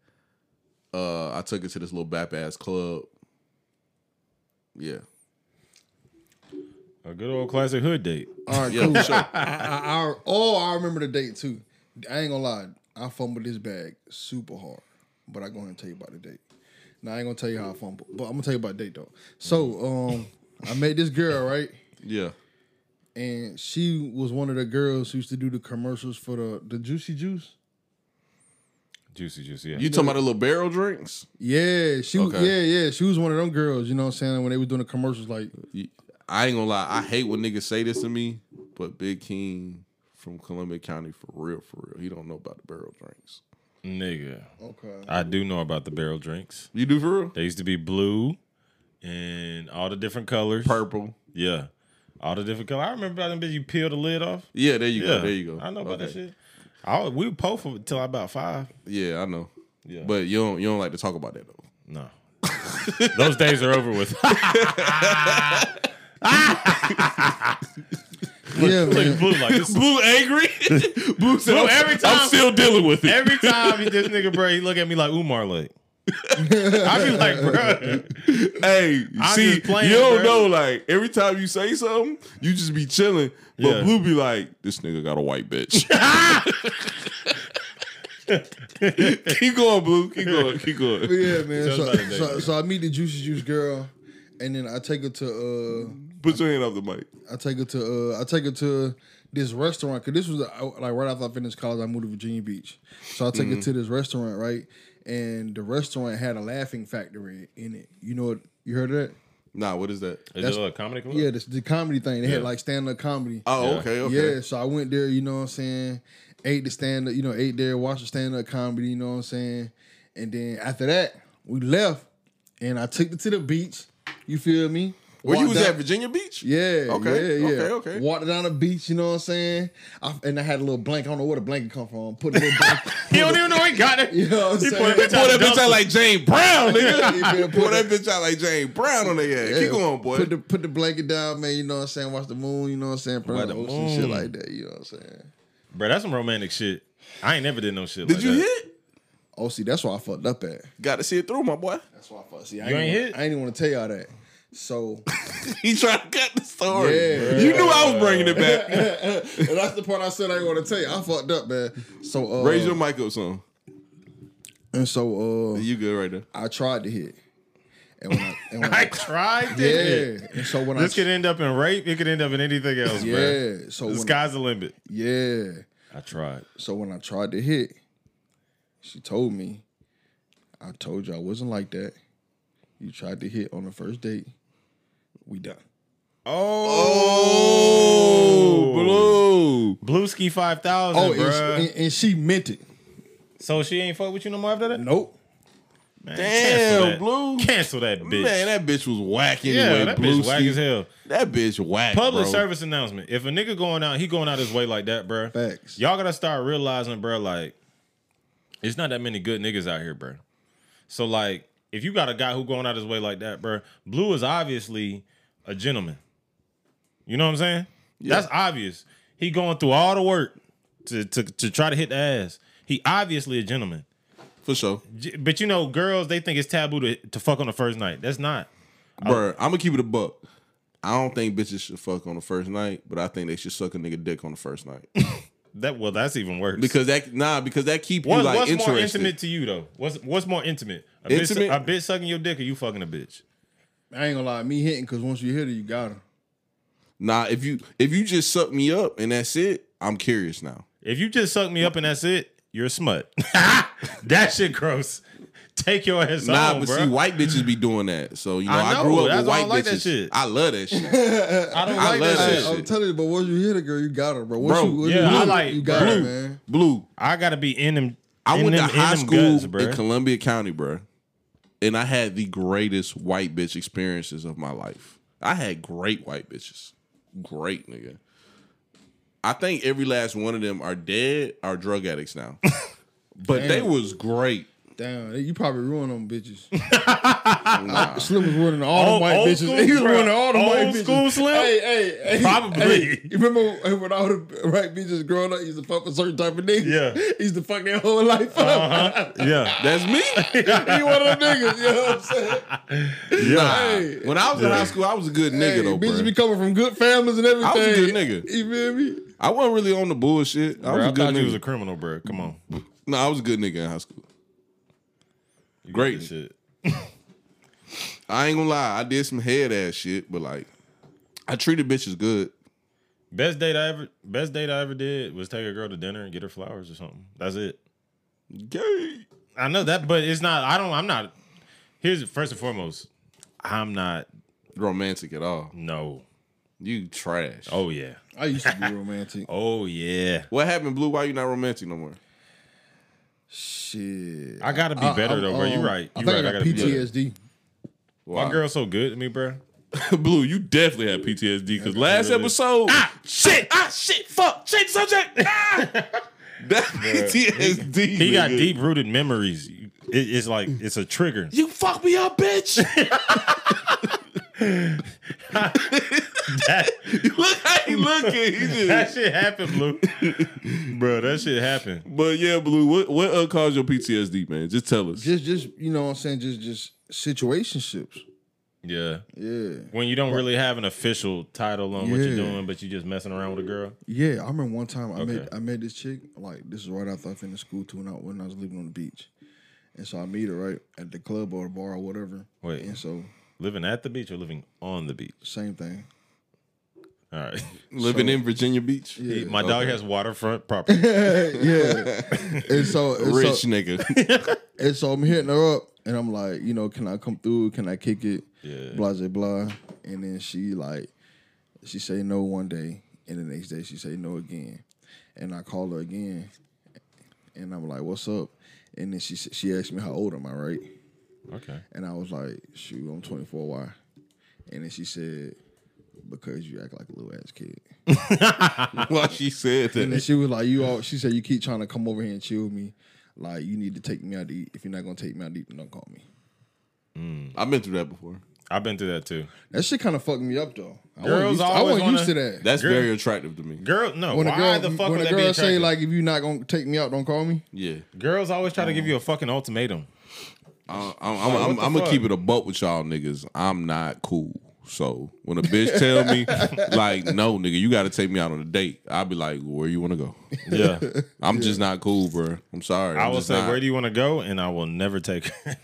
Speaker 1: Uh I took her to this little bap ass club. Yeah.
Speaker 2: A good old classic hood date.
Speaker 3: All right,
Speaker 1: Yeah,
Speaker 3: cool.
Speaker 1: for sure.
Speaker 3: I, I, oh, I remember the date too. I ain't gonna lie, I fumbled this bag super hard, but I go ahead and tell you about the date. Now I ain't gonna tell you how I fumbled, but I'm gonna tell you about the date though. So, um, I met this girl right,
Speaker 1: Yeah.
Speaker 3: and she was one of the girls who used to do the commercials for the the Juicy Juice.
Speaker 2: Juicy, juicy. Yeah.
Speaker 1: You talking about the little barrel drinks?
Speaker 3: Yeah, she was.
Speaker 1: Okay.
Speaker 3: yeah, yeah, she was one of them girls. You know what I'm saying? When they was doing the commercials, like
Speaker 1: I ain't gonna lie. I hate when niggas say this to me, but Big King from Columbia County for real, for real. He don't know about the barrel drinks.
Speaker 2: nigga.
Speaker 3: okay,
Speaker 2: I do know about the barrel drinks.
Speaker 1: You do for real?
Speaker 2: They used to be blue and all the different colors.
Speaker 1: Purple.
Speaker 2: Yeah. All the different colors. I remember about them bitch you peel the lid off.
Speaker 1: Yeah, there you
Speaker 2: Yeah.
Speaker 1: go. There you go.
Speaker 2: I know about that
Speaker 1: Okay.
Speaker 2: shit. I, we would po for till I about five.
Speaker 1: Yeah, I know.
Speaker 2: Yeah.
Speaker 1: But you don't you don't like to talk about that though.
Speaker 2: No. [LAUGHS] Those days are over with.
Speaker 3: [LAUGHS]
Speaker 2: [LAUGHS]
Speaker 3: yeah,
Speaker 2: Look,
Speaker 3: man.
Speaker 2: blue like this.
Speaker 1: Blue [LAUGHS] angry. Blue said
Speaker 2: Blue,
Speaker 1: "I'm-
Speaker 2: every time-
Speaker 1: I'm still dealing with it.
Speaker 2: Every time this nigga bro, he look at me like Umar like. [LAUGHS] I be like, bro,
Speaker 1: hey,
Speaker 2: I'm
Speaker 1: see,
Speaker 2: just playing,
Speaker 1: you don't
Speaker 2: bro.
Speaker 1: know. Like every time you say something, you just be chilling. But
Speaker 2: Yeah.
Speaker 1: Blue be like, "This nigga got a white
Speaker 2: [LAUGHS]
Speaker 1: bitch." keep going, Blue. Keep going. Keep
Speaker 3: But
Speaker 1: going.
Speaker 3: yeah, man.
Speaker 2: Tell us
Speaker 3: So,
Speaker 2: about the date.
Speaker 3: so, so I meet the Juicy Juice girl, and then I take her to uh.
Speaker 1: Put your hand off the mic.
Speaker 3: I take her to uh, I take her to this restaurant because this was uh, like right after I finished college, I moved to Virginia Beach. So I take
Speaker 1: Mm-hmm.
Speaker 3: it to this restaurant, right? And the restaurant had a laughing factory in it. You know what? You heard of that?
Speaker 1: Nah, what is that?
Speaker 2: Is it a comedy club?
Speaker 3: Yeah, this, the comedy thing. They had like stand up comedy.
Speaker 1: Oh,
Speaker 2: Yeah.
Speaker 1: okay, okay.
Speaker 3: Yeah, so I went there, you know what I'm saying? Ate the stand up, you know, ate there, watched the stand up comedy, you know what I'm saying? And then after that, we left and I took it to the beach. You feel me?
Speaker 1: Where you
Speaker 3: Walked
Speaker 1: was
Speaker 3: down-
Speaker 1: at Virginia Beach?
Speaker 3: Yeah.
Speaker 1: Okay,
Speaker 3: Yeah, yeah.
Speaker 1: okay, okay.
Speaker 3: Walked down the beach, you know what I'm saying? I, and I had a little blanket. I don't know where the blanket come from. Put a little blanket. [LAUGHS]
Speaker 2: He don't even know he got it.
Speaker 3: You know what I'm saying?
Speaker 2: put it-
Speaker 1: Boy, that bitch out like Jane Brown, nigga. [LAUGHS]
Speaker 3: [LAUGHS] Yeah,
Speaker 1: Boy,
Speaker 3: man, put
Speaker 1: that
Speaker 3: the-
Speaker 1: bitch out like Jane Brown on their ass. Keep
Speaker 3: yeah,
Speaker 1: going, boy.
Speaker 3: Put the put the blanket down, man. You know what I'm saying? Watch the moon. You know what I'm saying? Pray
Speaker 2: Watch
Speaker 3: the
Speaker 2: the
Speaker 3: ocean, shit
Speaker 2: moon.
Speaker 3: like that. You know what I'm saying?
Speaker 2: Bro, that's some romantic shit. I ain't never did no shit.
Speaker 1: Did
Speaker 2: like
Speaker 1: you
Speaker 2: that.
Speaker 1: hit?
Speaker 3: Oh, see, that's why I fucked up at.
Speaker 1: Got to see it through, my boy. [LAUGHS]
Speaker 3: That's why I fuck. See, I
Speaker 2: You ain't
Speaker 3: wanna-
Speaker 2: hit?
Speaker 3: I ain't even want to tell y'all that. So [LAUGHS]
Speaker 1: He trying to cut the story.
Speaker 3: Yeah.
Speaker 1: you knew I was bringing it back.
Speaker 3: [LAUGHS] and that's the part I said I ain't want to tell you. I fucked up, man. So uh,
Speaker 1: Raise your mic up, son.
Speaker 3: and so uh,
Speaker 1: You good right there?
Speaker 3: I tried to hit, and when I,
Speaker 1: [LAUGHS]
Speaker 3: and when
Speaker 2: I
Speaker 3: I
Speaker 2: tried
Speaker 3: yeah,
Speaker 2: it.
Speaker 3: and so when
Speaker 2: This
Speaker 3: I
Speaker 2: could end up in rape. It could end up in anything else,
Speaker 3: yeah,
Speaker 2: bro.
Speaker 3: so
Speaker 2: The
Speaker 3: when
Speaker 2: sky's the limit.
Speaker 3: yeah,
Speaker 2: I tried.
Speaker 3: so when I tried to hit, she told me, I told you I wasn't like that. You tried to hit on the first date. We done.
Speaker 2: Oh,
Speaker 1: Blue.
Speaker 2: blue ski five thousand,
Speaker 3: Oh,
Speaker 2: oh,
Speaker 3: and, and, and she meant it.
Speaker 2: so she ain't fuck with you no more after that.
Speaker 3: Nope.
Speaker 2: Man,
Speaker 1: Damn,
Speaker 2: cancel that.
Speaker 1: blue.
Speaker 2: cancel that bitch.
Speaker 1: Man, that bitch was whack
Speaker 2: yeah,
Speaker 1: anyway.
Speaker 2: that
Speaker 1: blue
Speaker 2: bitch whack
Speaker 1: Steve.
Speaker 2: as hell.
Speaker 1: That bitch whack.
Speaker 2: Public
Speaker 1: bro.
Speaker 2: service announcement. If a nigga going out, he going out his way like that, bruh.
Speaker 3: Facts.
Speaker 2: Y'all gotta start realizing, bruh, like it's not that many good niggas out here, bruh. So like, if you got a guy who going out his way like that, bruh, Blue is obviously a gentleman. You know what I'm saying? That's obvious. He going through all the work to to to try to hit the ass. He obviously a gentleman.
Speaker 1: For sure.
Speaker 2: J- But you know, girls, they think it's taboo to, to fuck on the first night. That's not.
Speaker 1: Bro, I'm gonna keep it a buck. I don't think bitches should fuck on the first night, but I think they should suck a nigga dick on the first
Speaker 2: [LAUGHS]
Speaker 1: night
Speaker 2: That well, that's even worse.
Speaker 1: because that nah because that keep you
Speaker 2: What-
Speaker 1: like
Speaker 2: what's more
Speaker 1: interested.
Speaker 2: intimate to you though? What's what's more intimate? A bitch,
Speaker 1: Intimate?
Speaker 2: a bitch sucking your dick or you fucking a bitch?
Speaker 3: I ain't gonna lie, me hitting because once you hit her, you got her.
Speaker 1: Nah, if you if you just suck me up and that's it, I'm curious now.
Speaker 2: If you just suck me up and that's it, you're a smut. [LAUGHS] that shit gross. Take your ass
Speaker 1: Nah,
Speaker 2: home,
Speaker 1: but
Speaker 2: bro.
Speaker 1: see, white bitches be doing that. So you know,
Speaker 2: I
Speaker 1: I,
Speaker 2: know,
Speaker 1: grew up
Speaker 2: that's
Speaker 1: with
Speaker 2: why I
Speaker 1: white
Speaker 2: like that
Speaker 1: bitches.
Speaker 2: shit.
Speaker 1: I love that shit.
Speaker 2: I don't
Speaker 1: I love
Speaker 2: like that
Speaker 1: that
Speaker 2: shit.
Speaker 1: shit.
Speaker 3: I, am telling you, but once you hit a girl, you got her, bro. Once
Speaker 1: Bro,
Speaker 3: you, once
Speaker 2: yeah,
Speaker 3: you,
Speaker 2: I
Speaker 3: hit her,
Speaker 2: like-
Speaker 3: you got her,
Speaker 2: Blue.
Speaker 3: man.
Speaker 1: Blue.
Speaker 2: I gotta be in them.
Speaker 1: I
Speaker 2: in
Speaker 1: went
Speaker 2: them,
Speaker 1: to high
Speaker 2: in them
Speaker 1: school
Speaker 2: guts, bro.
Speaker 1: in Columbia County, bro, and I had the greatest white bitch experiences of my life. I had great white bitches, great nigga. I think every last one of them are dead, are drug addicts
Speaker 2: [LAUGHS]
Speaker 1: now, but they was great.
Speaker 3: Damn, you probably ruined
Speaker 2: [LAUGHS]
Speaker 3: them bitches. I- Slim was ruining all them
Speaker 2: Old-
Speaker 3: white
Speaker 2: old
Speaker 3: bitches.
Speaker 2: school,
Speaker 3: [LAUGHS] he was
Speaker 2: bro.
Speaker 3: ruining all the
Speaker 2: Old
Speaker 3: white bitches.
Speaker 2: school Slim?
Speaker 3: Hey, hey, hey,
Speaker 2: Probably.
Speaker 3: Hey, you remember when- when all the white bitches growing up, he used to fuck a certain type of niggas?
Speaker 2: Yeah.
Speaker 3: He [LAUGHS] used to fuck their whole life up.
Speaker 2: Uh-huh. [LAUGHS] Yeah.
Speaker 1: That's me.
Speaker 2: Uh-huh.
Speaker 3: [LAUGHS] he one of them niggas, you know what I'm saying? Hey,
Speaker 1: When I was in high school, I was a good nigga
Speaker 3: hey,
Speaker 1: though,
Speaker 3: bitches
Speaker 1: bro.
Speaker 3: be coming from good families and everything.
Speaker 1: I was a good nigga.
Speaker 3: You feel me?
Speaker 1: I wasn't really on the bullshit. I
Speaker 2: Bro,
Speaker 1: was
Speaker 2: I
Speaker 1: a good
Speaker 2: thought you was
Speaker 1: nigga.
Speaker 2: a criminal, bro. Come on. You
Speaker 1: no, I was a good nigga in high school.
Speaker 2: get
Speaker 1: Great.
Speaker 2: this shit.
Speaker 1: I ain't gonna lie, I did some head ass shit, but like, I treated bitches good.
Speaker 2: Best date I ever best date I ever did was take a girl to dinner and get her flowers or something. That's it.
Speaker 1: Gay.
Speaker 2: I know that, but it's not. I don't. I'm not. Here's first and foremost. I'm not.
Speaker 1: romantic at all.
Speaker 2: No.
Speaker 1: You trash. Oh.
Speaker 2: Oh yeah.
Speaker 3: I used to be romantic.
Speaker 2: Oh yeah.
Speaker 1: What happened, Blue? Why you not romantic no more?
Speaker 3: Shit.
Speaker 2: I gotta be better
Speaker 3: I'm,
Speaker 2: though, bro.
Speaker 3: um,
Speaker 2: You right.
Speaker 3: I
Speaker 2: You
Speaker 3: think
Speaker 2: right.
Speaker 3: I got
Speaker 2: gotta be better.
Speaker 3: PTSD.
Speaker 2: My girl's so good to me, bro.
Speaker 1: Blue, you definitely had PTSD because last episode, ah, shit, ah, shit, fuck, change the subject. Ah! that PTSD.
Speaker 2: He got
Speaker 1: nigga.
Speaker 2: deep rooted memories. You- it- it's
Speaker 3: [LAUGHS]
Speaker 2: like it's
Speaker 1: [LAUGHS]
Speaker 2: a trigger.
Speaker 1: You fuck me up, bitch. [LAUGHS]
Speaker 2: that,
Speaker 1: Look how he looking. He just.
Speaker 2: that shit
Speaker 1: [LAUGHS]
Speaker 2: happened, Blue. bro, that shit happened.
Speaker 1: But yeah, Blue, what what uh, caused your PTSD, man? Just tell us.
Speaker 3: Just, just you know what I'm saying? Just, just situationships.
Speaker 2: Yeah.
Speaker 3: Yeah.
Speaker 2: When you don't really have an official title on what
Speaker 3: Yeah.
Speaker 2: you're doing, but you just messing around with a girl.
Speaker 3: Yeah, I remember one time I
Speaker 2: Okay.
Speaker 3: met I met this chick. Like this is right after I finished school too, and I, when I was living on the beach, and so I meet her right at the club or the bar or whatever.
Speaker 2: Wait.
Speaker 3: and so
Speaker 2: Living at the beach or living on the beach?
Speaker 3: same thing.
Speaker 2: All right.
Speaker 1: Living in Virginia Beach.
Speaker 2: He- [LAUGHS] my dog has
Speaker 3: [LAUGHS]
Speaker 2: waterfront property.
Speaker 3: yeah.
Speaker 2: [LAUGHS]
Speaker 3: And so, and so-
Speaker 1: Rich nigga. [LAUGHS]
Speaker 3: And so I'm hitting her up, and I'm like, you know, can I come through? Can I kick it?
Speaker 2: Yeah.
Speaker 3: Blah, blah, blah. And then she like, she say no one day, and the next day she say no again, and I call her again, and I'm like, what's up? And then she sa- she asked me how old am I, right?
Speaker 2: okay.
Speaker 3: And I was like, shoot, I'm 24. Why? And then she said, because you act like a little ass kid.
Speaker 1: Why she said
Speaker 3: And then
Speaker 1: that?
Speaker 3: she was like, you all. She said, you keep trying to come over here and chill with me. Like you need to take me out to eat. If you're not gonna take me out to eat, then don't call me.
Speaker 1: I've been through that before.
Speaker 2: I've been through that too.
Speaker 3: That shit kind of fucked me up though. I wasn't
Speaker 2: Girls
Speaker 3: used to, I
Speaker 2: always
Speaker 3: wasn't
Speaker 2: wanna-
Speaker 3: used to that.
Speaker 1: That's
Speaker 2: Girl-
Speaker 1: very attractive to me.
Speaker 2: Girl, no.
Speaker 3: when a
Speaker 2: why
Speaker 3: girl,
Speaker 2: the fuck
Speaker 3: when
Speaker 2: would
Speaker 3: a
Speaker 2: that be
Speaker 3: girl say
Speaker 2: attractive?
Speaker 3: like, if you're not gonna take me out, don't call me.
Speaker 1: Yeah,
Speaker 2: Girls always try to give you a fucking ultimatum.
Speaker 1: I, Uh, I'm, I'm,
Speaker 2: what
Speaker 1: I'm,
Speaker 2: the
Speaker 1: I'm gonna
Speaker 2: fuck?
Speaker 1: keep it a butt with y'all niggas. I'm not cool. So when a bitch tell
Speaker 2: [LAUGHS]
Speaker 1: me like, no, nigga, you got to take me out on a date, I'll be like, where you want to go?
Speaker 2: Yeah.
Speaker 1: I'm just not cool, bro. I'm sorry.
Speaker 2: [LAUGHS] I
Speaker 1: I'm
Speaker 2: will
Speaker 1: just
Speaker 2: say,
Speaker 1: not.
Speaker 2: where do you want to go? And I will never take [LAUGHS] her.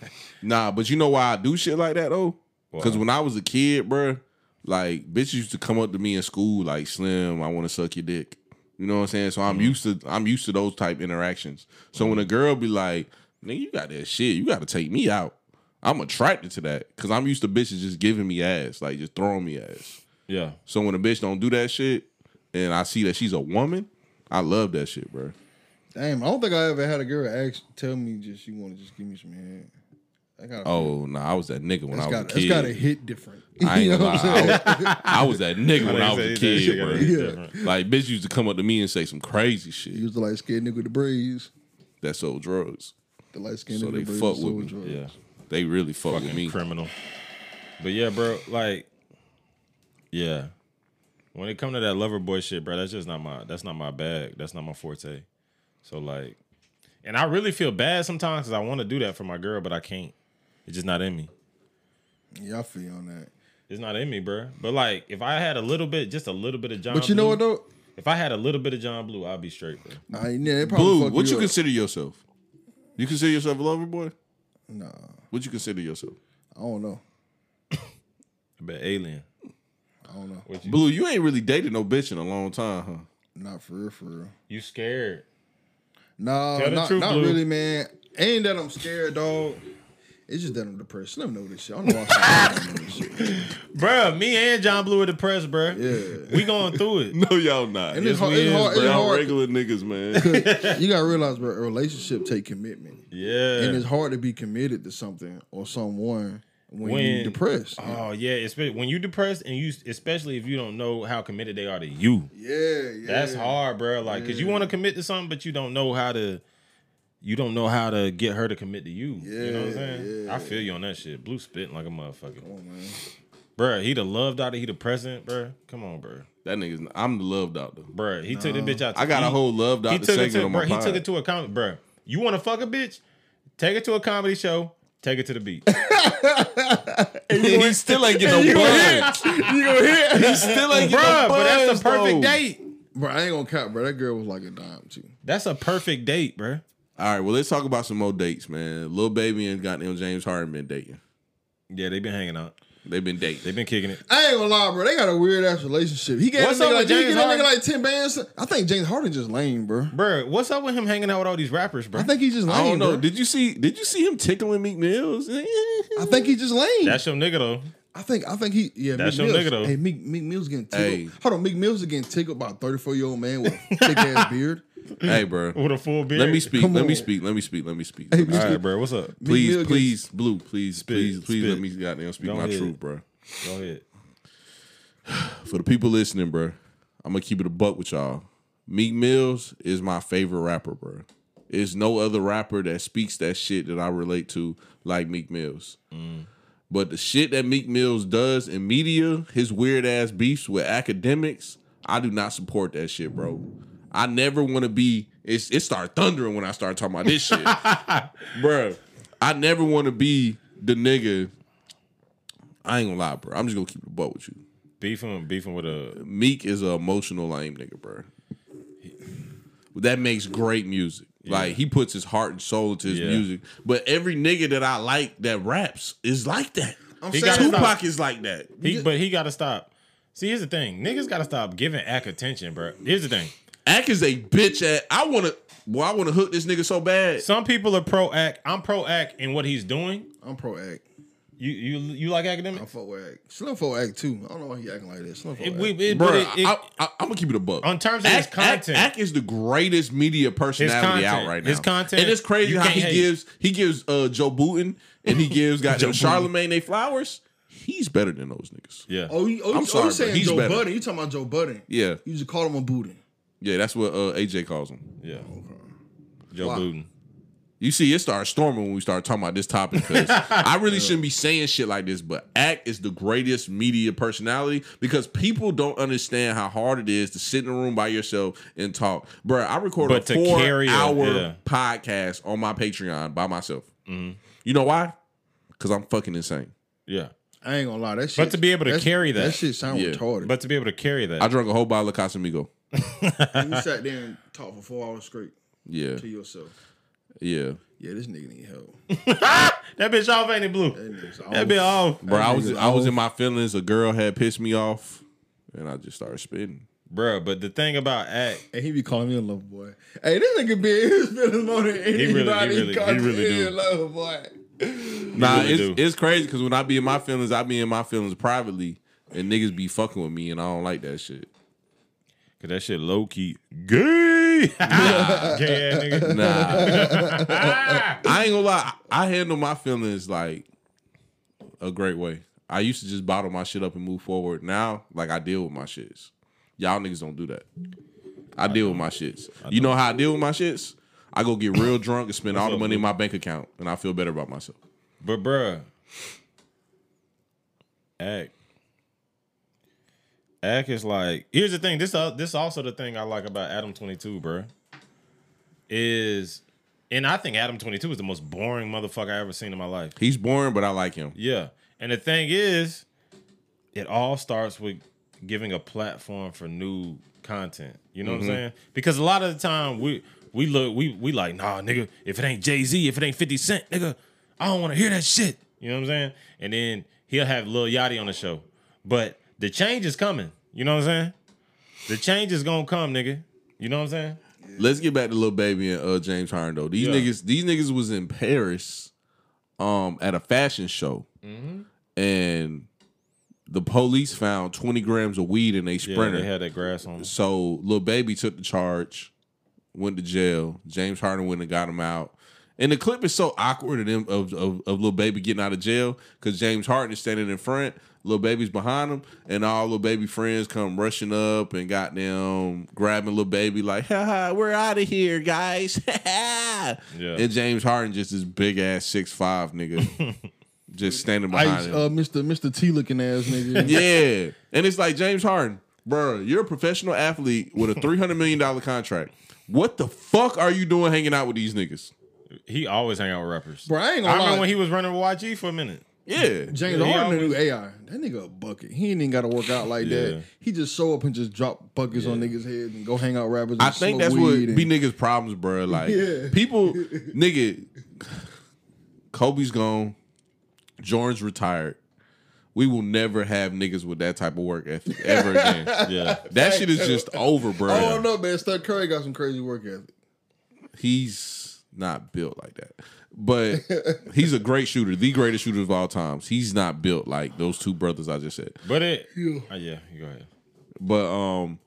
Speaker 1: Nah, but you know why I do shit like that though? Because when I was a kid, bruh, like bitches used to come up to me in school like, "Slim, I want to suck your dick." You know what I'm saying? So
Speaker 2: Mm-hmm.
Speaker 1: I'm used to I'm used to those type interactions. So when a girl be like, "Nigga, you got that shit. You got to take me out," I'm attracted to that because I'm used to bitches just giving me ass, like just throwing me ass.
Speaker 2: yeah.
Speaker 1: So when a bitch don't do that shit, and I see that she's a woman, I love that shit, bruh.
Speaker 3: Damn, I don't think I ever had a girl ask tell me just you want to just give me some head. I got
Speaker 1: Oh no, I was that nigga when I
Speaker 3: it's
Speaker 1: was
Speaker 3: got
Speaker 1: a kid.
Speaker 3: it's got to hit different. [LAUGHS]
Speaker 1: I ain't
Speaker 3: You know
Speaker 1: gonna
Speaker 3: what
Speaker 1: lie.
Speaker 3: I'm saying?
Speaker 1: I
Speaker 3: [LAUGHS]
Speaker 1: was, I was that
Speaker 2: [LAUGHS]
Speaker 1: nigga when I
Speaker 2: Like
Speaker 1: was a
Speaker 2: you said, that shit
Speaker 1: kid,
Speaker 2: gotta
Speaker 1: bro.
Speaker 2: be different.
Speaker 1: Like, bitch used to come up to me and say some crazy
Speaker 3: You
Speaker 1: shit
Speaker 3: was the light skinned nigga with the braids.
Speaker 1: that sold drugs.
Speaker 3: The light skinned
Speaker 1: So
Speaker 3: nigga
Speaker 1: they
Speaker 3: with the braids.
Speaker 1: fuck
Speaker 3: is
Speaker 1: with
Speaker 3: so
Speaker 1: me.
Speaker 3: drunk.
Speaker 2: Yeah.
Speaker 1: They really fuck with
Speaker 2: Fucking
Speaker 1: me.
Speaker 2: criminal. But yeah, bro, like, yeah. When it come to that lover boy shit, bro, that's just not my that's not my bag. That's not my forte. So like, and I really feel bad sometimes because I want to do that for my girl, but I can't. It's just not in me.
Speaker 3: Yeah, I feel on that.
Speaker 2: It's not in me, bro. But like, if I had a little bit, just a little bit of John,
Speaker 3: But you know
Speaker 2: Blue-
Speaker 3: what though?
Speaker 2: If I had a little bit of John Blue, I'd be straight, bro.
Speaker 3: I yeah, it probably
Speaker 1: Blue,
Speaker 3: fuck
Speaker 1: what you
Speaker 3: up.
Speaker 1: consider yourself? You consider yourself a lover boy?
Speaker 3: Nah,
Speaker 1: What you consider yourself?
Speaker 3: I don't know.
Speaker 2: But alien,
Speaker 3: I don't know.
Speaker 1: Blue, you ain't really dated no bitch in a long time, huh?
Speaker 2: [LAUGHS]
Speaker 3: Not for real, for real.
Speaker 2: you scared?
Speaker 3: Nah,
Speaker 2: Tell the
Speaker 3: not,
Speaker 2: truth,
Speaker 3: not
Speaker 2: Blue.
Speaker 3: really, man. Ain't that I'm scared, dog. It's just that I'm depressed. Let me know this shit. I don't know why I said I don't know this shit.
Speaker 2: Bruh, me and John Blue are depressed, bruh.
Speaker 3: Yeah.
Speaker 2: We going through
Speaker 3: [LAUGHS]
Speaker 2: it.
Speaker 1: No, y'all not.
Speaker 3: And it's hard-
Speaker 1: we
Speaker 3: it's
Speaker 1: is,
Speaker 3: hard-
Speaker 1: bro.
Speaker 3: it's
Speaker 1: Y'all
Speaker 3: hard.
Speaker 1: regular niggas, man.
Speaker 3: [LAUGHS] You gotta realize, bro, a relationship take commitment.
Speaker 2: Yeah.
Speaker 3: And it's hard to be committed to something or someone when,
Speaker 2: When-
Speaker 3: you're depressed.
Speaker 1: Uh-huh.
Speaker 2: Oh yeah, especially when you depressed and you, especially if you don't know how committed they are to you.
Speaker 3: yeah, yeah.
Speaker 2: That's hard, bro. Like, cause you want to commit to something, but you don't know how to. You don't know how to get her to commit to you. you know what I'm saying? I feel you on that shit. Blue spitting like a motherfucker,
Speaker 3: Oh, man.
Speaker 1: [LAUGHS]
Speaker 2: Bruh, He the love daughter. He the president, bruh. Come on, bruh.
Speaker 1: that nigga's. Not, I'm the love doctor.
Speaker 2: Bruh, He took the bitch out. To
Speaker 1: I got a
Speaker 2: eat.
Speaker 1: whole love
Speaker 2: He
Speaker 1: doctor
Speaker 2: took
Speaker 1: segment
Speaker 2: it to.
Speaker 1: on my
Speaker 2: Bruh, he took
Speaker 1: pod.
Speaker 2: it to a comedy. Bruh, you want to fuck a bitch? Take it to a comedy show. Take it to
Speaker 1: [LAUGHS]
Speaker 2: the beach.
Speaker 1: he still ain't get
Speaker 2: [LAUGHS]
Speaker 1: no buns.
Speaker 3: You gonna hear?
Speaker 1: He still ain't get
Speaker 2: Bruh,
Speaker 1: no
Speaker 2: but that's
Speaker 1: buns.
Speaker 2: the
Speaker 1: though.
Speaker 2: perfect date.
Speaker 3: bro, I ain't gonna cap, bro. That girl was like a dime too.
Speaker 2: That's a perfect date, bruh.
Speaker 1: All right, well, let's talk about some more dates, man. Lil Baby and goddamn James Harden been dating.
Speaker 2: Yeah, they've been hanging out.
Speaker 1: They've been dating.
Speaker 2: They've been kicking it.
Speaker 3: I ain't gonna lie, bro. They got a weird ass relationship. He gave
Speaker 2: What's
Speaker 3: that
Speaker 2: up
Speaker 3: nigga, like,
Speaker 2: with
Speaker 3: did he
Speaker 2: James
Speaker 3: give that nigga
Speaker 2: Harden?
Speaker 3: like ten bands. I think James Harden just lame, bro.
Speaker 2: Bro, what's up with him hanging out with all these rappers, bro?
Speaker 3: I think he's just lame.
Speaker 1: I don't know.
Speaker 3: bro.
Speaker 1: Did you see? Did you see him tickling Meek Mills?
Speaker 3: I think he's just lame.
Speaker 2: that's your nigga though.
Speaker 3: I think I think he yeah.
Speaker 2: That's
Speaker 3: Meek
Speaker 2: your
Speaker 3: Mills.
Speaker 2: nigga, though.
Speaker 3: Hey, Meek, Meek Mills getting tickled.
Speaker 1: Hey.
Speaker 3: Hold on, Meek Mills is getting tickled by a thirty four year old man with a
Speaker 1: [LAUGHS]
Speaker 3: thick ass beard.
Speaker 1: [LAUGHS] hey, bro.
Speaker 2: With a full beard.
Speaker 1: Let me speak.
Speaker 3: Come
Speaker 1: Let me
Speaker 3: on.
Speaker 1: speak. Let me speak. Let me speak.
Speaker 3: Hey,
Speaker 1: Let me
Speaker 2: All
Speaker 1: speak.
Speaker 3: Meek
Speaker 2: right, bro. Wwhat's up?
Speaker 3: Mill
Speaker 1: Please,
Speaker 3: gets-
Speaker 1: please, Blue, please, please, please
Speaker 2: spit.
Speaker 1: let me goddamn speak
Speaker 2: Go
Speaker 1: my
Speaker 2: ahead.
Speaker 1: truth, bro.
Speaker 2: Go ahead.
Speaker 1: For the people listening, bro, I'm gonna keep it a buck with y'all. Meek Mills is my favorite rapper, bro. There's no other rapper that speaks that shit that I relate to like Meek Mills. But the shit that Meek Mills does in media, his weird ass beefs with academics, I do not support that shit, bro. I never want to be. It's, it start thundering when I start talking about this shit, Bruh, I never want to be the nigga. I ain't gonna lie, bro. I'm just gonna keep it a buck with you.
Speaker 2: Beefing beefing with a
Speaker 1: Meek is an emotional lame nigga, bro. That makes great music. Like he puts his heart and soul into his
Speaker 2: Yeah.
Speaker 1: music. But every nigga that I like that raps is like that.
Speaker 3: I'm
Speaker 2: He
Speaker 3: saying
Speaker 2: got his
Speaker 3: Tupac-
Speaker 1: Tupac is like that.
Speaker 2: he, but he gotta stop See, here's the thing. Niggas gotta stop giving Ack attention, bro. Here's the thing.
Speaker 1: Ack is a bitch at. I want to. Well, I want to hook this nigga so bad.
Speaker 2: Some people are pro Ack. I'm pro Ack in what he's doing.
Speaker 3: I'm pro act.
Speaker 2: You you you like academic?
Speaker 3: I fuck with act. Slim folk act too. I don't know why he acting like that. Slim folk
Speaker 2: It,
Speaker 3: act.
Speaker 2: we, it, but
Speaker 1: Bro,
Speaker 2: it, it-
Speaker 1: I, I, I'm gonna keep it a buck.
Speaker 2: on terms of his
Speaker 1: Ack, Ack,
Speaker 2: content,
Speaker 1: Ack is the greatest media personality
Speaker 2: His
Speaker 1: out
Speaker 2: content.
Speaker 1: right now.
Speaker 2: His content,
Speaker 1: and it's crazy
Speaker 2: you
Speaker 1: how
Speaker 2: can't
Speaker 1: he
Speaker 2: hate.
Speaker 1: gives he gives uh, Joe Booten and he
Speaker 2: [LAUGHS]
Speaker 1: gives got
Speaker 2: Joe Booten.
Speaker 1: Charlemagne they flowers. He's better than those niggas.
Speaker 2: yeah.
Speaker 3: Oh, you, oh,
Speaker 1: I'm
Speaker 3: you,
Speaker 1: sorry,
Speaker 3: oh, you
Speaker 1: bro.
Speaker 3: saying
Speaker 1: He's
Speaker 3: Joe
Speaker 1: better.
Speaker 3: Budden? You talking about Joe Budden?
Speaker 1: Yeah,
Speaker 3: You just call him a booty.
Speaker 1: yeah, that's what uh, AJ calls him.
Speaker 2: Yeah. Joe
Speaker 3: Wow.
Speaker 2: Budden.
Speaker 1: You see, it started storming when we started talking about this topic.
Speaker 2: [LAUGHS]
Speaker 1: 'cause I really shouldn't be saying shit like this, but Act is the greatest media personality because people don't understand how hard it is to sit in a room by yourself and talk. Bruh, I record
Speaker 2: But
Speaker 1: a
Speaker 2: to
Speaker 1: four
Speaker 2: carry it,
Speaker 1: hour
Speaker 2: yeah. Mm-hmm.
Speaker 1: podcast on my Patreon by myself. You know why? Because I'm fucking insane.
Speaker 2: Yeah.
Speaker 3: I ain't gonna lie, that shit.
Speaker 2: to be able to
Speaker 3: that's-
Speaker 2: carry that.
Speaker 3: that shit sound
Speaker 1: Yeah.
Speaker 3: retarded.
Speaker 2: But to be able to carry that.
Speaker 1: I drank a whole bottle of Casamigo.
Speaker 3: you sat there and talked for four hours straight
Speaker 1: Yeah,
Speaker 3: to yourself.
Speaker 1: yeah.
Speaker 3: Yeah, this nigga need help.
Speaker 2: that bitch off ain't it blue.
Speaker 3: That nigga's
Speaker 2: That bitch
Speaker 3: off.
Speaker 2: off.
Speaker 1: Bro, I was
Speaker 3: nigga's
Speaker 1: I was
Speaker 3: old.
Speaker 1: in my feelings. A girl had pissed me off, and I just started spitting.
Speaker 2: Bro, but the thing about Ack,
Speaker 3: And he be calling me a love boy. Hey, this nigga be [LAUGHS] in his feelings more than
Speaker 2: really- he
Speaker 3: anybody.
Speaker 2: really- he
Speaker 3: calls
Speaker 2: really
Speaker 3: me
Speaker 2: do.
Speaker 3: a love boy.
Speaker 1: Nah,
Speaker 2: really
Speaker 1: it's,
Speaker 2: do.
Speaker 1: it's crazy because when I be in my feelings, I be in my feelings privately, and niggas be fucking with me, and I don't like that shit.
Speaker 2: cause that shit low key [LAUGHS] gay. gay ass nigga.
Speaker 1: Nah, I ain't gonna lie, I handle my feelings like a great way. I used to just bottle my shit up and move forward. Now, like I deal with my shits. Y'all niggas don't do that. I deal with my shits. You know how I deal with my shits? I go get real drunk and spend all the
Speaker 2: up,
Speaker 1: money in my
Speaker 2: Luke?
Speaker 1: bank account, and I feel better about myself.
Speaker 2: [LAUGHS] But bruh. Ack. Ack is like, here's the thing. This uh, this also the thing I like about Adam 22, bruh. Is and I think Adam 22 is the most boring motherfucker I ever seen in my life.
Speaker 1: He's boring, but I like him.
Speaker 2: Yeah. And the thing is, it all starts with giving a platform for new content. You know what I'm saying? Because a lot of the time we we look we we like, nah, nigga, if it ain't Jay-Z, if it ain't 50 Cent, nigga, I don't want to hear that shit. You know what I'm saying? And then he'll have Lil Yachty on the show. But the change is coming. You know what I'm saying? The change is gonna come, nigga. You know what I'm saying?
Speaker 1: Let's get back to little baby and uh, James Harden though. These
Speaker 2: Yeah.
Speaker 1: niggas, these niggas was in Paris, um, at a fashion show,
Speaker 2: Mm-hmm.
Speaker 1: and the police found twenty grams of weed in a
Speaker 2: Yeah,
Speaker 1: sprinter.
Speaker 2: they had that grass on.
Speaker 1: so little baby took the charge, went to jail. James Harden went and got him out. And the clip is so awkward of them of of, of little baby getting out of jail because James Harden is standing in front, little baby's behind him, and all little baby friends come rushing up and got them grabbing little baby like, "Ha ha, we're out of here, guys!" [LAUGHS] yeah. And James Harden just this big ass six five nigga, just standing behind
Speaker 3: Ice,
Speaker 1: him.
Speaker 3: uh, Mr. Mr. T looking ass [LAUGHS] nigga.
Speaker 1: Yeah. And it's like James Harden, bro, you're a professional athlete with a $300 million contract. What the fuck are you doing hanging out with these niggas?
Speaker 2: He always hang out with rappers.
Speaker 3: Bro, I ain't gonna
Speaker 2: I remember
Speaker 3: lie.
Speaker 2: when he was running with YG for a minute.
Speaker 1: Yeah.
Speaker 3: James
Speaker 2: Yeah, he
Speaker 3: Harden, the new AI. That nigga a bucket. He ain't even got to work out like
Speaker 2: Yeah.
Speaker 3: that. He just show up and just drop buckets on niggas' heads and go hang out rappers. And
Speaker 1: I think
Speaker 3: smoke
Speaker 1: that's
Speaker 3: weed
Speaker 1: what
Speaker 3: and,
Speaker 1: be niggas' problems, bro. Like,
Speaker 3: Yeah.
Speaker 1: people, nigga, Kobe's gone, Jordan's retired. We will never have niggas with that type of work ethic ever again.
Speaker 2: [LAUGHS] Yeah.
Speaker 1: that shit is just over, bro.
Speaker 3: I don't know, man. Steph Curry got some crazy work ethic.
Speaker 1: he's not built like that. But he's a great shooter, the greatest shooter of all times. He's not built like those two brothers I just said.
Speaker 2: But it,
Speaker 3: Yeah.
Speaker 2: Oh, yeah, you go ahead.
Speaker 1: But um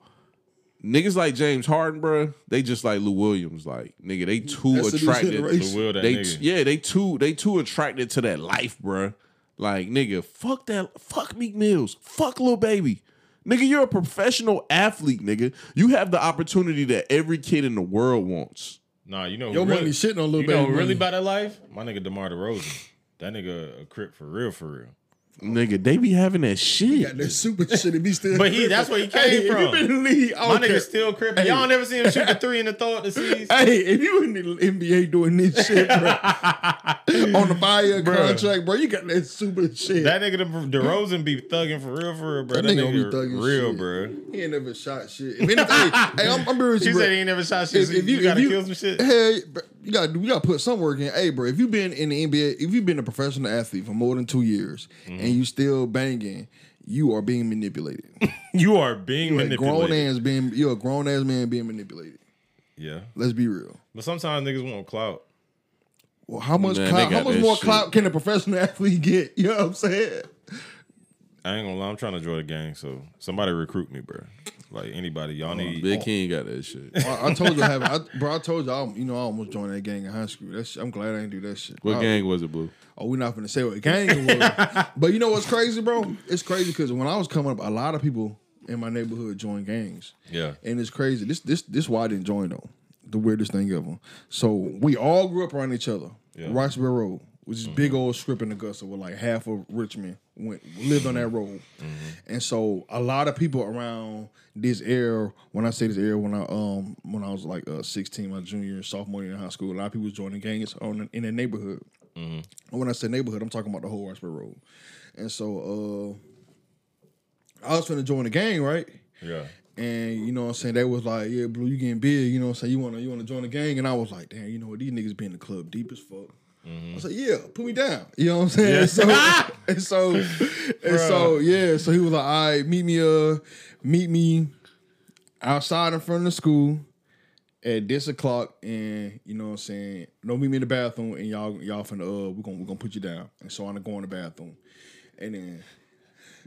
Speaker 1: niggas like James Harden, bruh, they just like Lou Williams. Like, nigga, they too
Speaker 3: That's the new
Speaker 1: attracted.
Speaker 3: generation.
Speaker 2: The will that
Speaker 1: They
Speaker 2: nigga.
Speaker 1: yeah, they too they too attracted to that life, bruh. Like, nigga, fuck that fuck Meek Mills. Fuck Lil Baby. Nigga, you're a professional athlete, nigga. You have the opportunity that every kid in the world wants.
Speaker 2: Nah, you know who
Speaker 3: Your
Speaker 2: really,
Speaker 3: money shitting on Lil
Speaker 2: You know who
Speaker 3: Baby
Speaker 2: really
Speaker 3: money.
Speaker 2: about that life? My nigga Demar Derozan. That nigga a crip for real, for real.
Speaker 1: Nigga, they be having that shit.
Speaker 3: Got that super shit and be
Speaker 2: [LAUGHS]
Speaker 3: still.
Speaker 2: But he- that's where he came
Speaker 3: Hey, if
Speaker 2: from.
Speaker 3: you been in the league, I
Speaker 2: My
Speaker 3: don't
Speaker 2: nigga
Speaker 3: care.
Speaker 2: still crip. Y'all never seen him shoot
Speaker 3: [LAUGHS]
Speaker 2: the three in the throw at the seas.
Speaker 3: Hey, if you in the NBA doing this
Speaker 2: [LAUGHS]
Speaker 3: shit, bro, on the fire contract, bro, you got that super shit.
Speaker 2: That nigga Dem- DeRozan be thugging for real, for real, bro. That,
Speaker 3: That
Speaker 2: nigga,
Speaker 3: nigga be thugging
Speaker 2: real,
Speaker 3: shit.
Speaker 2: bro.
Speaker 3: he ain't never shot shit. If
Speaker 2: [LAUGHS]
Speaker 3: anything, hey, I'm, I'm be real with
Speaker 2: She
Speaker 3: you, bro.
Speaker 2: said he ain't never shot shit. so you, gotta kill some shit.
Speaker 3: Hey, bro, you got you got to put some work in. Hey, bro, if you've
Speaker 2: Mm-hmm.
Speaker 3: been in the NBA, if you've been a professional athlete for more than two years and you still banging, you are being
Speaker 2: [LAUGHS]
Speaker 3: manipulated.
Speaker 2: You are being
Speaker 3: Like
Speaker 2: manipulated.
Speaker 3: grown ass being you're a grown ass man being manipulated.
Speaker 2: Yeah,
Speaker 3: Let's be real.
Speaker 2: but sometimes niggas want clout.
Speaker 3: Well, how much
Speaker 7: Man, they
Speaker 3: clout, how
Speaker 7: got
Speaker 3: much
Speaker 7: that
Speaker 3: more
Speaker 7: shit.
Speaker 3: clout can a professional [LAUGHS] athlete get? You know what I'm saying?
Speaker 2: I ain't gonna lie, I'm trying to join the gang, so somebody recruit me, bro. Like anybody,
Speaker 3: Oh,
Speaker 2: y'all need.
Speaker 7: Big King got that shit.
Speaker 3: I, I told you I have I, bro, I told you I you know I almost joined that gang in high school. That's I'm glad I didn't do that shit.
Speaker 7: What
Speaker 3: I-
Speaker 7: gang was it, Blue?
Speaker 3: Oh, we're not gonna say what gang it was. but you know what's crazy, bro? It's crazy because when I was coming up, a lot of people in my neighborhood joined gangs.
Speaker 2: Yeah.
Speaker 3: And it's crazy. This this this why I didn't join though. The weirdest thing ever. So we all grew up around each other.
Speaker 2: Yeah. Mm-hmm.
Speaker 3: Roxbury Road, which is big old strip in Augusta where like half of Richmond went lived on that
Speaker 2: Mm-hmm.
Speaker 3: road. And so a lot of people around this era, when I say this era, when I um when I was like uh, 16, my junior and sophomore year in high school, a lot of people was joining gangs on in the neighborhood.
Speaker 2: Mm-hmm.
Speaker 3: And when I say neighborhood, I'm talking about the whole Roxbury Road. And so uh I was finna join the gang, right?
Speaker 2: Yeah.
Speaker 3: And you know what I'm saying? They was like, yeah, Blue, you getting big, you know what I'm saying? You wanna you wanna join the gang? And I was like, damn, you know what, these niggas be in the club deep as fuck. I was like, yeah, put me down. You know what I'm saying? And [LAUGHS] so and so and so yeah, so he was like, all right, meet me uh meet me outside in front of the school at this o'clock and you know what I'm saying, don't meet me in the bathroom and y'all y'all finna uh we're gonna we're gonna put you down. And so I'm gonna go in the bathroom. And then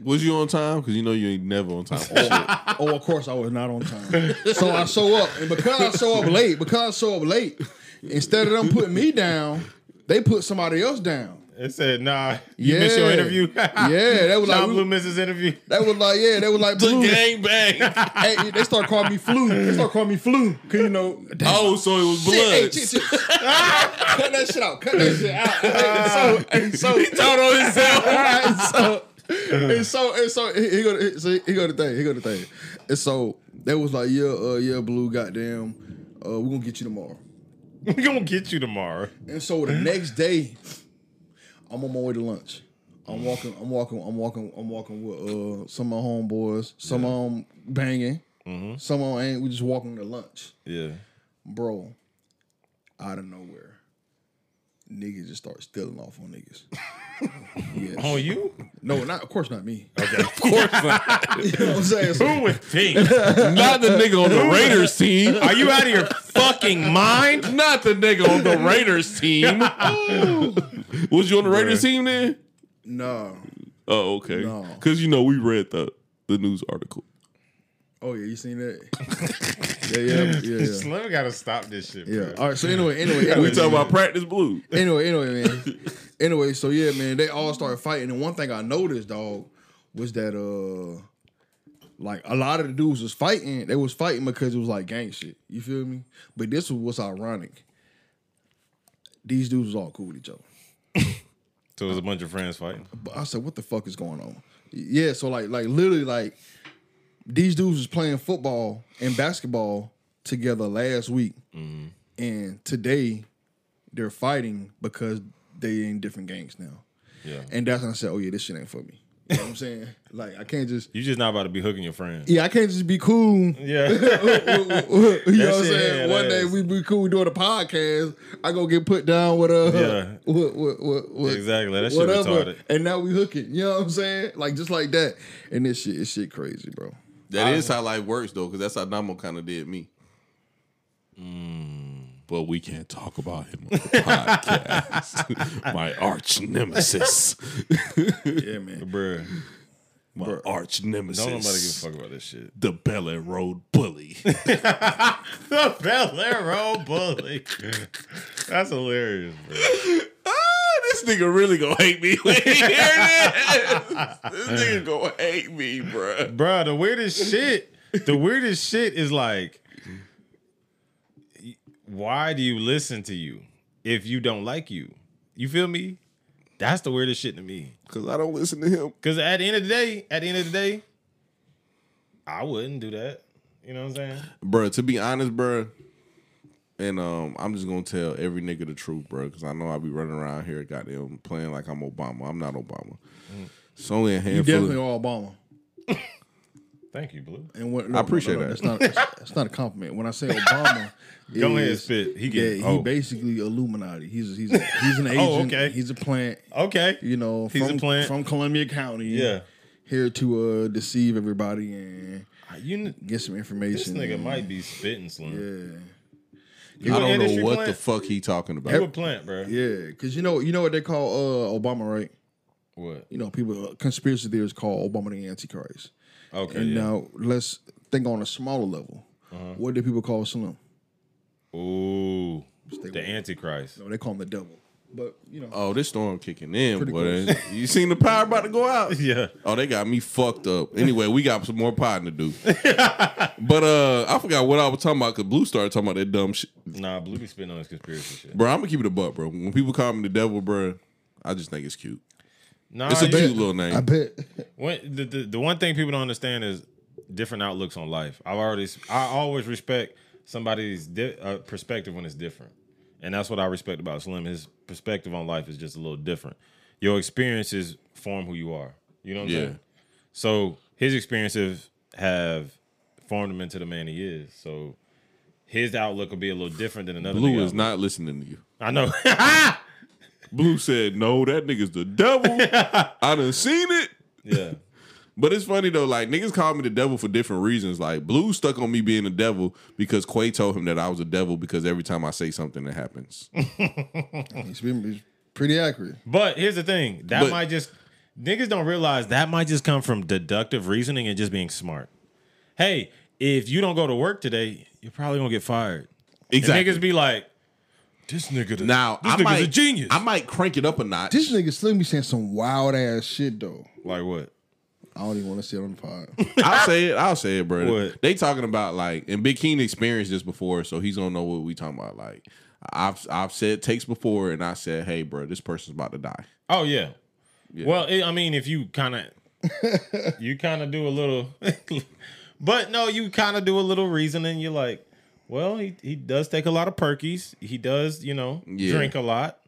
Speaker 7: Was you on time? Because you know you ain't never on time. Oh,
Speaker 3: oh, of course I was not on time. So I show up, and because I show up late, because I show up late, instead of them putting me down, they put somebody else down.
Speaker 2: It said, nah, you missed your
Speaker 3: Yeah.
Speaker 2: interview.
Speaker 3: [LAUGHS]
Speaker 2: [LAUGHS]
Speaker 3: Yeah, that was
Speaker 2: John
Speaker 3: like we-
Speaker 2: Blue misses interview.
Speaker 3: They was like, yeah, they was like,
Speaker 7: shit.
Speaker 3: Blue.
Speaker 7: gang bang.
Speaker 3: Hey, they start calling me flu. They start calling me flu, cause you know. Damn.
Speaker 7: Oh, so it was blood.
Speaker 3: Shit, hey, shit, shit. [LAUGHS] Cut that shit out. Cut that shit out. [LAUGHS] And so, and so,
Speaker 7: Out
Speaker 3: [LAUGHS]
Speaker 7: on himself.
Speaker 3: and so, and so, and so, he he go, he- so he go the thing, he go the thing, and so they was like, yeah, uh, yeah, blue, goddamn, uh, we gonna get you tomorrow.
Speaker 2: [LAUGHS] we gonna get you tomorrow.
Speaker 3: And so the next day, I'm on my way to lunch. I'm walking, I'm walking, I'm walking, I'm walking with uh, some of my homeboys, some of 'em banging, some of 'em ain't. We just walking to lunch,
Speaker 2: Yeah.
Speaker 3: bro. Out of nowhere, niggas just start stealing off on niggas. yes.
Speaker 2: On [LAUGHS] you?
Speaker 3: No, not of course not me. [LAUGHS]
Speaker 7: Of course not.
Speaker 3: You know what I'm saying? So-
Speaker 2: Who would think?
Speaker 7: Not the nigga on the Raiders team.
Speaker 2: Are you out of your fucking mind?
Speaker 7: Not the nigga on the Raiders team. was you on the Raiders team then?
Speaker 3: no.
Speaker 7: Oh, okay.
Speaker 3: No.
Speaker 7: Because you know we read the the news article.
Speaker 3: Oh yeah, you seen that? [LAUGHS] yeah, yeah, [LAUGHS] yeah, yeah.
Speaker 2: Slim gotta stop this shit, bro.
Speaker 3: [LAUGHS] Yeah. All right. So anyway, anyway, anyway
Speaker 7: We talking about practice blue.
Speaker 3: anyway, anyway, man. Anyway, so yeah, man, they all started fighting. And one thing I noticed, dog, was that uh like a lot of the dudes was fighting. They was fighting because it was like gang shit. You feel me? But this was what's ironic. These dudes was all cool with each other.
Speaker 2: So it was a bunch of friends fighting.
Speaker 3: But I said, what the fuck is going on? Yeah, so like like literally like these dudes was playing football and basketball together last week. And today they're fighting because they in different gangs now.
Speaker 2: Yeah.
Speaker 3: And that's when I said, oh yeah, this shit ain't for me. You know what I'm saying? [LAUGHS] Like I can't just
Speaker 2: You just not about to be hooking your friends.
Speaker 3: yeah, I can't just be cool.
Speaker 2: [LAUGHS] Yeah.
Speaker 3: [LAUGHS] you know what I'm
Speaker 2: shit had
Speaker 3: saying? One
Speaker 2: ass.
Speaker 3: day we be cool doing a podcast. I gonna get put down with a
Speaker 2: Yeah.
Speaker 3: [LAUGHS] with, with, with, with-
Speaker 2: Exactly. That shit retarded.
Speaker 3: whatever. And now we hooking. You know what I'm saying? Like just like that. And this shit is shit crazy, bro.
Speaker 2: [LAUGHS]
Speaker 7: That is how life works though, because that's how Namo kind of did me. But we can't talk about him on the podcast. [LAUGHS] My arch nemesis.
Speaker 3: Yeah,
Speaker 2: [LAUGHS]
Speaker 3: man.
Speaker 2: Bruh.
Speaker 7: My arch nemesis.
Speaker 2: Don't nobody give a fuck about this shit.
Speaker 7: The Bel Air Road bully.
Speaker 2: The Bel Air Road Bully. [LAUGHS] That's hilarious, bro.
Speaker 7: Ah, this nigga really gonna hate me when he hear this.
Speaker 1: [LAUGHS]
Speaker 7: This nigga gonna hate me, bruh.
Speaker 2: Bruh, the weirdest shit, the weirdest shit is like, why do you listen to you if you don't like you? You feel me? That's the weirdest shit to me.
Speaker 7: Cause I don't listen to him.
Speaker 2: Cause at the end of the day, at the end of the day, I wouldn't do that. You know what I'm saying?
Speaker 7: Bruh, to be honest, bruh, and um, I'm just gonna tell every nigga the truth, bruh, because I know I be running around here, goddamn, playing like I'm Obama. I'm not Obama. It's only a
Speaker 3: You
Speaker 7: handful.
Speaker 3: definitely
Speaker 7: Of,
Speaker 3: are Obama.
Speaker 2: Thank you, Blue.
Speaker 3: And what,
Speaker 7: I appreciate that.
Speaker 3: That's not that's, that's not a compliment. When I say Obama,
Speaker 2: [LAUGHS] Go ahead,
Speaker 3: is-
Speaker 2: spit. He
Speaker 3: Yeah,
Speaker 2: get-
Speaker 3: he
Speaker 2: oh.
Speaker 3: basically Illuminati. He's he's he's an
Speaker 2: [LAUGHS]
Speaker 3: agent.
Speaker 2: Oh, okay.
Speaker 3: He's a plant.
Speaker 2: Okay.
Speaker 3: You know,
Speaker 2: He's a
Speaker 3: from,
Speaker 2: plant.
Speaker 3: from Columbia County.
Speaker 2: Yeah.
Speaker 3: here to uh, deceive everybody and
Speaker 2: You, kn-
Speaker 3: get some
Speaker 2: this
Speaker 3: information.
Speaker 2: nigga
Speaker 3: and-
Speaker 2: might be spitting slim.
Speaker 3: Yeah.
Speaker 2: You
Speaker 1: I don't
Speaker 2: an
Speaker 1: know
Speaker 2: industry
Speaker 1: what the
Speaker 2: plant?
Speaker 1: fuck he talking about.
Speaker 2: You a plant, bro?
Speaker 3: Yeah, because you know, you know what they call uh, Obama, right?
Speaker 2: What?
Speaker 3: You know, people uh, conspiracy theorists call Obama the Antichrist.
Speaker 2: Okay.
Speaker 3: And
Speaker 2: yeah. Uh-huh.
Speaker 3: now let's think on a smaller level. What do people call Slim?
Speaker 2: Ooh,
Speaker 3: with
Speaker 2: the
Speaker 3: it.
Speaker 2: Antichrist. [LAUGHS]
Speaker 3: No, they call him the devil. But you know,
Speaker 1: Oh, this storm kicking in,
Speaker 3: Pretty
Speaker 1: boy. You seen the power about to go out?
Speaker 2: Yeah.
Speaker 1: Oh, they got me fucked up. Anyway, we got some more potting to
Speaker 3: [LAUGHS]
Speaker 1: do. but uh I forgot what I was talking about because Blue started talking about that dumb shit.
Speaker 2: Nah, Blue be spitting on his conspiracy shit.
Speaker 1: Bro, I'm gonna keep it a buck, bro. When people call me the devil, bro, I just think it's cute.
Speaker 2: Nah,
Speaker 1: It's a
Speaker 2: you-
Speaker 1: cute little name.
Speaker 3: I [LAUGHS] bet.
Speaker 2: When, the, the the one thing people don't understand is different outlooks on life. I've already I always respect somebody's di- uh, perspective when it's different, and that's what I respect about Slim. His perspective on life is just a little different. Your experiences form who you are. You know what I'm
Speaker 1: Yeah.
Speaker 2: saying? So his experiences have formed him into the man he is. So his outlook will be a little different than another.
Speaker 1: Blue
Speaker 2: nigga
Speaker 1: is
Speaker 2: outlook.
Speaker 1: not listening to you.
Speaker 2: I know. [LAUGHS]
Speaker 1: [LAUGHS] Blue said, No, that nigga's the
Speaker 3: [LAUGHS]
Speaker 1: devil. I done seen it.
Speaker 2: yeah.
Speaker 1: But it's funny though, like niggas call me the devil for different reasons. Like Blue stuck on me being the devil because Quay told him that I was a devil because every time I say something, it
Speaker 2: [LAUGHS]
Speaker 1: happens.
Speaker 3: He's been he's pretty accurate.
Speaker 2: But here's the thing that
Speaker 1: But-
Speaker 2: might just niggas don't realize that might just come from deductive reasoning and just being smart. Hey, if you don't go to work today, you're probably gonna get fired. And
Speaker 1: Exactly.
Speaker 2: niggas be like, this nigga, the,
Speaker 1: now
Speaker 2: this
Speaker 1: I
Speaker 2: nigga's
Speaker 1: might,
Speaker 2: a genius.
Speaker 1: I might crank it up a notch.
Speaker 3: This nigga Slim be saying some wild ass shit though.
Speaker 2: like what?
Speaker 3: I don't even want to see it on the pod.
Speaker 2: [LAUGHS]
Speaker 1: I'll say it. I'll say it, bro.
Speaker 2: What?
Speaker 1: They talking about like, and Big Keen experienced this before, so he's gonna know what we talking about. Like, I've I've said takes before, and I said, hey, bro, this person's about to die.
Speaker 2: Oh yeah. Well, it, I mean, if you kind
Speaker 1: [LAUGHS]
Speaker 2: of, you kind of do a little, [LAUGHS] but no, you kind of do a little reasoning. You're like, well, he he does take a lot of perkies. He does, you know,
Speaker 1: Yeah.
Speaker 2: drink a lot.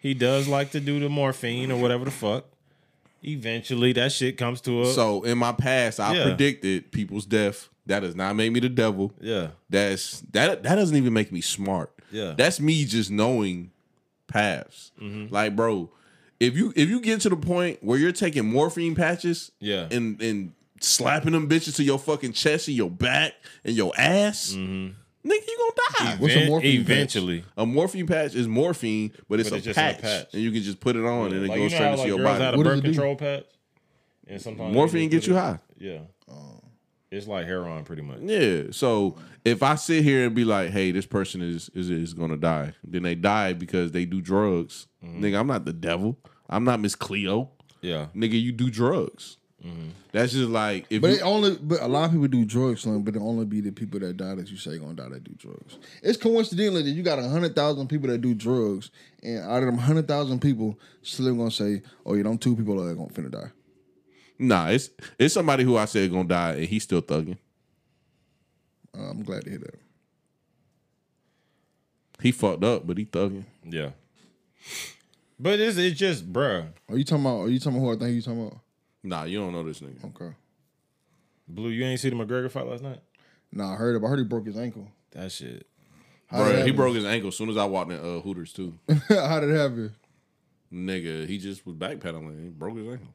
Speaker 2: He does like to do the morphine or whatever the fuck. Eventually, that shit comes to a
Speaker 1: So in my past, I
Speaker 2: Yeah.
Speaker 1: predicted people's death. That does not make me the devil.
Speaker 2: yeah,
Speaker 1: That's that that doesn't even make me smart.
Speaker 2: Yeah. Mm-hmm.
Speaker 1: That's me just knowing paths. Like, bro, if you if you get to the point where you're taking morphine patches
Speaker 2: Yeah.
Speaker 1: and and slapping them bitches to your fucking chest and your back and your ass,
Speaker 2: Mm-hmm.
Speaker 1: nigga, you gonna die.
Speaker 3: What's a
Speaker 2: Ev-
Speaker 3: morphine patch?
Speaker 2: eventually.
Speaker 1: A morphine patch is morphine, but it's,
Speaker 2: But
Speaker 1: a,
Speaker 2: it's just a
Speaker 1: patch,
Speaker 2: patch.
Speaker 1: and you can just put it on and it
Speaker 2: Like, you
Speaker 1: goes
Speaker 2: know
Speaker 1: straight
Speaker 2: how,
Speaker 1: into
Speaker 2: like,
Speaker 1: your
Speaker 2: girls
Speaker 1: body.
Speaker 2: had a
Speaker 3: What does
Speaker 2: birth
Speaker 3: it do?
Speaker 2: control patch, and sometimes they
Speaker 1: morphine
Speaker 2: just
Speaker 1: gets you
Speaker 2: put it-
Speaker 1: high.
Speaker 2: Yeah, it's like heroin, pretty much.
Speaker 1: Yeah. So if I sit here and be like, "Hey, this person is is is gonna die," then they die because they do drugs.
Speaker 2: Mm-hmm.
Speaker 1: Nigga, I'm not the devil. I'm not Miss Cleo.
Speaker 2: Yeah,
Speaker 1: Nigga, you do drugs.
Speaker 2: Mm-hmm.
Speaker 1: That's just like if
Speaker 3: But
Speaker 1: you,
Speaker 3: it only but a lot of people do drugs, Slim, but it only be the people that die that you say gonna die that do drugs. It's coincidentally that you got hundred thousand people that do drugs, and out of them hundred thousand people, Slim gonna say, Oh yeah, them two people are gonna finna die.
Speaker 1: nah, it's it's somebody who I said gonna die and he's still thugging.
Speaker 3: Uh, I'm glad to hear that.
Speaker 1: He fucked up, but he thugging.
Speaker 2: yeah. But it's it's just bruh.
Speaker 3: Are you talking about are you talking about who I think you talking about?
Speaker 1: Nah, you don't know this nigga.
Speaker 3: Okay.
Speaker 2: Blue, you ain't see the McGregor fight last night?
Speaker 3: Nah, I heard him. I heard he broke his ankle.
Speaker 2: That shit.
Speaker 3: How
Speaker 1: Bro,
Speaker 3: did
Speaker 1: he broke his ankle as soon as I walked in uh, Hooters too.
Speaker 3: How did it happen? [LAUGHS]
Speaker 1: nigga, he just was backpedaling. He broke his ankle.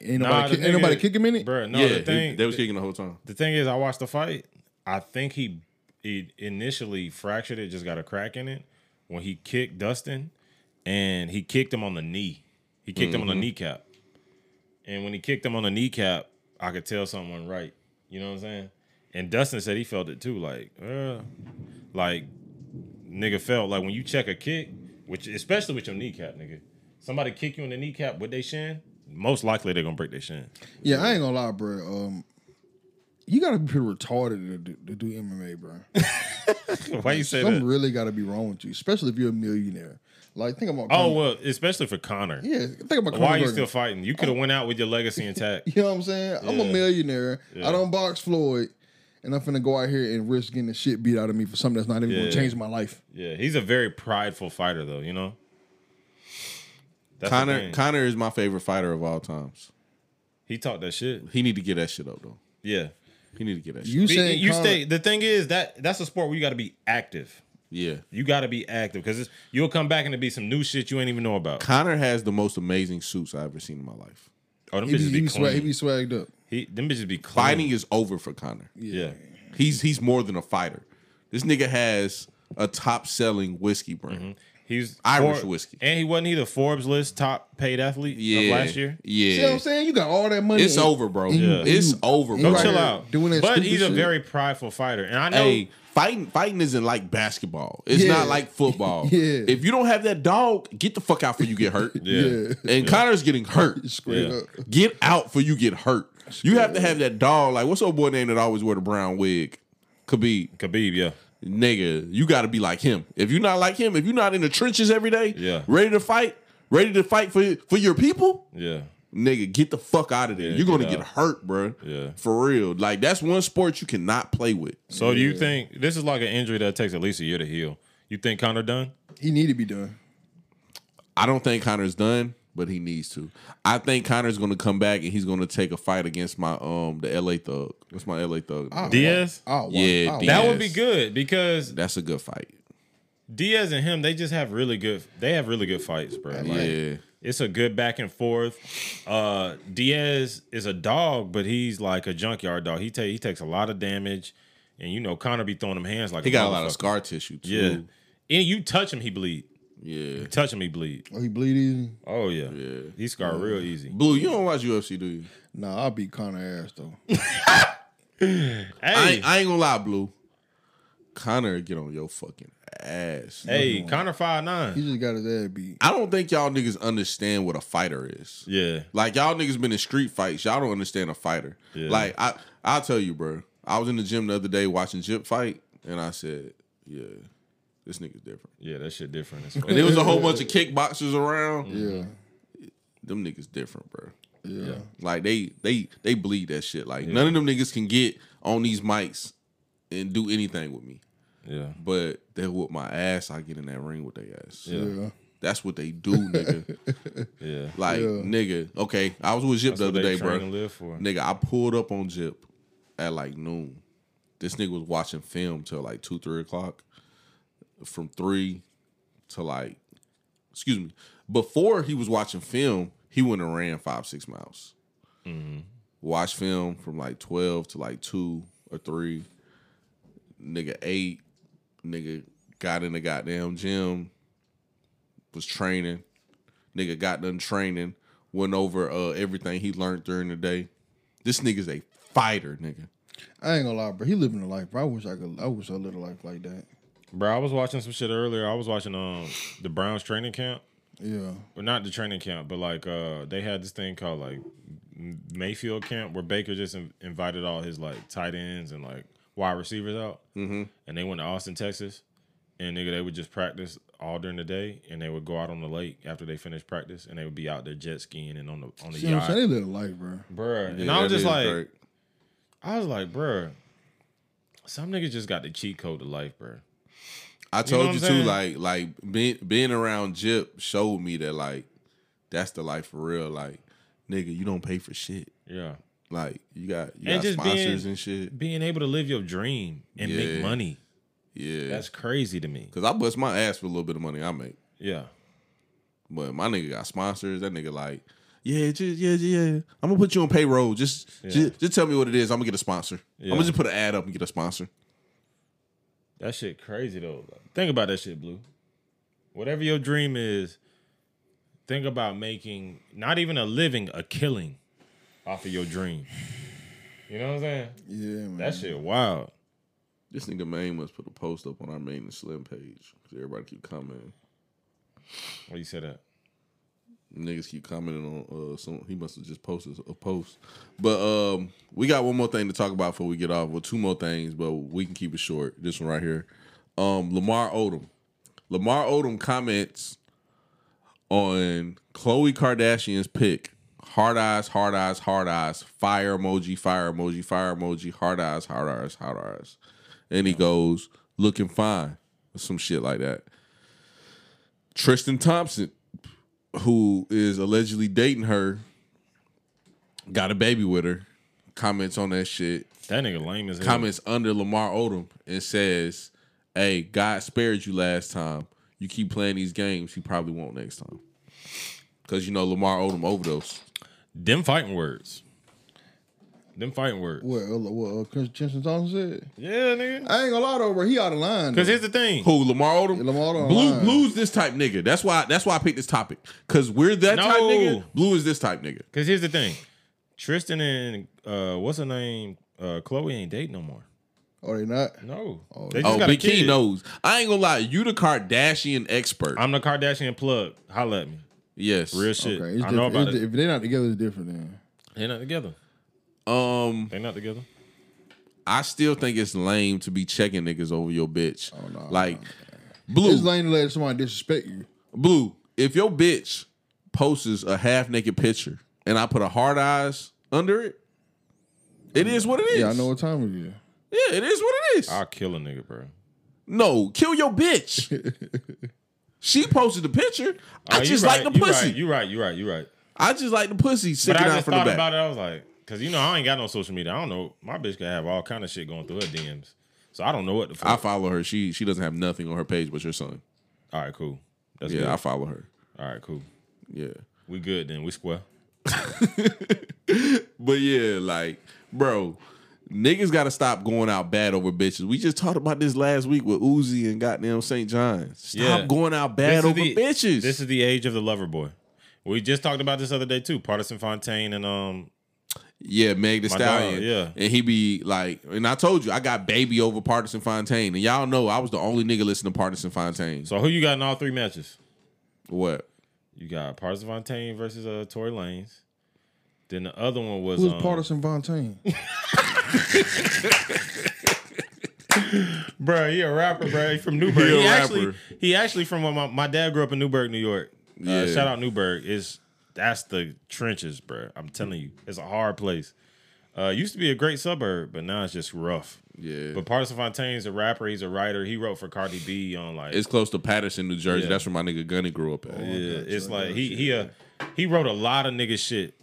Speaker 3: Ain't nobody,
Speaker 2: Nah,
Speaker 3: ki-
Speaker 2: the
Speaker 3: ain't nobody
Speaker 2: nigga-
Speaker 3: kick him in it?
Speaker 2: Bruh, no,
Speaker 1: yeah,
Speaker 2: the thing
Speaker 1: he, they was kicking the whole time.
Speaker 2: the thing is I watched the fight. I think he he initially fractured it, just got a crack in it when he kicked Dustin and he kicked him on the knee. He kicked him on the kneecap. And when he kicked him on the kneecap, I could tell something wasn't right. You know what I'm saying? And Dustin said he felt it too. Like, uh, like nigga felt like when you check a kick, which especially with your kneecap, nigga, somebody kick you in the kneecap with their shin, most likely they're gonna break their shin. [LAUGHS]
Speaker 3: Yeah, I ain't gonna lie, bro. Um, you gotta be pretty retarded to do, to do MMA, bro.
Speaker 2: Why you say
Speaker 3: Something
Speaker 2: that?
Speaker 3: really gotta be wrong with you, especially if you're a millionaire. Like, think about
Speaker 2: Oh well, especially for Connor.
Speaker 3: yeah, think about
Speaker 2: Why are
Speaker 3: Conor
Speaker 2: you
Speaker 3: Bergen.
Speaker 2: still fighting? You could have went out with your legacy
Speaker 3: [LAUGHS]
Speaker 2: intact.
Speaker 3: You know what I'm saying? I'm a
Speaker 2: Yeah.
Speaker 3: millionaire.
Speaker 2: Yeah.
Speaker 3: I don't box Floyd, and I'm finna go out here and risk getting the shit beat out of me for something that's not even
Speaker 2: Yeah.
Speaker 3: gonna change my life.
Speaker 2: Yeah, he's a very prideful fighter, though. You know, That's the
Speaker 1: Connor
Speaker 2: thing.
Speaker 1: Connor is my favorite fighter of all times.
Speaker 2: he taught that shit.
Speaker 1: He need to get that shit up though.
Speaker 2: Yeah,
Speaker 1: He need to get that shit.
Speaker 3: You
Speaker 2: Be-
Speaker 3: saying
Speaker 2: you
Speaker 3: Conor-
Speaker 2: stay. The thing is that that's a sport where you got to be active.
Speaker 1: Yeah.
Speaker 2: You got to be active because you'll come back and it'll be some new shit you ain't even know about.
Speaker 1: Connor has the most amazing suits I ever seen in my life.
Speaker 2: Oh, them
Speaker 3: He be,
Speaker 2: bitches
Speaker 3: he,
Speaker 2: be,
Speaker 3: be swag, he
Speaker 2: clean.
Speaker 3: be swagged up.
Speaker 2: He, them bitches be clean.
Speaker 1: Fighting is over for Connor.
Speaker 2: Yeah.
Speaker 1: He's he's more than a fighter. This nigga has a top selling whiskey brand.
Speaker 2: Mm-hmm. He's
Speaker 1: Irish
Speaker 2: Forbes-
Speaker 1: whiskey.
Speaker 2: and he wasn't he the Forbes list top paid athlete of
Speaker 1: Yeah,
Speaker 2: last year.
Speaker 1: Yeah,
Speaker 3: See what I'm saying? You got all that money.
Speaker 1: it's
Speaker 3: and-
Speaker 1: over, bro.
Speaker 3: and
Speaker 2: Yeah.
Speaker 1: It's
Speaker 3: you-
Speaker 1: over,
Speaker 3: and
Speaker 1: bro.
Speaker 2: Go
Speaker 3: you out
Speaker 2: chill
Speaker 3: here
Speaker 2: out.
Speaker 3: Doing that
Speaker 2: but
Speaker 3: stupid
Speaker 2: he's a
Speaker 3: shit.
Speaker 2: very prideful fighter, and I know
Speaker 1: Hey, fighting fighting isn't like basketball. It's
Speaker 3: Yeah.
Speaker 1: not like football.
Speaker 3: [LAUGHS] Yeah.
Speaker 1: If you don't have that dog, get the fuck out before you get hurt.
Speaker 2: [LAUGHS] Yeah.
Speaker 1: And Connor's getting hurt.
Speaker 3: straight
Speaker 2: Yeah.
Speaker 3: up.
Speaker 1: Get out before you get hurt. You have to have that dog. Like what's old boy name that always wear the brown wig? Khabib.
Speaker 2: Khabib. Yeah,
Speaker 1: nigga, you got to be like him. If you're not like him, if you're not in the trenches every day,
Speaker 2: Yeah.
Speaker 1: ready to fight, ready to fight for for your people,
Speaker 2: yeah,
Speaker 1: nigga, get the fuck out of there.
Speaker 2: Yeah,
Speaker 1: you're gonna
Speaker 2: get
Speaker 1: get
Speaker 2: out.
Speaker 1: hurt, bro.
Speaker 2: yeah.
Speaker 1: For real, like that's one sport you cannot play with.
Speaker 2: So do you think this is like an injury that takes at least a year to heal? You think Connor done?
Speaker 1: Oh,
Speaker 3: He need to be done.
Speaker 1: I don't think Connor's done, but he needs to. I think Connor's gonna come back and he's gonna take a fight against my um the LA thug. That's my LA thug.
Speaker 2: Oh.
Speaker 3: I'll
Speaker 2: Diaz?
Speaker 3: watch- I'll watch-
Speaker 1: oh, Yeah,
Speaker 3: I'll
Speaker 2: That
Speaker 1: Diaz.
Speaker 3: watch.
Speaker 2: would be good because
Speaker 1: that's a good fight.
Speaker 2: Diaz and him, they just have really good. They have really good fights, bro. Like,
Speaker 1: Yeah.
Speaker 2: It's a good back and forth. Uh, Diaz is a dog, but he's like a junkyard dog. He take he takes a lot of damage, and you know Connor be throwing him hands like
Speaker 1: He got a lot of
Speaker 2: motherfucker.
Speaker 1: scar tissue too.
Speaker 2: Yeah, and you touch him, he bleed.
Speaker 1: Yeah.
Speaker 2: Touch him, he bleed.
Speaker 3: Oh, he bleed easy.
Speaker 2: Oh yeah, yeah. He scarred real easy.
Speaker 1: Blue, you don't watch UFC, do you?
Speaker 3: Nah, I'll beat Connor ass though.
Speaker 1: I
Speaker 2: Hey,
Speaker 1: ain't, I ain't gonna lie, Blue. Connor, get on your fucking ass.
Speaker 2: hey, Connor five
Speaker 3: He
Speaker 2: nine.
Speaker 3: just got his ass beat.
Speaker 1: I don't think y'all niggas understand what a fighter is.
Speaker 2: Yeah,
Speaker 1: Like y'all niggas been in street fights, y'all don't understand a fighter.
Speaker 2: Yeah.
Speaker 1: Like I, I'll tell you, bro. I was in the gym the other day watching Jip fight, and I said, "Yeah, this nigga's different."
Speaker 2: yeah. That shit different. [LAUGHS] As
Speaker 1: And
Speaker 2: fuck.
Speaker 1: there was a whole bunch of kickboxers around.
Speaker 3: Yeah,
Speaker 1: Them niggas different, bro.
Speaker 3: yeah.
Speaker 1: Like they, they, they bleed that shit. Like none of them niggas can get on these mics and do anything with me.
Speaker 2: yeah,
Speaker 1: But they whoop my ass. I get in that ring with their ass.
Speaker 2: yeah, yeah.
Speaker 3: Yeah.
Speaker 1: That's what they do,
Speaker 2: [LAUGHS]
Speaker 1: nigga. Like,
Speaker 3: Yeah.
Speaker 1: nigga. Okay, I was with Jip
Speaker 2: That's
Speaker 1: the
Speaker 2: what
Speaker 1: other
Speaker 2: they
Speaker 1: day,
Speaker 2: train
Speaker 1: bro.
Speaker 2: and live for.
Speaker 1: Nigga, I pulled up on Jip at like noon. This nigga was watching film till like two, three o'clock. From three to like, excuse me. Before he was watching film, he went and ran five, six miles. Watched film from like twelve to like two or three. Nigga eight. Nigga got in the goddamn gym. Was training. Nigga got done training. Went over uh, everything he learned during the day. This nigga's a fighter, nigga.
Speaker 3: I ain't gonna lie, bro. He living a life, bro. I wish I could. I wish I lived a life like that.
Speaker 2: Bro, I was watching some shit earlier. I was watching um the Browns training camp.
Speaker 3: Yeah,
Speaker 2: Well, not the training camp, but like uh they had this thing called like M- Mayfield camp where Baker just in- invited all his like tight ends and like wide receivers out, mm-hmm. and they went to Austin, Texas, and nigga they would just practice all during the day, and they would go out on the lake after they finished practice, and they would be out there jet skiing and on the on the
Speaker 3: see what I'm
Speaker 2: yacht,
Speaker 3: saying? They live a life, bro.
Speaker 2: bruh. And
Speaker 1: Yeah,
Speaker 2: I was
Speaker 1: that
Speaker 2: just
Speaker 1: nigga's
Speaker 2: like,
Speaker 1: great.
Speaker 2: I was like, bruh, some niggas just got the cheat code to life, bruh.
Speaker 1: I
Speaker 2: know
Speaker 1: told
Speaker 2: what
Speaker 1: you,
Speaker 2: I'm
Speaker 1: too,
Speaker 2: saying?
Speaker 1: like, like being, being around Jip showed me that, like, that's the life for real. Like, nigga, you don't pay for shit.
Speaker 2: Yeah,
Speaker 1: Like, you got you got
Speaker 2: And just
Speaker 1: sponsors
Speaker 2: being-
Speaker 1: and shit.
Speaker 2: being able to live your dream and
Speaker 1: Yeah.
Speaker 2: make money.
Speaker 1: Yeah,
Speaker 2: That's crazy to me.
Speaker 1: because I bust my ass for a little bit of money I make,
Speaker 2: Yeah.
Speaker 1: but my nigga got sponsors. That nigga like, yeah, just, yeah, yeah. yeah. I'm gonna put you on payroll. Just, just, just tell me what it is. I'm gonna get a sponsor. I'm
Speaker 2: Yeah.
Speaker 1: gonna just put an ad up and get a sponsor.
Speaker 2: That shit crazy though. Think about that shit, Blue. Whatever your dream is, think about making not even a living, a killing off of your dream. You know what I'm saying?
Speaker 3: Yeah, man.
Speaker 2: That shit wild.
Speaker 1: This nigga main must put a post up on our main and slim page because everybody keep commenting.
Speaker 2: What you said that?
Speaker 1: Niggas keep commenting on uh some he must have just posted a post. But um we got one more thing to talk about before we get off. Well two more things, but we can keep it short. This one right here. Um Lamar Odom. Lamar Odom comments on Khloe Kardashian's pick. Hard eyes, hard eyes, hard eyes, fire emoji, fire emoji, fire emoji, hard eyes, hard eyes, hard eyes. And he goes, looking fine. Or some shit like that. Tristan Thompson who is allegedly dating her, got a baby with her, comments on that shit,
Speaker 2: That nigga lame as hell.
Speaker 1: comments under Lamar Odom and says, Hey, God spared you last time. You keep playing these games, he probably won't next time. Cause you know Lamar Odom overdosed.
Speaker 2: Them fighting words. Them fighting words.
Speaker 3: What, uh, what uh, Chris Jensen Thompson said?
Speaker 2: Yeah, nigga.
Speaker 3: I ain't gonna lie though, bro. He out of line.
Speaker 2: Because
Speaker 3: though.
Speaker 2: here's the thing.
Speaker 1: Who Lamar Odom?
Speaker 3: Lamar Odom,
Speaker 1: Blue,
Speaker 3: lying.
Speaker 1: blue's this type nigga. That's why. That's why I picked this topic. Cause we're that type
Speaker 2: No.
Speaker 1: nigga. Blue is this type nigga.
Speaker 2: Because here's the thing. Tristan and uh, what's her name? Uh, Chloe ain't dating no more.
Speaker 3: Are they not?
Speaker 2: No.
Speaker 3: Oh,
Speaker 2: they just
Speaker 1: Oh,
Speaker 2: got a
Speaker 1: Big Key
Speaker 2: kid.
Speaker 1: knows. I ain't gonna lie. You the Kardashian expert.
Speaker 2: I'm the Kardashian plug. Holla at me.
Speaker 1: yes.
Speaker 2: Real shit.
Speaker 3: Okay, it's
Speaker 2: I know
Speaker 3: different.
Speaker 2: about
Speaker 3: It's
Speaker 2: it.
Speaker 3: di- If they're not together, it's different. Then
Speaker 2: They're not together.
Speaker 1: Um,
Speaker 2: They're not together.
Speaker 1: I still think it's lame to be checking niggas over your bitch.
Speaker 3: Oh, no,
Speaker 1: like,
Speaker 3: it's
Speaker 1: blue,
Speaker 3: lame to let somebody disrespect you.
Speaker 1: blue. If your bitch posts a half naked picture and I put a hard eyes under it, it is what it is.
Speaker 3: Yeah, I know what time it is.
Speaker 1: Yeah, it is what it is.
Speaker 2: I'll kill a nigga, bro.
Speaker 1: No, kill your bitch.
Speaker 2: [LAUGHS]
Speaker 1: she posted the picture. I
Speaker 2: Oh, you
Speaker 1: just
Speaker 2: right,
Speaker 1: like the
Speaker 2: you
Speaker 1: pussy.
Speaker 2: Right, you right. You right. You right.
Speaker 1: I just like the pussy
Speaker 2: But
Speaker 1: sticking
Speaker 2: I
Speaker 1: out
Speaker 2: just
Speaker 1: from the
Speaker 2: thought
Speaker 1: back.
Speaker 2: about it. I was like, because you know I ain't got no social media. I don't know. My bitch could have all kind of shit going through her DMs. So I don't know what the fuck.
Speaker 1: I follow her. She she doesn't have nothing on her page but your son.
Speaker 2: all right, cool. That's
Speaker 1: Yeah,
Speaker 2: good.
Speaker 1: I follow her.
Speaker 2: all right, cool.
Speaker 1: Yeah.
Speaker 2: We good then. We square.
Speaker 1: But yeah, like, bro, niggas gotta stop going out bad over bitches. We just talked about this last week with Uzi and goddamn St. John's. Stop
Speaker 2: Yeah.
Speaker 1: going out bad
Speaker 2: is
Speaker 1: over
Speaker 2: the-
Speaker 1: bitches.
Speaker 2: This is the age of the lover boy. We just talked about this other day too. Partisan Fontaine and um
Speaker 1: yeah, Meg the
Speaker 2: My
Speaker 1: Stallion.
Speaker 2: dog, yeah.
Speaker 1: And he be like, and I told you, I got baby over Partisan Fontaine. And y'all know I was the only nigga listening to Partisan Fontaine.
Speaker 2: so who you got in all three matches?
Speaker 1: What?
Speaker 2: You got Partisan Fontaine versus uh Tory Lanez. Then the other one was
Speaker 3: Who's
Speaker 2: um,
Speaker 3: partisan Fontaine?
Speaker 2: Bro, he a rapper, bro. [LAUGHS] He from Newburgh.
Speaker 1: He
Speaker 2: He,
Speaker 1: a
Speaker 2: actually
Speaker 1: rapper.
Speaker 2: he actually from my my dad grew up in Newburgh, New York. Uh,
Speaker 1: Yeah.
Speaker 2: shout out Newburgh. Is that's the trenches, bro. I'm telling you, it's a hard place. Uh, used to be a great suburb, but now it's just rough.
Speaker 1: Yeah.
Speaker 2: But Partisan Fontaine's a rapper. He's a writer. He wrote for Cardi B on like
Speaker 1: It's close to Patterson, New Jersey.
Speaker 2: Yeah. Oh,
Speaker 1: That's where my nigga Gunny grew up at.
Speaker 2: Yeah, it's like he he uh, he wrote a lot of nigga shit.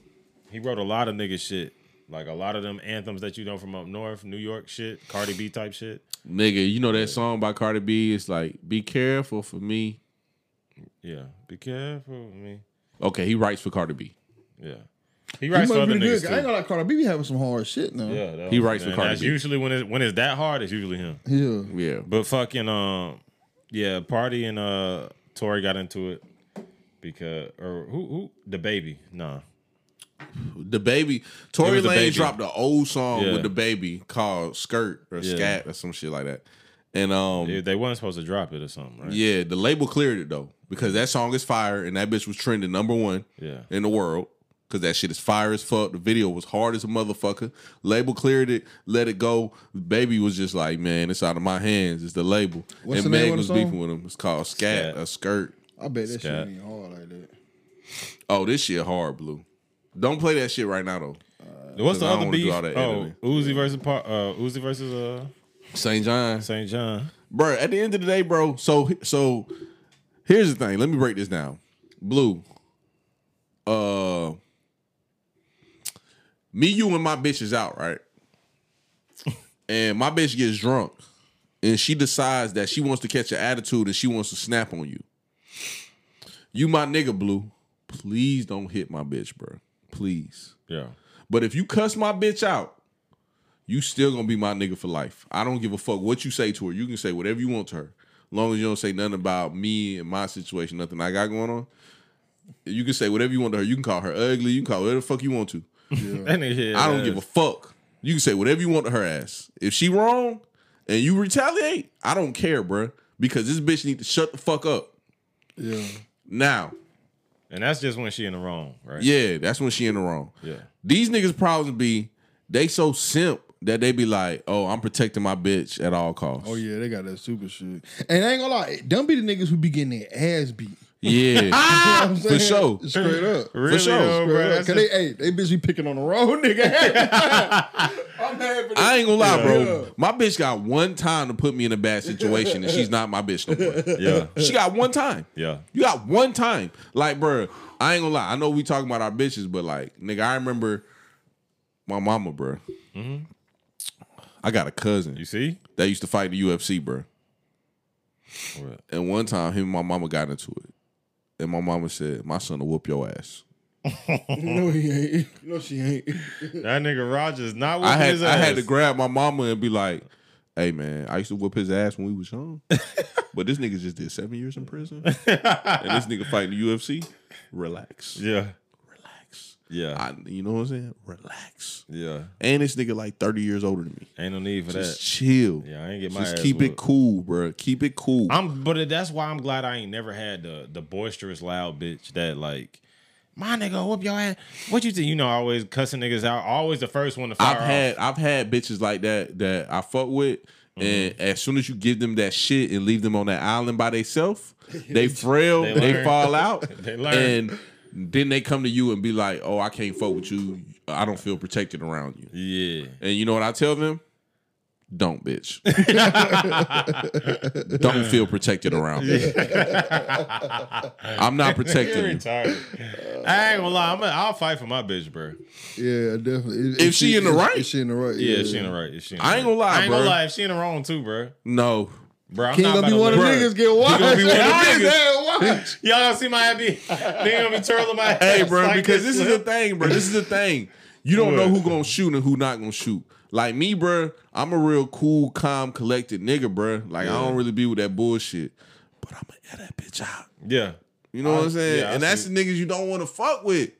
Speaker 2: He wrote a lot of nigga shit. Like a lot of them anthems that you know from up north, New York shit, Cardi B type shit.
Speaker 1: Nigga, you know that song by Cardi B? It's like, be careful for me.
Speaker 2: Yeah, be careful with me.
Speaker 1: Okay, he writes for Cardi B.
Speaker 2: Yeah, he
Speaker 3: He
Speaker 2: writes
Speaker 3: must
Speaker 2: for
Speaker 3: be
Speaker 2: other
Speaker 3: pretty
Speaker 2: niggas
Speaker 3: good.
Speaker 2: too.
Speaker 3: I ain't gonna lie, Carter B be having some hard shit now.
Speaker 2: yeah, that
Speaker 1: He
Speaker 2: was-
Speaker 1: writes for
Speaker 2: and
Speaker 1: Cardi
Speaker 2: That's
Speaker 1: B.
Speaker 2: usually when it when it's that hard, it's usually him.
Speaker 3: yeah.
Speaker 1: Yeah.
Speaker 2: But fucking um, yeah, party and uh, Tori got into it because or who who the baby? Nah,
Speaker 1: The baby, Tory
Speaker 2: was the
Speaker 1: Lane
Speaker 2: baby.
Speaker 1: dropped an old song
Speaker 2: Yeah.
Speaker 1: with the baby called Skirt or
Speaker 2: Yeah.
Speaker 1: Scat or some shit like that. And um
Speaker 2: they,
Speaker 1: yeah.
Speaker 2: they wasn't supposed to drop it or something, right?
Speaker 1: the label cleared it though. Because that song is fire and that bitch was trending number one
Speaker 2: Yeah.
Speaker 1: in the world. Cause that shit is fire as fuck. The video was hard as a motherfucker. Label cleared it, let it go. Baby was just like, man, it's out of my hands. It's the label.
Speaker 3: What's
Speaker 1: and
Speaker 3: the name
Speaker 1: Meg
Speaker 3: of the
Speaker 1: was
Speaker 3: song?
Speaker 1: beefing with him. It's called Scat,
Speaker 2: Scat.
Speaker 1: a skirt.
Speaker 3: I bet that
Speaker 2: Scat.
Speaker 3: shit ain't hard like that.
Speaker 1: Oh, this shit hard, blue. Don't play that shit right now though.
Speaker 2: What's the
Speaker 1: I don't
Speaker 2: other
Speaker 1: wanna do
Speaker 2: beef?
Speaker 1: all that
Speaker 2: Oh,
Speaker 1: editing.
Speaker 2: Uzi versus Par- uh, Uzi versus uh,
Speaker 1: St. John's.
Speaker 2: St. John.
Speaker 1: bro. At the end of the day, bro. So so here's the thing. Let me break this down. Blue. Uh, me, you, and my bitch is out, right? and my bitch gets drunk, and she decides that she wants to catch an attitude and she wants to snap on you. You, my nigga, Blue. Please don't hit my bitch, bro. Please.
Speaker 2: Yeah,
Speaker 1: But if you cuss my bitch out, you still gonna be my nigga for life. I don't give a fuck what you say to her. You can say whatever you want to her, long as you don't say nothing about me and my situation, nothing I got going on. You can say whatever you want to her. You can call her ugly. You can call her whatever the fuck you want to.
Speaker 2: [LAUGHS] that nigga. hit
Speaker 1: I don't
Speaker 2: ass.
Speaker 1: give a fuck. You can say whatever you want to her ass. If she wrong and you retaliate, I don't care, bruh. Because this bitch need to shut the fuck up
Speaker 3: Yeah.
Speaker 1: now.
Speaker 2: And that's just when she in the wrong, right?
Speaker 1: Yeah, that's when she in the wrong.
Speaker 2: Yeah.
Speaker 1: These niggas' problems be they so simp that they be like, oh, I'm protecting my bitch at all costs.
Speaker 3: Oh yeah, they got that super shit. And I ain't gonna lie, don't be the niggas who be getting their ass beat. You
Speaker 1: Yeah.
Speaker 3: know what I'm
Speaker 1: For
Speaker 3: saying?
Speaker 1: sure.
Speaker 2: [LAUGHS]
Speaker 3: Straight up.
Speaker 2: Really
Speaker 1: sure.
Speaker 2: though, bro.
Speaker 3: Straight up.
Speaker 2: That's
Speaker 3: Cause
Speaker 2: just-
Speaker 3: they, hey, they busy picking on the wrong [LAUGHS] nigga. I'm mad
Speaker 1: [LAUGHS]
Speaker 3: for
Speaker 1: I ain't gonna lie, bro.
Speaker 3: Yeah.
Speaker 1: My bitch got one time to put me in a bad situation, and she's not my bitch no more.
Speaker 2: yeah, [LAUGHS]
Speaker 1: She got one time.
Speaker 2: yeah.
Speaker 1: You got one time. Like, bro, I ain't gonna lie. I know we talking about our bitches, but like, nigga, I remember my mama, bro. Mm-hmm. I got a cousin
Speaker 2: You see?
Speaker 1: that used to fight the UFC, bro. And one time, him and my mama got into it. And my mama said, My son will whoop your ass.
Speaker 3: no, he ain't. No, she ain't.
Speaker 2: That nigga Rogers not with
Speaker 1: I had
Speaker 2: his
Speaker 1: I
Speaker 2: ass.
Speaker 1: had to grab my mama and be like, "Hey man, I used to whip his ass when we was
Speaker 2: [LAUGHS]
Speaker 1: young, but this nigga just did seven years in prison, and this nigga fighting the UFC. Relax,
Speaker 2: yeah,
Speaker 1: relax.
Speaker 2: yeah,
Speaker 1: I, you know what I'm saying? Relax.
Speaker 2: yeah.
Speaker 1: And this nigga like 30 years older than me.
Speaker 2: Ain't no need for
Speaker 1: Just
Speaker 2: that.
Speaker 1: chill.
Speaker 2: Yeah, I ain't get my
Speaker 1: Just
Speaker 2: ass
Speaker 1: keep it
Speaker 2: whooped.
Speaker 1: cool, bro. Keep it cool.
Speaker 2: I'm, but that's why I'm glad I ain't never had the the boisterous loud bitch that like. My nigga, whoop your ass. What you think? You know, I always cussing niggas out. Always the first one to fire
Speaker 1: I've had I've had bitches like that that I fuck with, and
Speaker 2: Mm-hmm.
Speaker 1: as soon as you give them that shit and leave them on that island by
Speaker 2: [LAUGHS]
Speaker 1: themselves, they frail,
Speaker 2: They
Speaker 1: they,
Speaker 2: learn.
Speaker 1: fall out,
Speaker 2: [LAUGHS] They learn.
Speaker 1: and then they come to you and be like, "Oh, I can't fuck with you. I don't feel protected around you."
Speaker 2: Yeah.
Speaker 1: And you know what I tell them? Don't, bitch. don't feel protected around me. I'm not protecting
Speaker 2: You're
Speaker 1: you.
Speaker 2: retarded. [LAUGHS] I ain't gonna lie. I'm a, I'll fight for my bitch, bro.
Speaker 3: Yeah, definitely.
Speaker 1: If she in the
Speaker 3: if-
Speaker 1: right.
Speaker 3: if she in the right.
Speaker 2: Yeah, if she in the right. If she in the
Speaker 1: I ain't
Speaker 2: right.
Speaker 1: gonna lie,
Speaker 2: I ain't gonna
Speaker 1: bro.
Speaker 2: lie. If she in the wrong too, bro.
Speaker 1: No,
Speaker 2: Bro, I'm
Speaker 3: He
Speaker 2: not
Speaker 3: gonna
Speaker 2: about
Speaker 3: be
Speaker 2: to
Speaker 3: one of the
Speaker 2: let- [LAUGHS]
Speaker 3: niggas get watched.
Speaker 2: gonna be one of the
Speaker 3: His
Speaker 2: niggas.
Speaker 1: [LAUGHS]
Speaker 3: ass watched.
Speaker 2: Y'all gonna see my happy. [LAUGHS] They gonna be turtling my ass.
Speaker 1: Hey, bro,
Speaker 2: like
Speaker 1: because this is the
Speaker 2: man.
Speaker 1: thing, bro. This is the thing. You don't know who gonna shoot and who not gonna shoot. Like me, bro, I'm a real cool, calm, collected nigga, bro. Like I don't really be with that bullshit. But I'ma air that bitch out.
Speaker 2: Yeah.
Speaker 1: You know what I'm saying?
Speaker 2: yeah, I
Speaker 1: and that's
Speaker 2: see. Mm-hmm.
Speaker 1: the niggas you don't want to fuck with.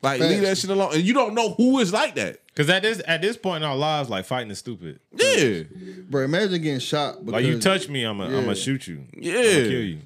Speaker 1: Like
Speaker 3: Facts.
Speaker 1: leave that shit alone. And you don't know who is like that.
Speaker 2: Cause at this at this point in our lives, like fighting is stupid.
Speaker 1: Yeah.
Speaker 3: Bro, imagine getting shot. Because,
Speaker 2: Like you touch me, I'm gonna I'm
Speaker 3: Yeah.
Speaker 2: gonna shoot you.
Speaker 1: Yeah.
Speaker 2: I'm gonna kill you.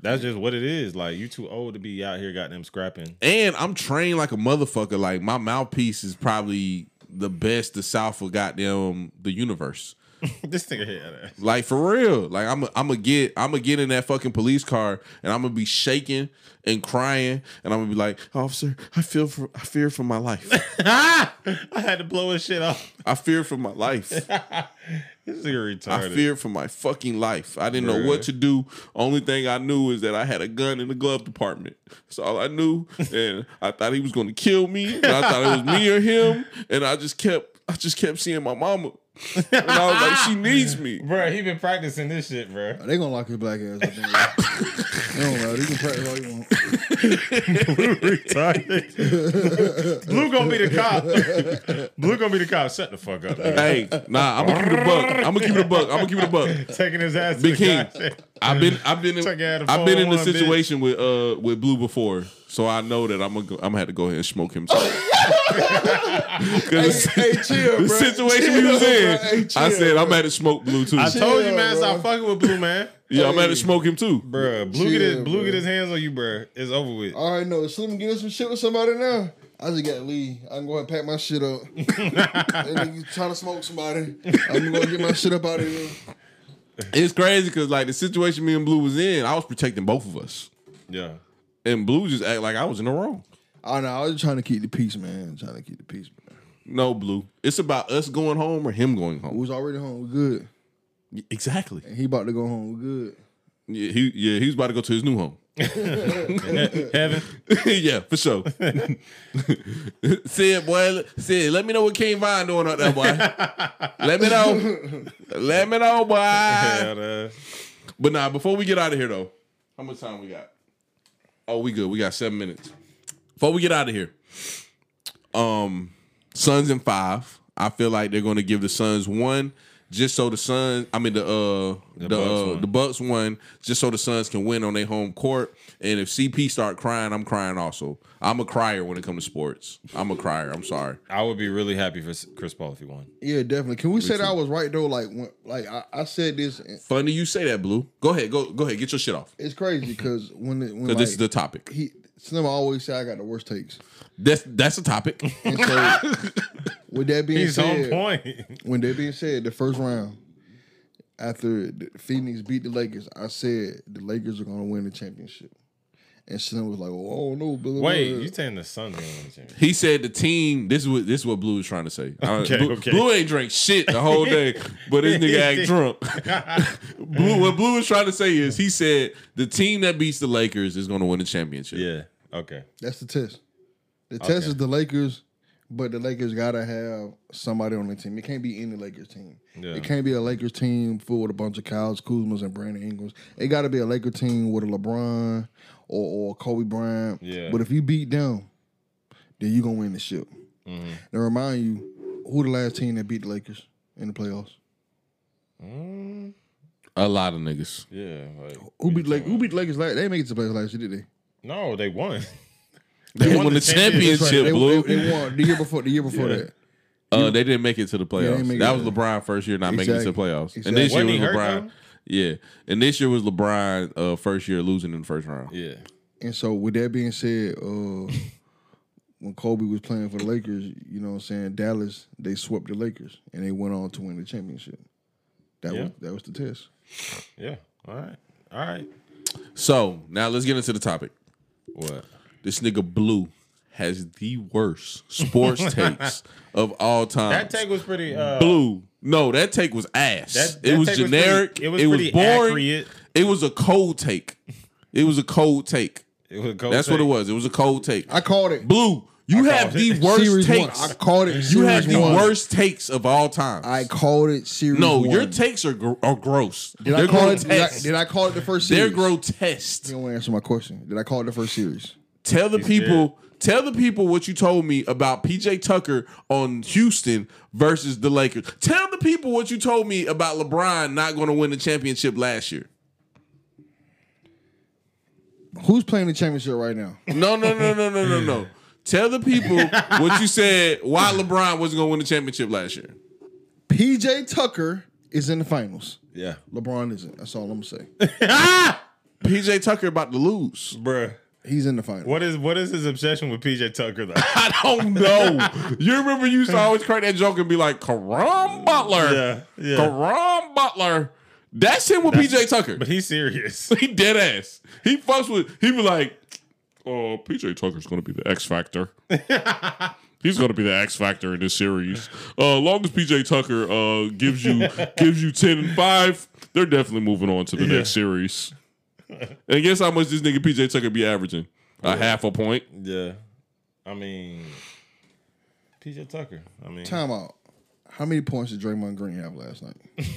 Speaker 2: That's just what it is. Like you too old to be out here goddamn scrapping. [LAUGHS]
Speaker 1: And I'm trained like a motherfucker. Like my mouthpiece is probably the best the South of goddamn the universe.
Speaker 2: this nigga here. that.
Speaker 1: Like for real. Like I'm I'm gonna get I'm gonna get in that fucking police car and I'm gonna be shaking and crying and I'm gonna be like, "Officer, I feel for I fear for my life.
Speaker 2: Ah! [LAUGHS] I had to blow his shit off.
Speaker 1: I fear for my life.
Speaker 2: [LAUGHS] This nigga
Speaker 1: I
Speaker 2: retarded.
Speaker 1: fear for my fucking life. I didn't know what to do. Only thing I knew is that I had a gun in the glove compartment. That's all I knew. And I thought he was gonna kill me. And I thought it was me or him. And I just kept I just kept seeing my mama. And I was like, she needs me.
Speaker 2: Bro, he been practicing this shit, bro.
Speaker 3: They gonna lock his black ass up. Anyway. they don't know. You can practice all you want.
Speaker 2: Blue gonna be the
Speaker 3: [LAUGHS]
Speaker 2: cop. Blue gonna be the cop. Shut the fuck up. nigga.
Speaker 1: Hey, nah, I'm gonna keep it a buck. I'm gonna keep it a buck. I'm gonna keep it a buck.
Speaker 2: [LAUGHS] Taking his ass.
Speaker 1: Big
Speaker 2: to
Speaker 1: King,
Speaker 2: the goddamn-
Speaker 1: I've been I've been in,
Speaker 2: Check out the
Speaker 1: I've been in a
Speaker 2: 401, bitch.
Speaker 1: situation with uh with Blue before, so I know that I'm gonna go, I'm gonna have to go ahead and smoke him. [LAUGHS] Because
Speaker 3: [LAUGHS] hey, chill,
Speaker 1: the
Speaker 3: bro.
Speaker 1: situation we
Speaker 3: Chill,
Speaker 1: was
Speaker 3: bro.
Speaker 1: in,
Speaker 3: Hey, chill,
Speaker 1: I said I'm gonna have to smoke Blue too.
Speaker 2: I told you,
Speaker 3: Chill,
Speaker 2: man. Stop
Speaker 3: bro.
Speaker 2: fucking with Blue, man.
Speaker 1: yeah, I'm gonna have to smoke him too.
Speaker 2: Bruh, Blue get his
Speaker 3: Chill,
Speaker 2: Blue
Speaker 3: bro. Uh,
Speaker 2: get his hands on you, bruh. It's over with.
Speaker 3: All right, no. Slim get us some shit with somebody now. I just got to leave. I can go ahead and pack my
Speaker 1: [LAUGHS]
Speaker 3: shit up. and then you trying to smoke somebody. I'm gonna get my shit up out of here.
Speaker 1: It's crazy because like the situation me and Blue was in, I was protecting both of us,
Speaker 3: [LAUGHS]
Speaker 2: Yeah.
Speaker 1: and Blue just act like I was in the wrong.
Speaker 3: Oh no, I was just trying to keep the peace, man. Trying to keep the peace. Man.
Speaker 1: No, Blue, it's about us going home or him going
Speaker 3: We
Speaker 1: home.
Speaker 3: was already home. We good.
Speaker 1: Exactly.
Speaker 3: And he about to go home. We good.
Speaker 1: Yeah, he yeah he was about to go to his new home. [LAUGHS]
Speaker 2: Heaven.
Speaker 1: yeah, for sure. [LAUGHS] Sid, boy, Sid, let me know what King Vine doing out there, boy. let me know. Let me know, boy.
Speaker 2: Hell, uh,
Speaker 1: But nah, before we get out of here, though, how much time we got? Oh, we good. We got seven minutes. Before we get out of here, um, Suns and five. I feel like they're going to give the Suns one, just so the Suns. I mean the uh the the
Speaker 2: Bucks
Speaker 1: Bucks, uh,
Speaker 2: one.
Speaker 1: the Bucks one, just so the Suns can win on their home court. And if CP start crying, I'm crying also. I'm a crier when it comes to sports. I'm a crier. I'm sorry.
Speaker 2: I would be really happy for S- Chris Paul if he won.
Speaker 3: Yeah, definitely. Can we say that I was right though? Like, when, like I, I said this. and
Speaker 1: Funny you say that, Blue. Go ahead. Go go ahead. Get your shit off.
Speaker 3: It's
Speaker 2: [LAUGHS]
Speaker 3: crazy because when it, when
Speaker 1: Cause
Speaker 3: like,
Speaker 1: this is the topic.
Speaker 3: he Slim always say I got the
Speaker 2: [LAUGHS]
Speaker 3: worst takes.
Speaker 1: That's that's a topic.
Speaker 3: And so, with that being
Speaker 2: He's on
Speaker 3: said,
Speaker 2: point.
Speaker 3: [LAUGHS] when that being said, the first round after the Phoenix beat the Lakers, I said the Lakers are going to win the championship. And Slim was like, "Oh, I don't know." Blah, blah,
Speaker 2: [LAUGHS] Wait,
Speaker 3: blah.
Speaker 2: you saying the Suns gonna win the championship?
Speaker 1: He said the team. This is what this is what Blue is trying to say. I-
Speaker 2: Okay,
Speaker 1: Blue,
Speaker 2: okay.
Speaker 1: Blue ain't drank shit the whole day, but this nigga act drunk. [LAUGHS] Blue, what Blue is trying to say is he said the team that beats the Lakers is going to win the championship.
Speaker 2: Yeah. Okay.
Speaker 3: That's the test. The test
Speaker 2: Okay.
Speaker 3: is the Lakers But the Lakers gotta have somebody on the team. It can't be any Lakers team.
Speaker 2: Yeah.
Speaker 3: It can't be a Lakers team full with a bunch of Kyle's, Kuzma's, and Brandon Ingles. It gotta be a Laker team with a LeBron or, or Kobe Bryant.
Speaker 2: Yeah.
Speaker 3: But if you beat them, then you gonna win the ship.
Speaker 2: Mm-hmm.
Speaker 3: And remind you, who the last team that beat the Lakers in the playoffs?
Speaker 1: A lot of niggas.
Speaker 2: Yeah, like
Speaker 3: Who beat like who beat the Lakers last? They didn't make it to the playoffs last year, did they?
Speaker 2: no, they won.
Speaker 1: They, won, the championship,
Speaker 3: they,
Speaker 1: blue.
Speaker 3: They, they won the year before. The
Speaker 2: [LAUGHS]
Speaker 3: year before that.
Speaker 1: uh, they didn't make it to the
Speaker 3: didn't
Speaker 1: playoffs.
Speaker 3: make it
Speaker 1: that was
Speaker 3: to-
Speaker 1: LeBron first year not making it to the
Speaker 3: Exactly.
Speaker 1: playoffs. And
Speaker 3: Exactly.
Speaker 1: this year
Speaker 2: Wasn't
Speaker 1: was
Speaker 2: he hurt,
Speaker 1: LeBron.
Speaker 2: though?
Speaker 1: Yeah, and this year was LeBron uh, first year losing in the first round.
Speaker 2: [LAUGHS] Yeah,
Speaker 3: And so, with that being said, uh, [LAUGHS] when Kobe was playing for the Lakers, you know what I'm saying? Dallas, they swept the Lakers and they went on to win the championship. That
Speaker 2: Yeah.
Speaker 3: was that was the test.
Speaker 2: yeah. All right, all right.
Speaker 1: So now let's get into the topic.
Speaker 2: What?
Speaker 1: This nigga Blue has the worst sports
Speaker 2: [LAUGHS]
Speaker 1: takes of all time.
Speaker 2: That take was pretty. Uh,
Speaker 1: Blue. No, that take was ass.
Speaker 2: That-
Speaker 1: it
Speaker 2: that
Speaker 1: was
Speaker 2: take was
Speaker 1: generic.
Speaker 2: pretty- it was
Speaker 1: it was
Speaker 2: pretty
Speaker 1: boring.
Speaker 2: accurate.
Speaker 1: It was a cold take. It was a cold take.
Speaker 2: It was a cold
Speaker 1: That's what it
Speaker 2: take.
Speaker 1: was. It was a cold take.
Speaker 3: I called it.
Speaker 1: Blue, you have
Speaker 2: called
Speaker 1: the
Speaker 2: it. [LAUGHS]
Speaker 1: worst
Speaker 3: series
Speaker 1: takes.
Speaker 3: one. I called it.
Speaker 1: you
Speaker 3: series
Speaker 1: have the
Speaker 3: one.
Speaker 1: worst takes of all time.
Speaker 3: I called it series.
Speaker 1: no,
Speaker 3: one.
Speaker 1: your takes are gr- are gross.
Speaker 3: Did I
Speaker 1: They're
Speaker 3: call it? Did I,
Speaker 1: grotesque.
Speaker 3: did I call it the first
Speaker 1: They're
Speaker 3: series?
Speaker 1: grotesque.
Speaker 3: You don't answer my question. Did I call it the first series?
Speaker 1: Tell the
Speaker 2: did.
Speaker 1: people. Tell the people what you told me about PJ Tucker on Houston versus the Lakers. Tell the people what you told me about LeBron not going to win the championship last year.
Speaker 3: Who's playing the championship right now?
Speaker 1: No, no, no, no, no, no, no. Tell the people what you said why LeBron wasn't going to win the championship last year.
Speaker 3: PJ Tucker is in the finals.
Speaker 2: Yeah,
Speaker 3: LeBron isn't. That's all I'm gonna say.
Speaker 1: PJ Tucker about to lose. [LAUGHS]
Speaker 2: bruh.
Speaker 3: He's in the finals.
Speaker 2: What is what is his obsession with PJ Tucker [LAUGHS] though?
Speaker 1: I don't know. You remember you used to always crack that joke and be like, Karam Butler.
Speaker 2: Yeah, yeah.
Speaker 1: Karam Butler. That's him with PJ Tucker.
Speaker 2: but he's serious.
Speaker 1: [LAUGHS] He dead ass. He fucks with. He be like, "Oh, PJ Tucker's gonna be the X [LAUGHS] factor. He's gonna be the X factor in this series. Uh, long as PJ Tucker uh gives [LAUGHS] you gives you ten and five, they're definitely moving on to the next series. And guess how much this nigga PJ Tucker be averaging? A half a point. [LAUGHS]
Speaker 2: Yeah, I mean PJ Tucker. I mean
Speaker 3: Time out. How many points did Draymond Green have last night?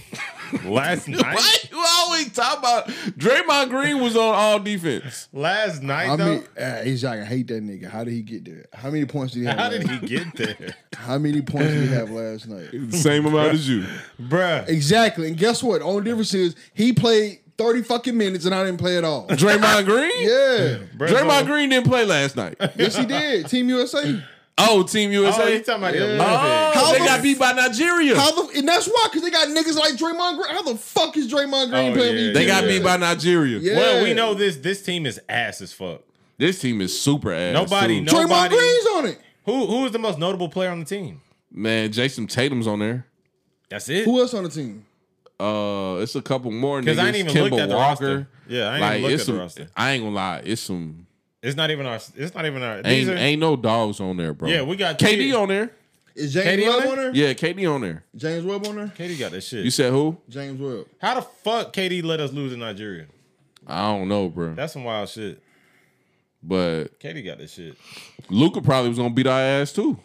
Speaker 2: [LAUGHS] last night.
Speaker 1: you always talk about? Draymond Green was on all defense.
Speaker 2: Last night
Speaker 3: I
Speaker 2: though.
Speaker 3: mean, uh, he's like, I hate that nigga. How did he get there? How many
Speaker 2: [LAUGHS]
Speaker 3: points did he have?
Speaker 2: how
Speaker 3: last
Speaker 2: did he get there,
Speaker 3: How many points did he have last
Speaker 2: [LAUGHS]
Speaker 3: night?
Speaker 1: Same amount as you.
Speaker 2: bruh?
Speaker 3: Exactly. And guess what? Only difference is he played thirty fucking minutes and I didn't play
Speaker 2: [LAUGHS]
Speaker 3: at all.
Speaker 1: Draymond Green. [LAUGHS]
Speaker 3: Yeah.
Speaker 2: Bruh,
Speaker 1: Draymond
Speaker 2: so-
Speaker 1: Green didn't play last [LAUGHS] night.
Speaker 3: Yes, he did. Team USA.
Speaker 1: Oh, Team USA.
Speaker 2: Oh, you talking about the Olympics?
Speaker 1: Oh,
Speaker 3: How
Speaker 1: they
Speaker 3: the
Speaker 1: got
Speaker 3: f-
Speaker 1: beat by Nigeria.
Speaker 3: How the and that's why, because they got niggas like Draymond Green. How the fuck is Draymond Green
Speaker 2: Oh,
Speaker 3: playing?
Speaker 2: yeah,
Speaker 3: for
Speaker 1: they
Speaker 3: you?
Speaker 1: got beat by Nigeria.
Speaker 3: Yeah.
Speaker 2: Well, we know this. This team is ass as fuck.
Speaker 1: This team is super ass.
Speaker 2: Nobody
Speaker 1: too.
Speaker 2: knows.
Speaker 3: Draymond
Speaker 2: nobody-
Speaker 3: Green's on it.
Speaker 2: Who who is the most notable player on the team?
Speaker 1: Man, Jason Tatum's on there.
Speaker 2: That's it.
Speaker 3: Who else on the team?
Speaker 1: Uh, it's a couple more niggas.
Speaker 2: Because I ain't even
Speaker 1: Kemba
Speaker 2: looked at the
Speaker 1: Walker.
Speaker 2: roster. Yeah, I ain't
Speaker 1: Like
Speaker 2: even looked
Speaker 1: it's
Speaker 2: at the
Speaker 1: some,
Speaker 2: roster.
Speaker 1: I ain't gonna lie, it's some
Speaker 2: It's not even our. It's not even our. These
Speaker 1: ain't,
Speaker 2: are,
Speaker 1: ain't no dogs on there, bro.
Speaker 2: Yeah, we got
Speaker 1: KD
Speaker 2: three-
Speaker 1: on there.
Speaker 3: Is James
Speaker 2: KD on
Speaker 3: Webb
Speaker 2: it?
Speaker 3: on there?
Speaker 1: Yeah, KD on there.
Speaker 3: James Webb on there?
Speaker 2: Katie got that shit.
Speaker 1: You said who?
Speaker 3: James Webb.
Speaker 2: How the fuck KD let us lose in Nigeria?
Speaker 1: I don't know, bro.
Speaker 2: That's some wild shit.
Speaker 1: But
Speaker 2: Katie got this shit.
Speaker 1: Luca probably was gonna beat our ass too.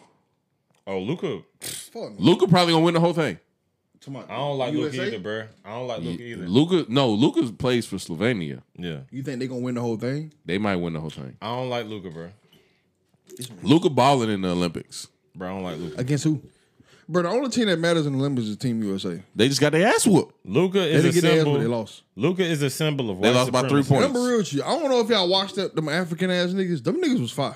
Speaker 2: Oh, Luca.
Speaker 3: Fuck. no.
Speaker 1: Luca probably gonna win the whole thing.
Speaker 3: Tomorrow.
Speaker 2: I don't like Luca
Speaker 3: USA?
Speaker 2: either, bro. I don't like Luca either.
Speaker 1: Luca, no, Luca plays for Slovenia.
Speaker 2: yeah,
Speaker 3: You think they're gonna win the whole thing?
Speaker 1: They might win the whole thing.
Speaker 2: I don't like Luca, bro.
Speaker 1: Luca balling in the Olympics.
Speaker 2: Bro, I don't like Luca.
Speaker 3: Against who? Bro, the only team that matters in the Olympics is Team USA.
Speaker 1: They just got their ass whooped.
Speaker 2: Luca
Speaker 3: They
Speaker 2: is a
Speaker 3: didn't get their ass, but they
Speaker 2: symbol.
Speaker 3: lost.
Speaker 2: Luca is a symbol of.
Speaker 1: They
Speaker 2: white
Speaker 1: lost by three
Speaker 2: supremacy.
Speaker 1: points.
Speaker 3: I'm real with you. I don't know if y'all watched that, them African ass niggas. Them niggas was fire.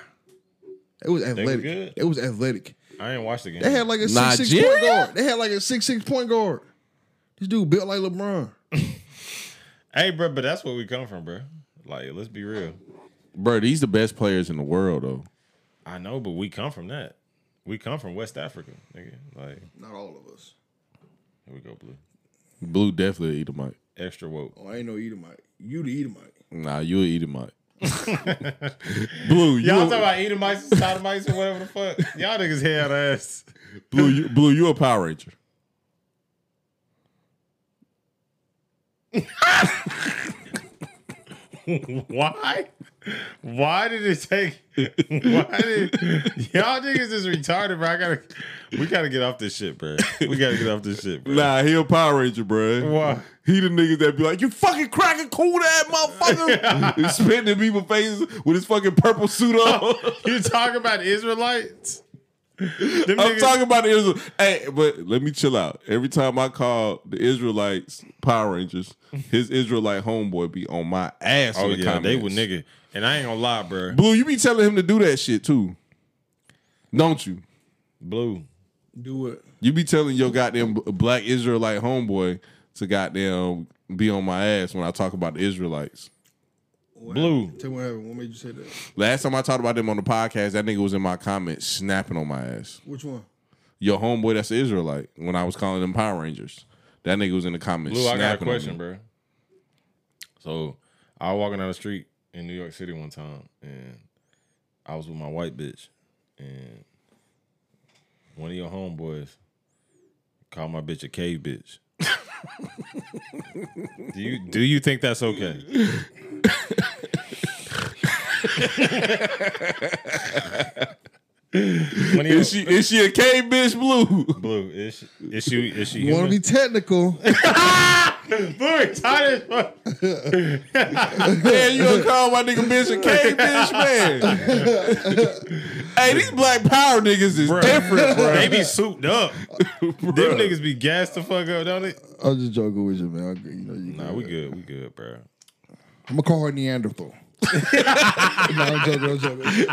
Speaker 3: It was
Speaker 2: was
Speaker 3: athletic.
Speaker 2: good.
Speaker 3: It was athletic.
Speaker 2: I ain't watched the game.
Speaker 3: They had like a six six
Speaker 1: Nigeria?
Speaker 3: point guard. They had like a six six point guard. This dude built like LeBron.
Speaker 2: hey, bro, but that's where we come from, bro. Like, let's be real.
Speaker 1: Bro, these the best players in the world though.
Speaker 2: I know, but we come from that. We come from West Africa, nigga. Like,
Speaker 3: Not all of us.
Speaker 2: here we go, blue.
Speaker 1: Blue definitely eat a mic.
Speaker 2: Extra woke.
Speaker 3: Oh, I ain't no Edomite. You the Edomite.
Speaker 1: Nah, you eat a
Speaker 2: [LAUGHS]
Speaker 1: mic. Blue, you
Speaker 2: Y'all
Speaker 1: a,
Speaker 2: talking about Edomites and Sodomites or whatever the fuck? Y'all niggas had ass.
Speaker 1: Blue, you, Blue, you a Power Ranger.
Speaker 2: [LAUGHS] why? Why did it take? Why did y'all niggas is retarded, bro? I gotta, we gotta get off this shit, bro. We gotta get off this shit, bro.
Speaker 1: Nah, he a Power Ranger, bro.
Speaker 2: Why?
Speaker 1: He the niggas that be like, you fucking cracking cool ass
Speaker 2: [LAUGHS]
Speaker 1: motherfucker. He's spitting in people's faces with his fucking purple suit on.
Speaker 2: You talking about Israelites? Them
Speaker 1: I'm
Speaker 2: [LAUGHS] niggas-
Speaker 1: talking about the Israel. Hey, but let me chill out. Every time I call the Israelites Power Rangers, his Israelite homeboy be on my ass.
Speaker 2: Oh
Speaker 1: in the
Speaker 2: yeah,
Speaker 1: comments.
Speaker 2: they were nigga, and I ain't gonna lie, bro.
Speaker 1: Blue, you be telling him to do that shit too, don't you?
Speaker 2: Blue,
Speaker 3: Do what?
Speaker 1: You be telling your goddamn b- black Israelite homeboy to goddamn be on my ass when I talk about the Israelites.
Speaker 2: blue.
Speaker 3: Tell me what happened. What made you say that?
Speaker 1: Last time I talked about them on the podcast, that nigga was in my comments snapping on my ass.
Speaker 3: Which one?
Speaker 1: Your homeboy that's an Israelite when I was calling them Power Rangers. That nigga was in the comments.
Speaker 2: Blue, I got a
Speaker 1: snapping on
Speaker 2: question,
Speaker 1: me.
Speaker 2: bro. So I was walking down the street in New York City one time, and I was with my white bitch, and one of your homeboys called my bitch a cave bitch. do you do you think that's okay? One of your-
Speaker 1: Is she is she a K bitch blue? [LAUGHS]
Speaker 2: Blue, is she is she, is she
Speaker 3: You want
Speaker 2: human?
Speaker 3: to
Speaker 2: [LAUGHS]
Speaker 3: be technical?
Speaker 2: Blue, tired as fuck.
Speaker 1: Man, you gonna call my nigga bitch a K bitch man? [LAUGHS] hey, these black power niggas is different, bro.
Speaker 2: They be souped up. Them niggas be gassed the fuck up, don't they?
Speaker 3: I'm just joking with you, man. I, you know, you
Speaker 2: Nah, we good. We good, bro.
Speaker 3: I'm gonna call her Neanderthal. [LAUGHS] no, I'm joking. I'm joking.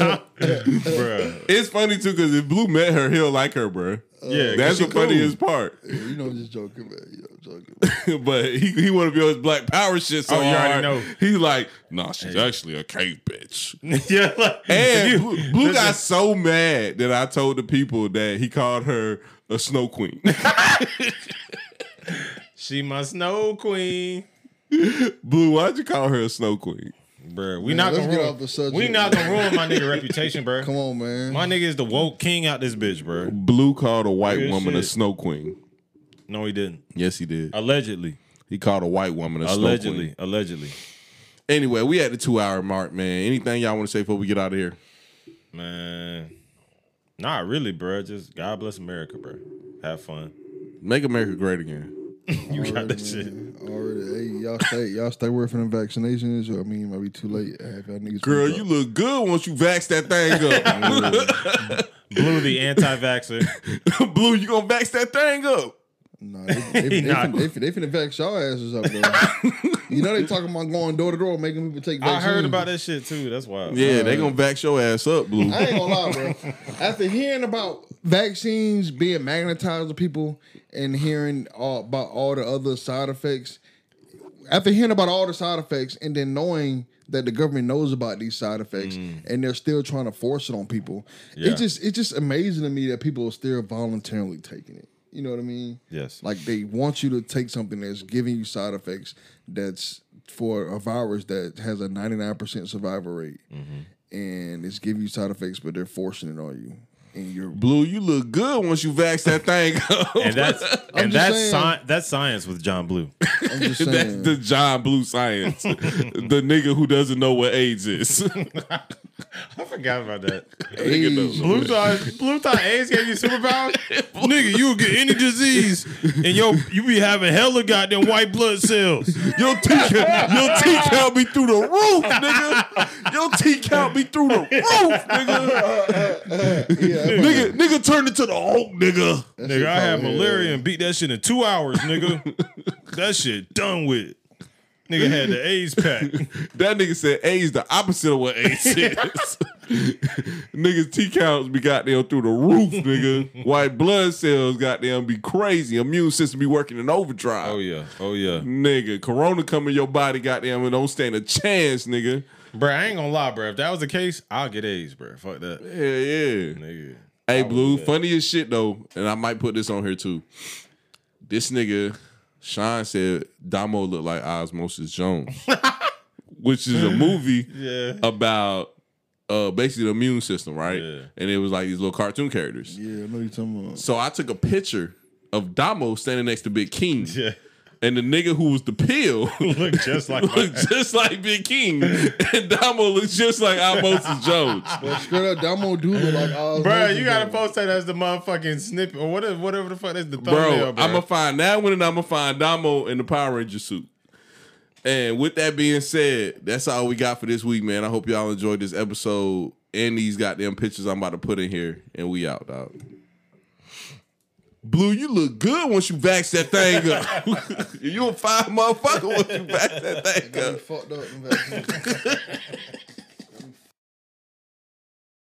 Speaker 2: Bro.
Speaker 1: It's funny too because if Blue met her, he'll like her, bro.
Speaker 2: Yeah, 'cause
Speaker 1: That's
Speaker 2: she
Speaker 1: the funniest part. [LAUGHS]
Speaker 3: You know, I'm just joking, man. You know, I'm joking.
Speaker 1: but he, he want to be on his black power shit. So
Speaker 2: Oh, you already
Speaker 1: hard.
Speaker 2: know.
Speaker 1: He's like, nah, she's actually a cave bitch.
Speaker 2: Cool. [LAUGHS] yeah, like,
Speaker 1: And
Speaker 2: you-
Speaker 1: Blue, Blue got
Speaker 2: listen,
Speaker 1: so mad that I told the people that he called her a snow queen. [LAUGHS]
Speaker 2: She my snow queen.
Speaker 1: Blue, why'd you call her a snow queen?
Speaker 2: Bro, we not
Speaker 3: let's
Speaker 2: gonna
Speaker 3: get
Speaker 2: ruin,
Speaker 3: off the subject,
Speaker 2: We not gonna ruin my
Speaker 3: [LAUGHS]
Speaker 2: nigga reputation, bro.
Speaker 3: Come on, man.
Speaker 2: My nigga is the woke king out this bitch, bro.
Speaker 1: Blue called a white
Speaker 2: Real
Speaker 1: woman a
Speaker 2: shit.
Speaker 1: snow queen.
Speaker 2: No, he didn't.
Speaker 1: Yes, he did.
Speaker 2: Allegedly.
Speaker 1: He called a white woman a snow
Speaker 2: Allegedly.
Speaker 1: queen.
Speaker 2: Allegedly.
Speaker 1: Anyway, we at the two hour mark, man. Anything y'all want to say before we get out of here?
Speaker 2: Man. Not really, bro. Just God bless America, bro. Have fun. [LAUGHS]
Speaker 1: Make America great again.
Speaker 2: You got that
Speaker 3: [LAUGHS]
Speaker 2: shit.
Speaker 3: Already, hey, y'all stay, y'all stay working on vaccinations. I mean, it might be too late. Have y'all niggas
Speaker 1: Girl,
Speaker 3: fucked
Speaker 1: you
Speaker 3: up.
Speaker 1: look good once you vax that thing up. [LAUGHS]
Speaker 2: Blue the anti-vaxxer.
Speaker 3: [LAUGHS]
Speaker 1: Blue, you gonna vax that thing up.
Speaker 2: [LAUGHS]
Speaker 3: Nah, they, they, they,
Speaker 2: Nah.
Speaker 3: finna, they, finna, they finna vax y'all asses up, though.
Speaker 2: [LAUGHS]
Speaker 3: you know they talking about going door to door, making people take
Speaker 2: I
Speaker 3: vaccines.
Speaker 2: heard about that shit too. That's wild. Uh,
Speaker 1: Yeah, they gonna vax your ass up, Blue.
Speaker 3: I ain't gonna lie, bro. After hearing about vaccines being magnetized to people and hearing all, about all the other side effects, after hearing about all the side effects and then knowing that the government knows about these side effects and they're still trying to force it on people,
Speaker 2: Yeah.
Speaker 3: it just it's just amazing to me that people are still voluntarily taking it. You know what I mean?
Speaker 2: Yes.
Speaker 3: Like they want you to take something that's giving you side effects that's for a virus that has a 99% survival rate and it's giving you side effects, but they're forcing it on you. And you're
Speaker 1: Blue, you look good once you vax that thing [LAUGHS] up.
Speaker 2: and
Speaker 3: [LAUGHS]
Speaker 2: that's and
Speaker 3: just
Speaker 2: that's
Speaker 3: saying.
Speaker 2: sci- that's science with John Blue.
Speaker 3: I'm just
Speaker 1: [LAUGHS] That's
Speaker 3: saying.
Speaker 1: the John Blue [LAUGHS] science. the nigga who doesn't know what AIDS [LAUGHS] is.
Speaker 2: [LAUGHS] I forgot about that. [LAUGHS]
Speaker 3: age,
Speaker 2: Blue [LAUGHS] thought Blue thought AIDS gave you superpowers. [LAUGHS] Nigga, you would get any disease, and yo, you be having hella goddamn white blood cells. [LAUGHS]
Speaker 1: Your T count, [LAUGHS] your T count be through the roof, nigga. Your T count be through the roof, nigga. [LAUGHS]
Speaker 3: yeah,
Speaker 1: Nigga, nigga turned into the Hulk, nigga.
Speaker 2: nigga, I had malaria and beat that shit in two hours, nigga. [LAUGHS] that shit done with. Nigga had the AIDS pack.
Speaker 1: That nigga said AIDS the opposite of what
Speaker 2: [LAUGHS]
Speaker 1: AIDS is. [LAUGHS] Niggas T counts be goddamn through the roof, nigga. White blood cells goddamn be crazy. Immune system be working in overdrive.
Speaker 2: yeah, [LAUGHS] oh yeah,
Speaker 1: Nigga, corona come in your body, goddamn, and don't stand a chance, nigga.
Speaker 2: bro. I ain't gonna lie, bro. If that was the case, I'll get AIDS, bro. Fuck that,
Speaker 1: Yeah, yeah.
Speaker 2: nigga.
Speaker 1: Hey, Blue, funniest shit though, and I might put this on here too. This nigga, Sean said Damo looked like Osmosis
Speaker 2: [LAUGHS]
Speaker 1: Jones, which is a movie
Speaker 2: Yeah.
Speaker 1: about uh basically the immune system, right?
Speaker 2: Yeah.
Speaker 1: And it was like these little cartoon characters.
Speaker 3: yeah, I know you're talking about.
Speaker 1: So I took a picture of Damo standing next to Big King.
Speaker 2: Yeah. [LAUGHS]
Speaker 1: and the nigga who was the pill [LAUGHS]
Speaker 2: Look just like my
Speaker 1: looked just like Big King, [LAUGHS] and Damo looks just like Osmosis Jones.
Speaker 3: But straight up, Damo do look like Oz.
Speaker 2: Bro, you gotta post that as the motherfucking snippet or whatever, whatever the fuck. That's the thumbnail,
Speaker 1: Bro,
Speaker 2: bro.
Speaker 1: I'm gonna find that one, and I'm gonna find Damo in the Power Ranger suit. And with that being said, that's all we got for this week, man. I hope y'all enjoyed this episode and these goddamn pictures I'm about to put in here, and we out, dog. Blue, you look good once you vax that thing up. [LAUGHS] you a fine motherfucker once you vax that thing
Speaker 3: Got me
Speaker 1: up.
Speaker 3: fucked up. in vaccine.